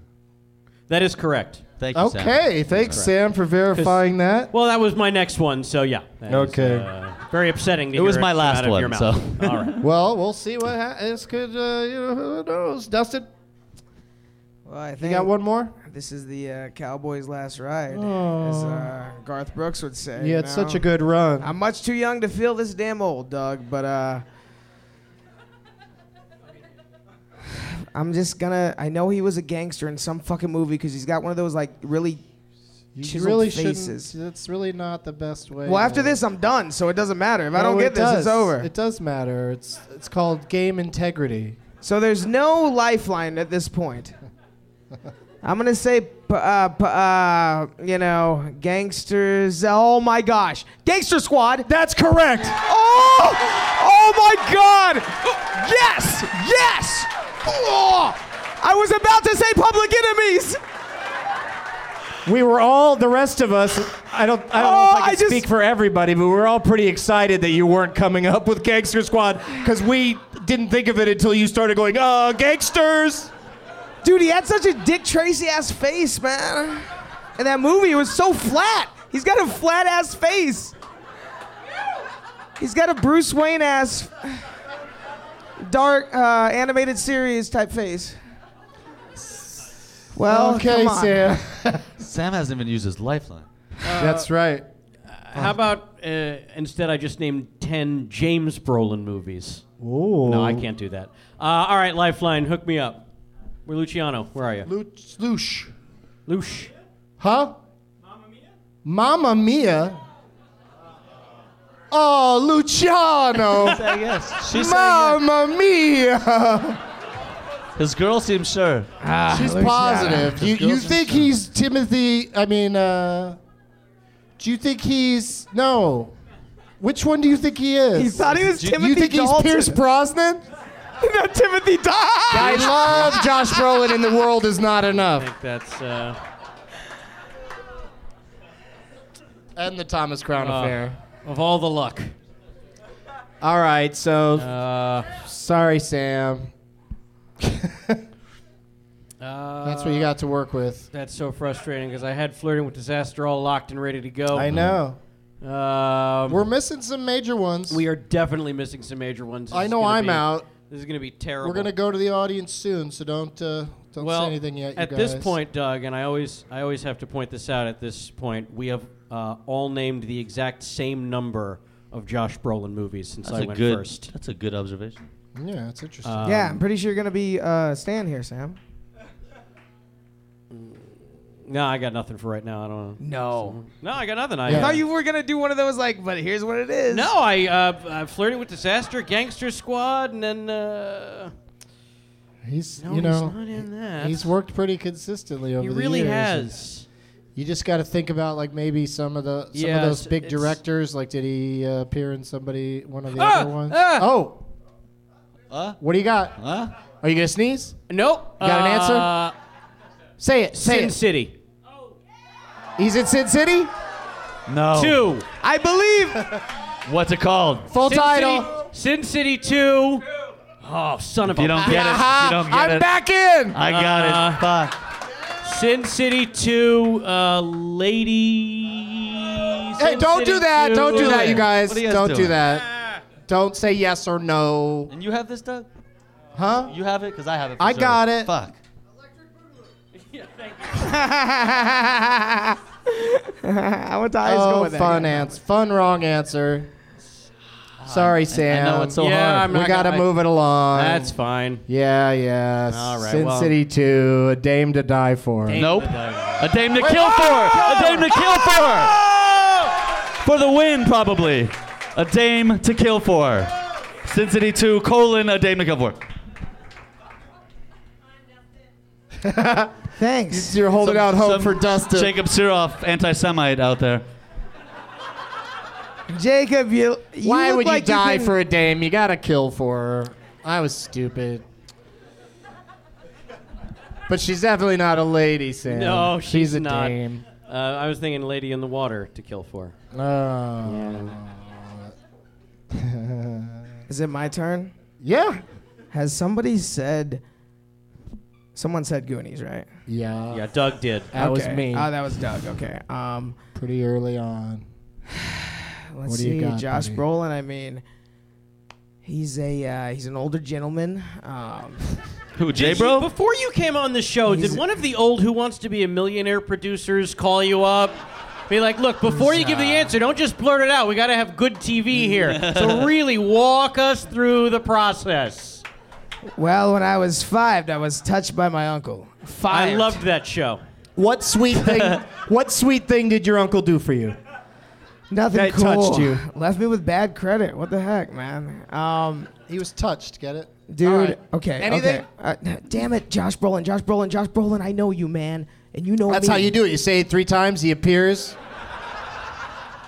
S6: That is correct.
S5: Thank you, Sam.
S3: Okay,
S5: That's
S3: thanks,
S5: correct.
S3: Sam, for verifying that.
S6: Well, that was my next one, so yeah. That is,
S3: Okay.
S6: uh, very upsetting. To
S5: It was
S6: hear
S5: my
S6: come
S5: last
S6: out of
S5: one,
S6: your mouth.
S5: so.
S6: all right.
S3: Well, we'll see what happens. This could, uh, you know, who knows? Dustin,
S4: Well, I think
S3: you got one more?
S4: This is the uh, Cowboys' last ride, as
S3: Oh.
S4: uh, Garth Brooks would say.
S3: You
S4: you
S3: had such
S4: know?
S3: a good run.
S4: I'm much too young to feel this damn old, Doug, but uh, I'm just gonna. I know he was a gangster in some fucking movie because he's got one of those like really
S3: you
S4: chiseled
S3: really
S4: faces.
S3: shouldn't. That's really not the best way.
S4: Well, after
S3: to-
S4: this, I'm done, so it doesn't matter. If I
S3: No,
S4: don't
S3: it
S4: get this,
S3: does.
S4: it's over.
S3: It does matter. It's it's called game integrity.
S4: so there's no lifeline at this point. I'm gonna say, p- uh, p- uh, you know, gangsters. Oh my gosh, Gangster Squad.
S3: That's correct.
S4: Oh, oh my God.
S3: Oh!
S4: Yes, yes. Oh, I was about to say Public Enemies.
S9: We were all the rest of us. I don't. I don't know if I
S4: Oh,
S9: can
S4: I just-
S9: speak for everybody, but we were all pretty excited that you weren't coming up with Gangster Squad because we didn't think of it until you started going, "Uh, gangsters."
S4: Dude, he had such a Dick Tracy ass face, man. In that movie, it was so flat. He's got a flat ass face. He's got a Bruce Wayne ass, dark uh, animated series type face. Well,
S3: okay,
S4: come on.
S3: Sam.
S5: Sam hasn't even used his lifeline.
S3: That's right. Uh-huh.
S6: How about uh, instead I just named 10 James Brolin movies?
S3: Ooh.
S6: No, I can't do that. Uh, all right, Lifeline, hook me up. We're Luciano. Where are you?
S3: Sloosh.
S6: Lush.
S3: Huh? Mamma Mia. Oh, Luciano.
S5: Say yes. She said yes.
S3: Mamma Mia.
S5: His girl seems sure.
S3: She's positive. You, you think he's Timothy? I mean, uh, do you think he's no? Which one do you think he is?
S4: He thought he was
S3: Do you,
S4: Timothy
S3: You think
S4: Dalton.
S3: he's Pierce Brosnan?
S4: no, Timothy Dodd.
S3: I love Josh Brolin in The World Is Not
S6: I
S3: Enough.
S6: think that's. Uh,
S3: And the Thomas Crown
S6: Uh,
S3: Affair.
S6: of all the luck.
S3: All right, so
S6: Uh,
S3: sorry, Sam.
S6: uh,
S3: That's what you got to work with.
S6: That's so frustrating because I had Flirting with Disaster all locked and ready to go.
S3: I know.
S6: Um,
S3: We're missing some major ones.
S6: we are definitely missing some major ones. This
S3: I
S6: is
S3: know
S6: gonna
S3: I'm
S6: be-
S3: out.
S6: This is going to be terrible.
S3: We're gonna go to the audience soon, so don't uh, don't
S6: well,
S3: say anything yet. you
S6: at this
S3: guys.
S6: point, Doug, and I always I always have to point this out. At this point, we have uh, all named the exact same number of Josh Brolin movies since
S5: That's
S6: I
S5: a
S6: went
S5: good.
S6: first.
S5: That's a good observation.
S3: yeah, it's interesting.
S6: Um,
S4: yeah, I'm pretty sure you're gonna be uh, Stan here, Sam.
S6: No, I got nothing for right now. I don't
S4: know.
S6: No. No, I got nothing. I,
S4: I
S6: uh,
S4: thought Oh, you were gonna do one of those like, but here's what it is.
S6: No, I, uh, I flirted with Disaster, Gangster Squad, and then. Uh,
S3: He's
S6: No,
S3: you
S6: he's
S3: know
S6: not in that.
S3: he's worked pretty consistently over
S6: He
S3: the
S6: really
S3: years. and
S6: has.
S3: You just got to think about like maybe some of the some
S6: Yeah,
S3: of those
S6: it's-
S3: big
S6: it's-
S3: directors. Like, did he uh, appear in somebody one of the
S6: Ah!
S3: other ones?
S6: Ah!
S3: Oh,
S7: Uh,
S3: what do you got?
S7: Huh?
S3: Are you gonna sneeze?
S6: Nope.
S3: You got an answer?
S6: Uh,
S3: Say it. Say
S6: Sin
S3: it.
S6: City.
S3: He's in Sin City.
S7: No.
S3: Oh.
S6: Two.
S4: I believe.
S7: What's it called?
S3: Full
S6: Sin
S3: title.
S6: City, Sin City 2. Oh, son of
S7: If you
S6: a
S7: don't get it, if you don't get
S6: I'm
S7: it.
S6: back
S4: in.
S7: I got it. Fuck.
S6: Sin City 2, uh, Lady.
S3: Hey,
S6: Sin
S3: don't
S6: City
S3: do that. Don't do
S6: 2.
S3: that, you guys.
S6: What are you
S3: don't do
S7: doing?
S3: that. Don't say yes or no.
S7: And you have this, Doug?
S3: Huh?
S7: You have it? Because I have it. For
S3: I
S7: sure.
S3: got it.
S7: Fuck.
S4: I went to high
S3: oh,
S4: school with that
S3: fun
S4: guy.
S3: ans- fun wrong answer. Sorry, Sam.
S6: know it's so Yeah, hard. I'm
S3: we
S6: not
S3: gotta
S6: gonna-
S3: move it along.
S6: That's fine.
S3: Yeah, yeah.
S6: All right,
S3: Sin
S6: well-
S3: City 2, a dame to die for.
S7: Nope. oh! A dame to kill for. A dame to kill for. For the win, probably. A dame to kill for. Sin City 2, colon, a dame to kill for.
S4: Thanks.
S3: You're holding out hope
S7: Some
S3: for Dustin.
S7: Jacob Siroff, anti Semite out there.
S4: Jacob, you. you
S3: Why
S4: look
S3: would
S4: like
S3: you die
S4: can-
S3: for a dame? You gotta kill for her. I was stupid. But she's definitely not a lady, Sam.
S6: No, Oh, she's,
S3: a
S6: not.
S3: dame.
S6: Uh, I was thinking Lady in the Water to kill for.
S3: Oh.
S4: Is it my turn?
S3: Yeah.
S4: Has somebody said? Someone said Goonies, right?
S3: Yeah.
S6: Yeah, Doug did.
S3: Uh, That was
S4: Okay.
S3: me.
S4: Oh, that was Doug. Okay. Um,
S3: Pretty early on.
S4: let's
S3: What do
S4: see.
S3: you got,
S4: Josh
S3: buddy?
S4: Brolin. I mean, he's a uh, he's an older gentleman. Um,
S7: Who, J
S6: Did you-
S7: Bro?
S6: Before you came on the show, did one of the old Who Wants to Be a Millionaire producers call you up? Be like, look, before you give the answer, don't just blurt it out. We got to have good TV here. so really walk us through the process.
S4: well, when I was five, I was touched by my uncle. Five.
S6: I loved that show.
S3: What sweet thing? what sweet thing did your uncle do for you?
S4: Nothing
S3: That
S4: cool.
S3: touched you.
S4: Left me with bad credit. What the heck, man? Um,
S3: He was touched. Get it,
S4: dude.
S3: All right.
S4: Okay.
S3: Anything?
S4: Okay. Uh, damn it, Josh Brolin. Josh Brolin. Josh Brolin. I know you, man, and you know
S3: That's
S4: me.
S3: how you do it. You say it three times. He appears,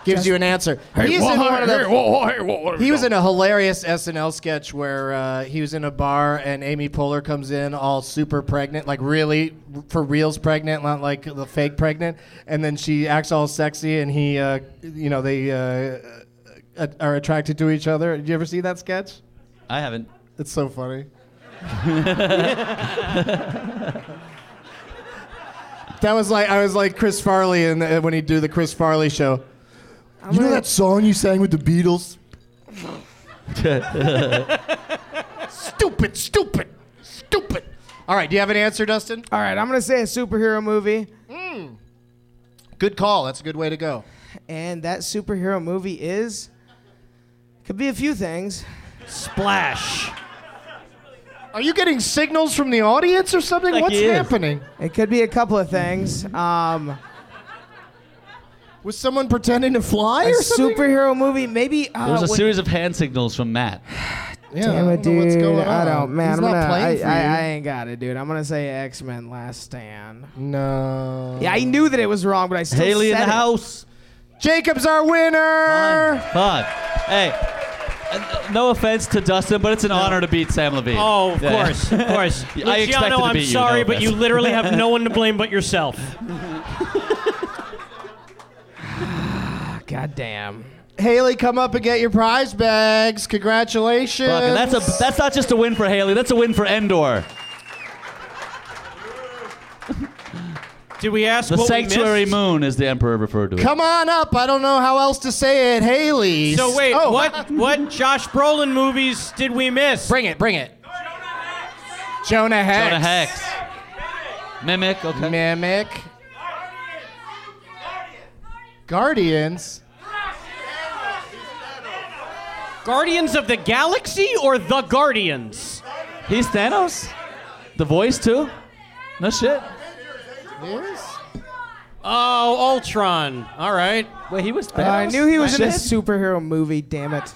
S3: gives
S4: Just-
S3: you an answer. He's in one of the- he was in a hilarious SNL sketch where uh, he was in a bar and Amy Poehler comes in all super pregnant, like really for reals pregnant, not like the fake pregnant. And then she acts all sexy, and he, uh, you know, they uh, uh, are attracted to each other. Did you ever see that sketch?
S7: I haven't.
S3: It's so funny. that was like I was like Chris Farley, and uh, when he do the Chris Farley show. you know that song you sang with the Beatles? stupid, stupid, stupid. All right, do you have an answer, Dustin?
S4: All right, I'm gonna say a superhero movie,
S3: Good call. That's a good way to go.
S4: and that superhero movie is could be a few things.
S6: Splash.
S3: Are you getting signals from the audience or something?
S6: Like
S3: What's
S6: he is.
S3: happening?
S4: It could be a couple of things. Um,
S3: Was someone pretending to fly
S4: a
S3: or something?
S4: superhero movie, maybe. Uh,
S7: There was a
S4: what-
S7: series of hand signals from Matt.
S3: yeah,
S4: Damn
S3: I don't know
S4: it, dude.
S3: what's going on.
S4: I don't, man.
S3: He's
S4: I'm
S3: not
S4: gonna-
S3: playing
S4: I,
S3: for
S4: I-
S3: you.
S4: I ain't got it, dude. I'm gonna say X Men: Last Stand. Um,
S3: No.
S4: Yeah, I knew that it was wrong, but I still
S7: Haley in
S4: said
S7: the
S4: it.
S7: house.
S3: Jacob's our winner.
S7: Fuck. Hey. uh, No offense to Dustin, but it's an honor to beat Sam Levine.
S6: Oh, of
S7: Yeah.
S6: course, of course.
S7: I expected
S6: Luciano,
S7: to
S6: I'm
S7: beat you,
S6: sorry,
S7: no
S6: but you
S7: offense.
S6: literally have no one to blame but yourself.
S4: God damn.
S3: Haley, come up and get your prize bags. Congratulations.
S7: Fuck, and that's a that's not just a win for Haley. That's a win for Endor.
S6: Did we ask
S7: The
S6: what we
S7: sanctuary
S6: missed?
S7: moon is the emperor referred to it.
S3: come on up. I don't know how else to say it. Haley.
S6: So wait,
S3: Oh,
S6: what what Josh Brolin movies did we miss?
S3: Bring it. Bring it. Jonah Hex.
S7: Jonah Hex. Mimic. Okay.
S3: Mimic. Guardians.
S6: Guardians of the Galaxy or The Guardians?
S7: He's Thanos. The voice too. No shit.
S3: Yes.
S6: Oh, Ultron. All right. Wait, he was.
S4: Uh, I knew he was in a superhero movie. Damn it.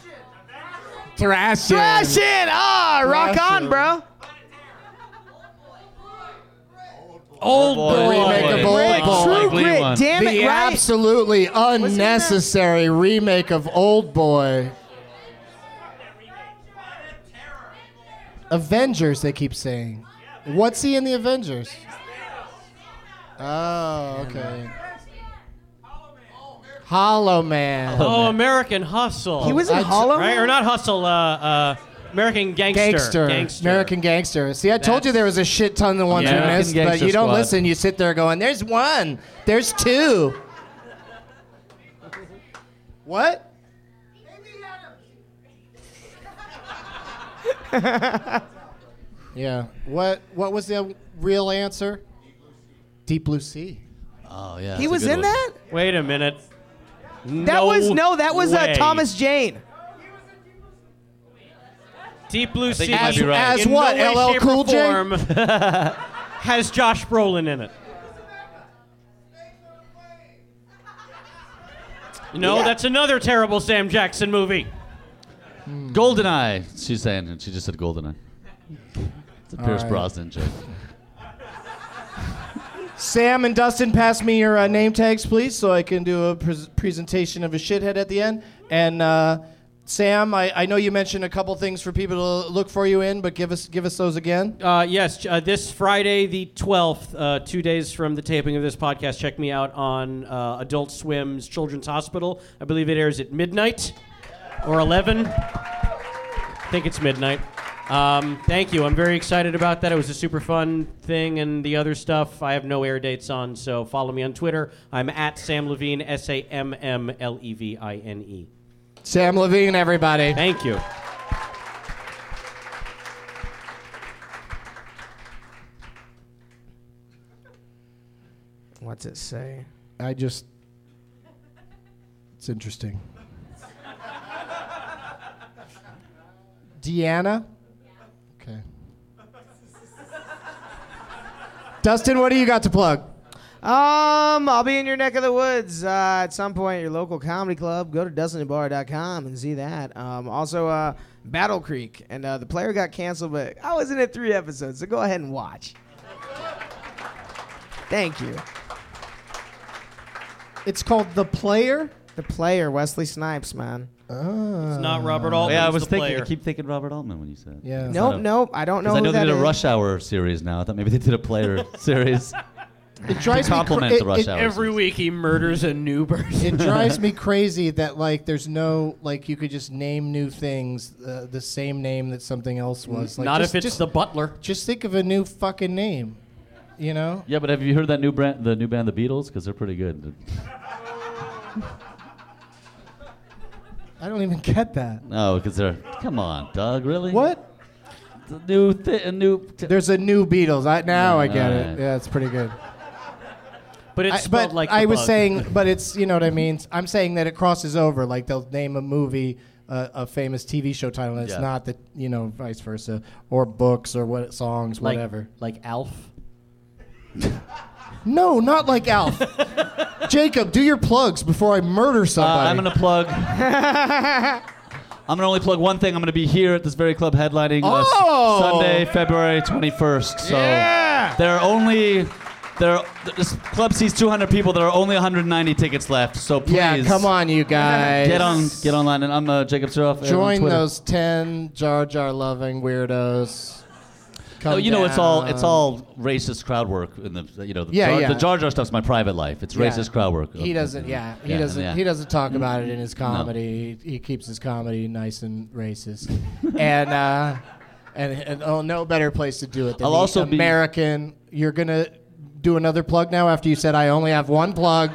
S4: Thrash it. Thrash it. Ah, rock
S6: Thrash
S4: on,
S6: it.
S4: bro.
S6: Old
S3: The remake of Old Boy.
S4: True Grit. Damn
S3: the
S4: it, right?
S3: absolutely unnecessary remake of Old Boy. Avengers, they keep saying. What's he in the Avengers? Oh, okay. Hollow Man.
S6: Oh, American Hustle.
S3: He was in I- Hollow
S6: right?
S3: Man?
S6: Or not Hustle? Uh, uh, American Gangster.
S3: Gangster. American Gangster. See, I told you there was a shit ton of ones
S6: Yeah.
S3: we missed,
S6: American
S3: but
S6: Gangster
S3: you don't
S6: Squad.
S3: listen. You sit there going, "There's one. There's two. What? yeah. What? What was the real answer? Deep Blue Sea.
S7: Oh yeah.
S4: He was in that?
S6: Wait a minute.
S4: That was no. That was uh,
S6: way.
S4: Thomas Jane.
S6: Deep Blue
S4: think
S6: Sea.
S4: you might be right. As
S6: in
S4: what,
S6: No
S4: LL
S6: way, shape,
S4: Cool
S6: or
S4: J?
S6: form, has Josh Brolin in it. No,
S7: Yeah.
S6: that's another terrible Sam Jackson movie.
S7: Goldeneye. She's saying, and she just said Goldeneye. It's a
S3: All
S7: Pierce
S3: right.
S7: Brosnan joke.
S3: Sam and Dustin, pass me your uh, name tags, please, so I can do a pres presentation of a shithead at the end. And uh, Sam, I, I know you mentioned a couple things for people to look for you in, but give us give us those again.
S6: Uh, yes, uh, this Friday the 12th, uh, two days from the taping of this podcast, check me out on uh, Adult Swim's Children's Hospital. I believe it airs at midnight or 11. I think it's midnight. Um, thank you. I'm very excited about that. It was a super fun thing, and the other stuff I have no air dates on, so follow me on Twitter. I'm at Sam Levine, S A M M L E V I N E.
S3: Sam Levine, everybody.
S6: Thank you.
S4: What's it say?
S3: I just, it's interesting. Deanna. Okay. Dustin, what do you got to plug?
S4: Um, I'll be in your neck of the woods uh, at some point at your local comedy club. Go to dustinandbar.com and see that. Um, also, uh, Battle Creek. And uh, the player got canceled, but I was in it three episodes, so go ahead and watch. Thank you.
S3: It's called The Player?
S4: The Player, Wesley Snipes, man.
S3: Oh.
S6: It's not Robert Altman's
S7: yeah, I was
S6: the
S7: thinking.
S6: player.
S7: I keep thinking Robert Altman when you said. it.
S3: Yeah.
S7: It's
S4: Nope,
S7: not a-
S4: nope, I don't know
S7: 'Cause I
S4: who
S7: know they
S4: that
S7: did a
S4: is.
S7: Rush Hour series now. I thought maybe they did a Player series.
S3: It drives
S7: to
S3: me cra-
S7: compliment
S3: it-
S7: the Rush
S3: it-
S7: Hour.
S6: Every week he murders a new person.
S3: it drives me crazy that like there's no like you could just name new things uh, the same name that something else was. Like,
S6: Not
S3: just,
S6: if it's
S3: just,
S6: the butler.
S3: Just think of a new fucking name, you know.
S7: Yeah, but have you heard that new brand, the new band, the Beatles? Because they're pretty good.
S3: I don't even get that.
S7: No, because Oh, they're. Come on, Doug. Really?
S3: What?
S7: The new, thi- a new.
S3: There's a new Beatles. I, now I get it.
S7: Alright.
S3: Yeah, it's pretty good.
S6: But it's
S3: I,
S6: spelled
S3: but
S6: like
S3: I
S6: the
S3: was
S6: bug.
S3: saying, but it's you know what I mean. I'm saying that it crosses over. Like they'll name a movie uh, a famous TV show title, and it's
S6: Yeah.
S3: not that you know vice versa or books or what songs,
S6: Like-
S3: whatever.
S6: Like Alf.
S3: No, not like Alf. Jacob, do your plugs before I murder somebody.
S7: Uh, I'm gonna plug. I'm gonna only plug one thing. I'm gonna be here at this very club headlining uh, s-
S3: Oh!
S7: Sunday, February 21st. So there are only there. Are, this club seats 200 people. There are only 190 tickets left. So please,
S3: Yeah, come on, you guys.
S7: get on, get online. And I'm uh, Jacob Suroff. uh, on
S3: Join
S7: Twitter.
S3: those ten Jar Jar loving weirdos. Come
S7: Oh, you know, it's all it's
S3: down.
S7: all racist crowd work. In the you know, the,
S3: Yeah,
S7: Jar,
S3: yeah.
S7: the Jar Jar stuff's my private life. It's
S3: Yeah.
S7: racist crowd work.
S3: He doesn't. Yeah, he
S7: Yeah,
S3: doesn't.
S7: yeah.
S3: He doesn't talk about it in his comedy. He, he keeps his comedy nice and racist, and uh, and and oh, no better place to do it than
S7: I'll
S3: the
S7: also be-
S3: American. You're gonna do another plug now after you said I only have one plug,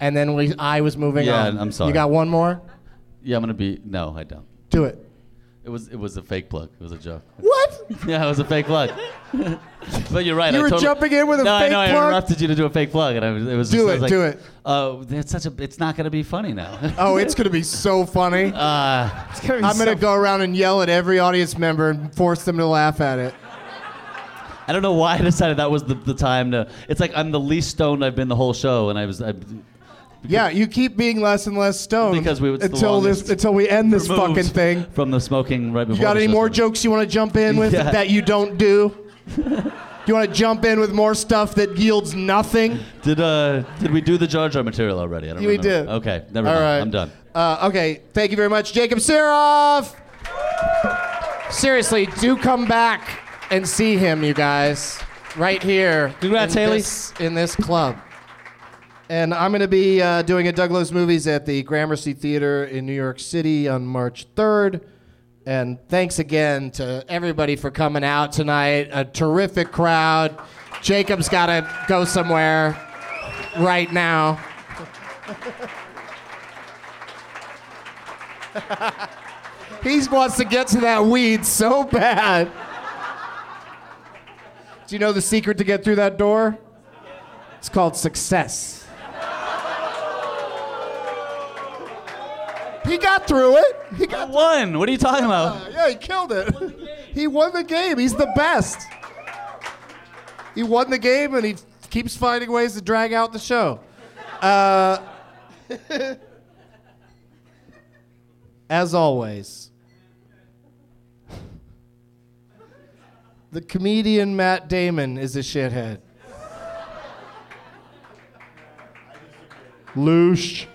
S3: and then we I was moving
S7: Yeah,
S3: on.
S7: I'm sorry.
S3: You got one more?
S7: Yeah, I'm gonna be. No, I don't.
S3: Do it.
S7: It was it was a fake plug. It was a joke.
S3: What?
S7: Yeah, it was a fake plug. but you're right.
S3: You
S7: I
S3: were
S7: totally-
S3: jumping in with a
S7: no,
S3: fake
S7: I know,
S3: plug?
S7: I interrupted you to do a fake plug, and I was, it was
S3: Do
S7: just,
S3: it,
S7: I was like,
S3: do it.
S7: Oh, it's such a. It's not gonna be funny now.
S3: Oh, it's gonna be so funny.
S7: uh,
S3: I'm gonna go around and yell at every audience member and force them to laugh at it.
S7: I don't know why I decided that was the, the time to. It's like I'm the least stoned I've been the whole show, and I was. I,
S3: yeah, you keep being less and less stoned
S7: Because we- it's the
S3: until this
S7: longest
S3: until we end this
S7: removed
S3: fucking thing.
S7: From the smoking right before.
S3: You got
S7: the
S3: any
S7: show
S3: more
S7: started.
S3: jokes you want to jump in with
S7: Yeah.
S3: that you don't do? you want to jump in with more stuff that yields nothing?
S7: Did uh did we do the Jar Jar material already? I don't
S3: We
S7: remember.
S3: did.
S7: Okay, never
S3: All
S7: mind.
S3: right.
S7: I'm done.
S3: Uh, okay, thank you very much, Jacob Siroff. Seriously, do come back and see him, you guys, right here.
S4: Congrats,
S3: in
S4: Haley.
S3: This, in this club. And I'm going to be uh, doing a Douglas Movies at the Gramercy Theater in New York City on March 3rd. And thanks again to everybody for coming out tonight. A terrific crowd. Jacob's got to go somewhere right now. He wants to get to that weed so bad. Do you know the secret to get through that door? It's called success. He got through it. He got
S7: one. What are you talking about?
S3: Yeah, he killed it. He won the game. He's the best. He won the game, and he keeps finding ways to drag out the show. Uh, as always, the comedian Matt Damon is a shithead. Loosh.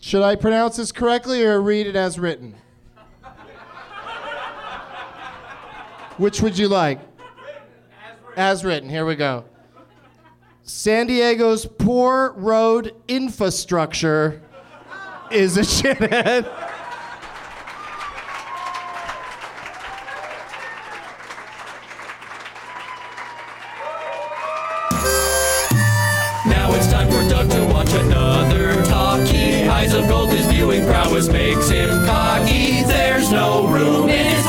S3: Should I pronounce this correctly or read it as written? Which would you like? As written, here we go. San Diego's poor road infrastructure is a shithead.
S12: Now it's time for Doug to watch another talkie. Eyes of gold, his viewing prowess makes him cocky. There's no room in his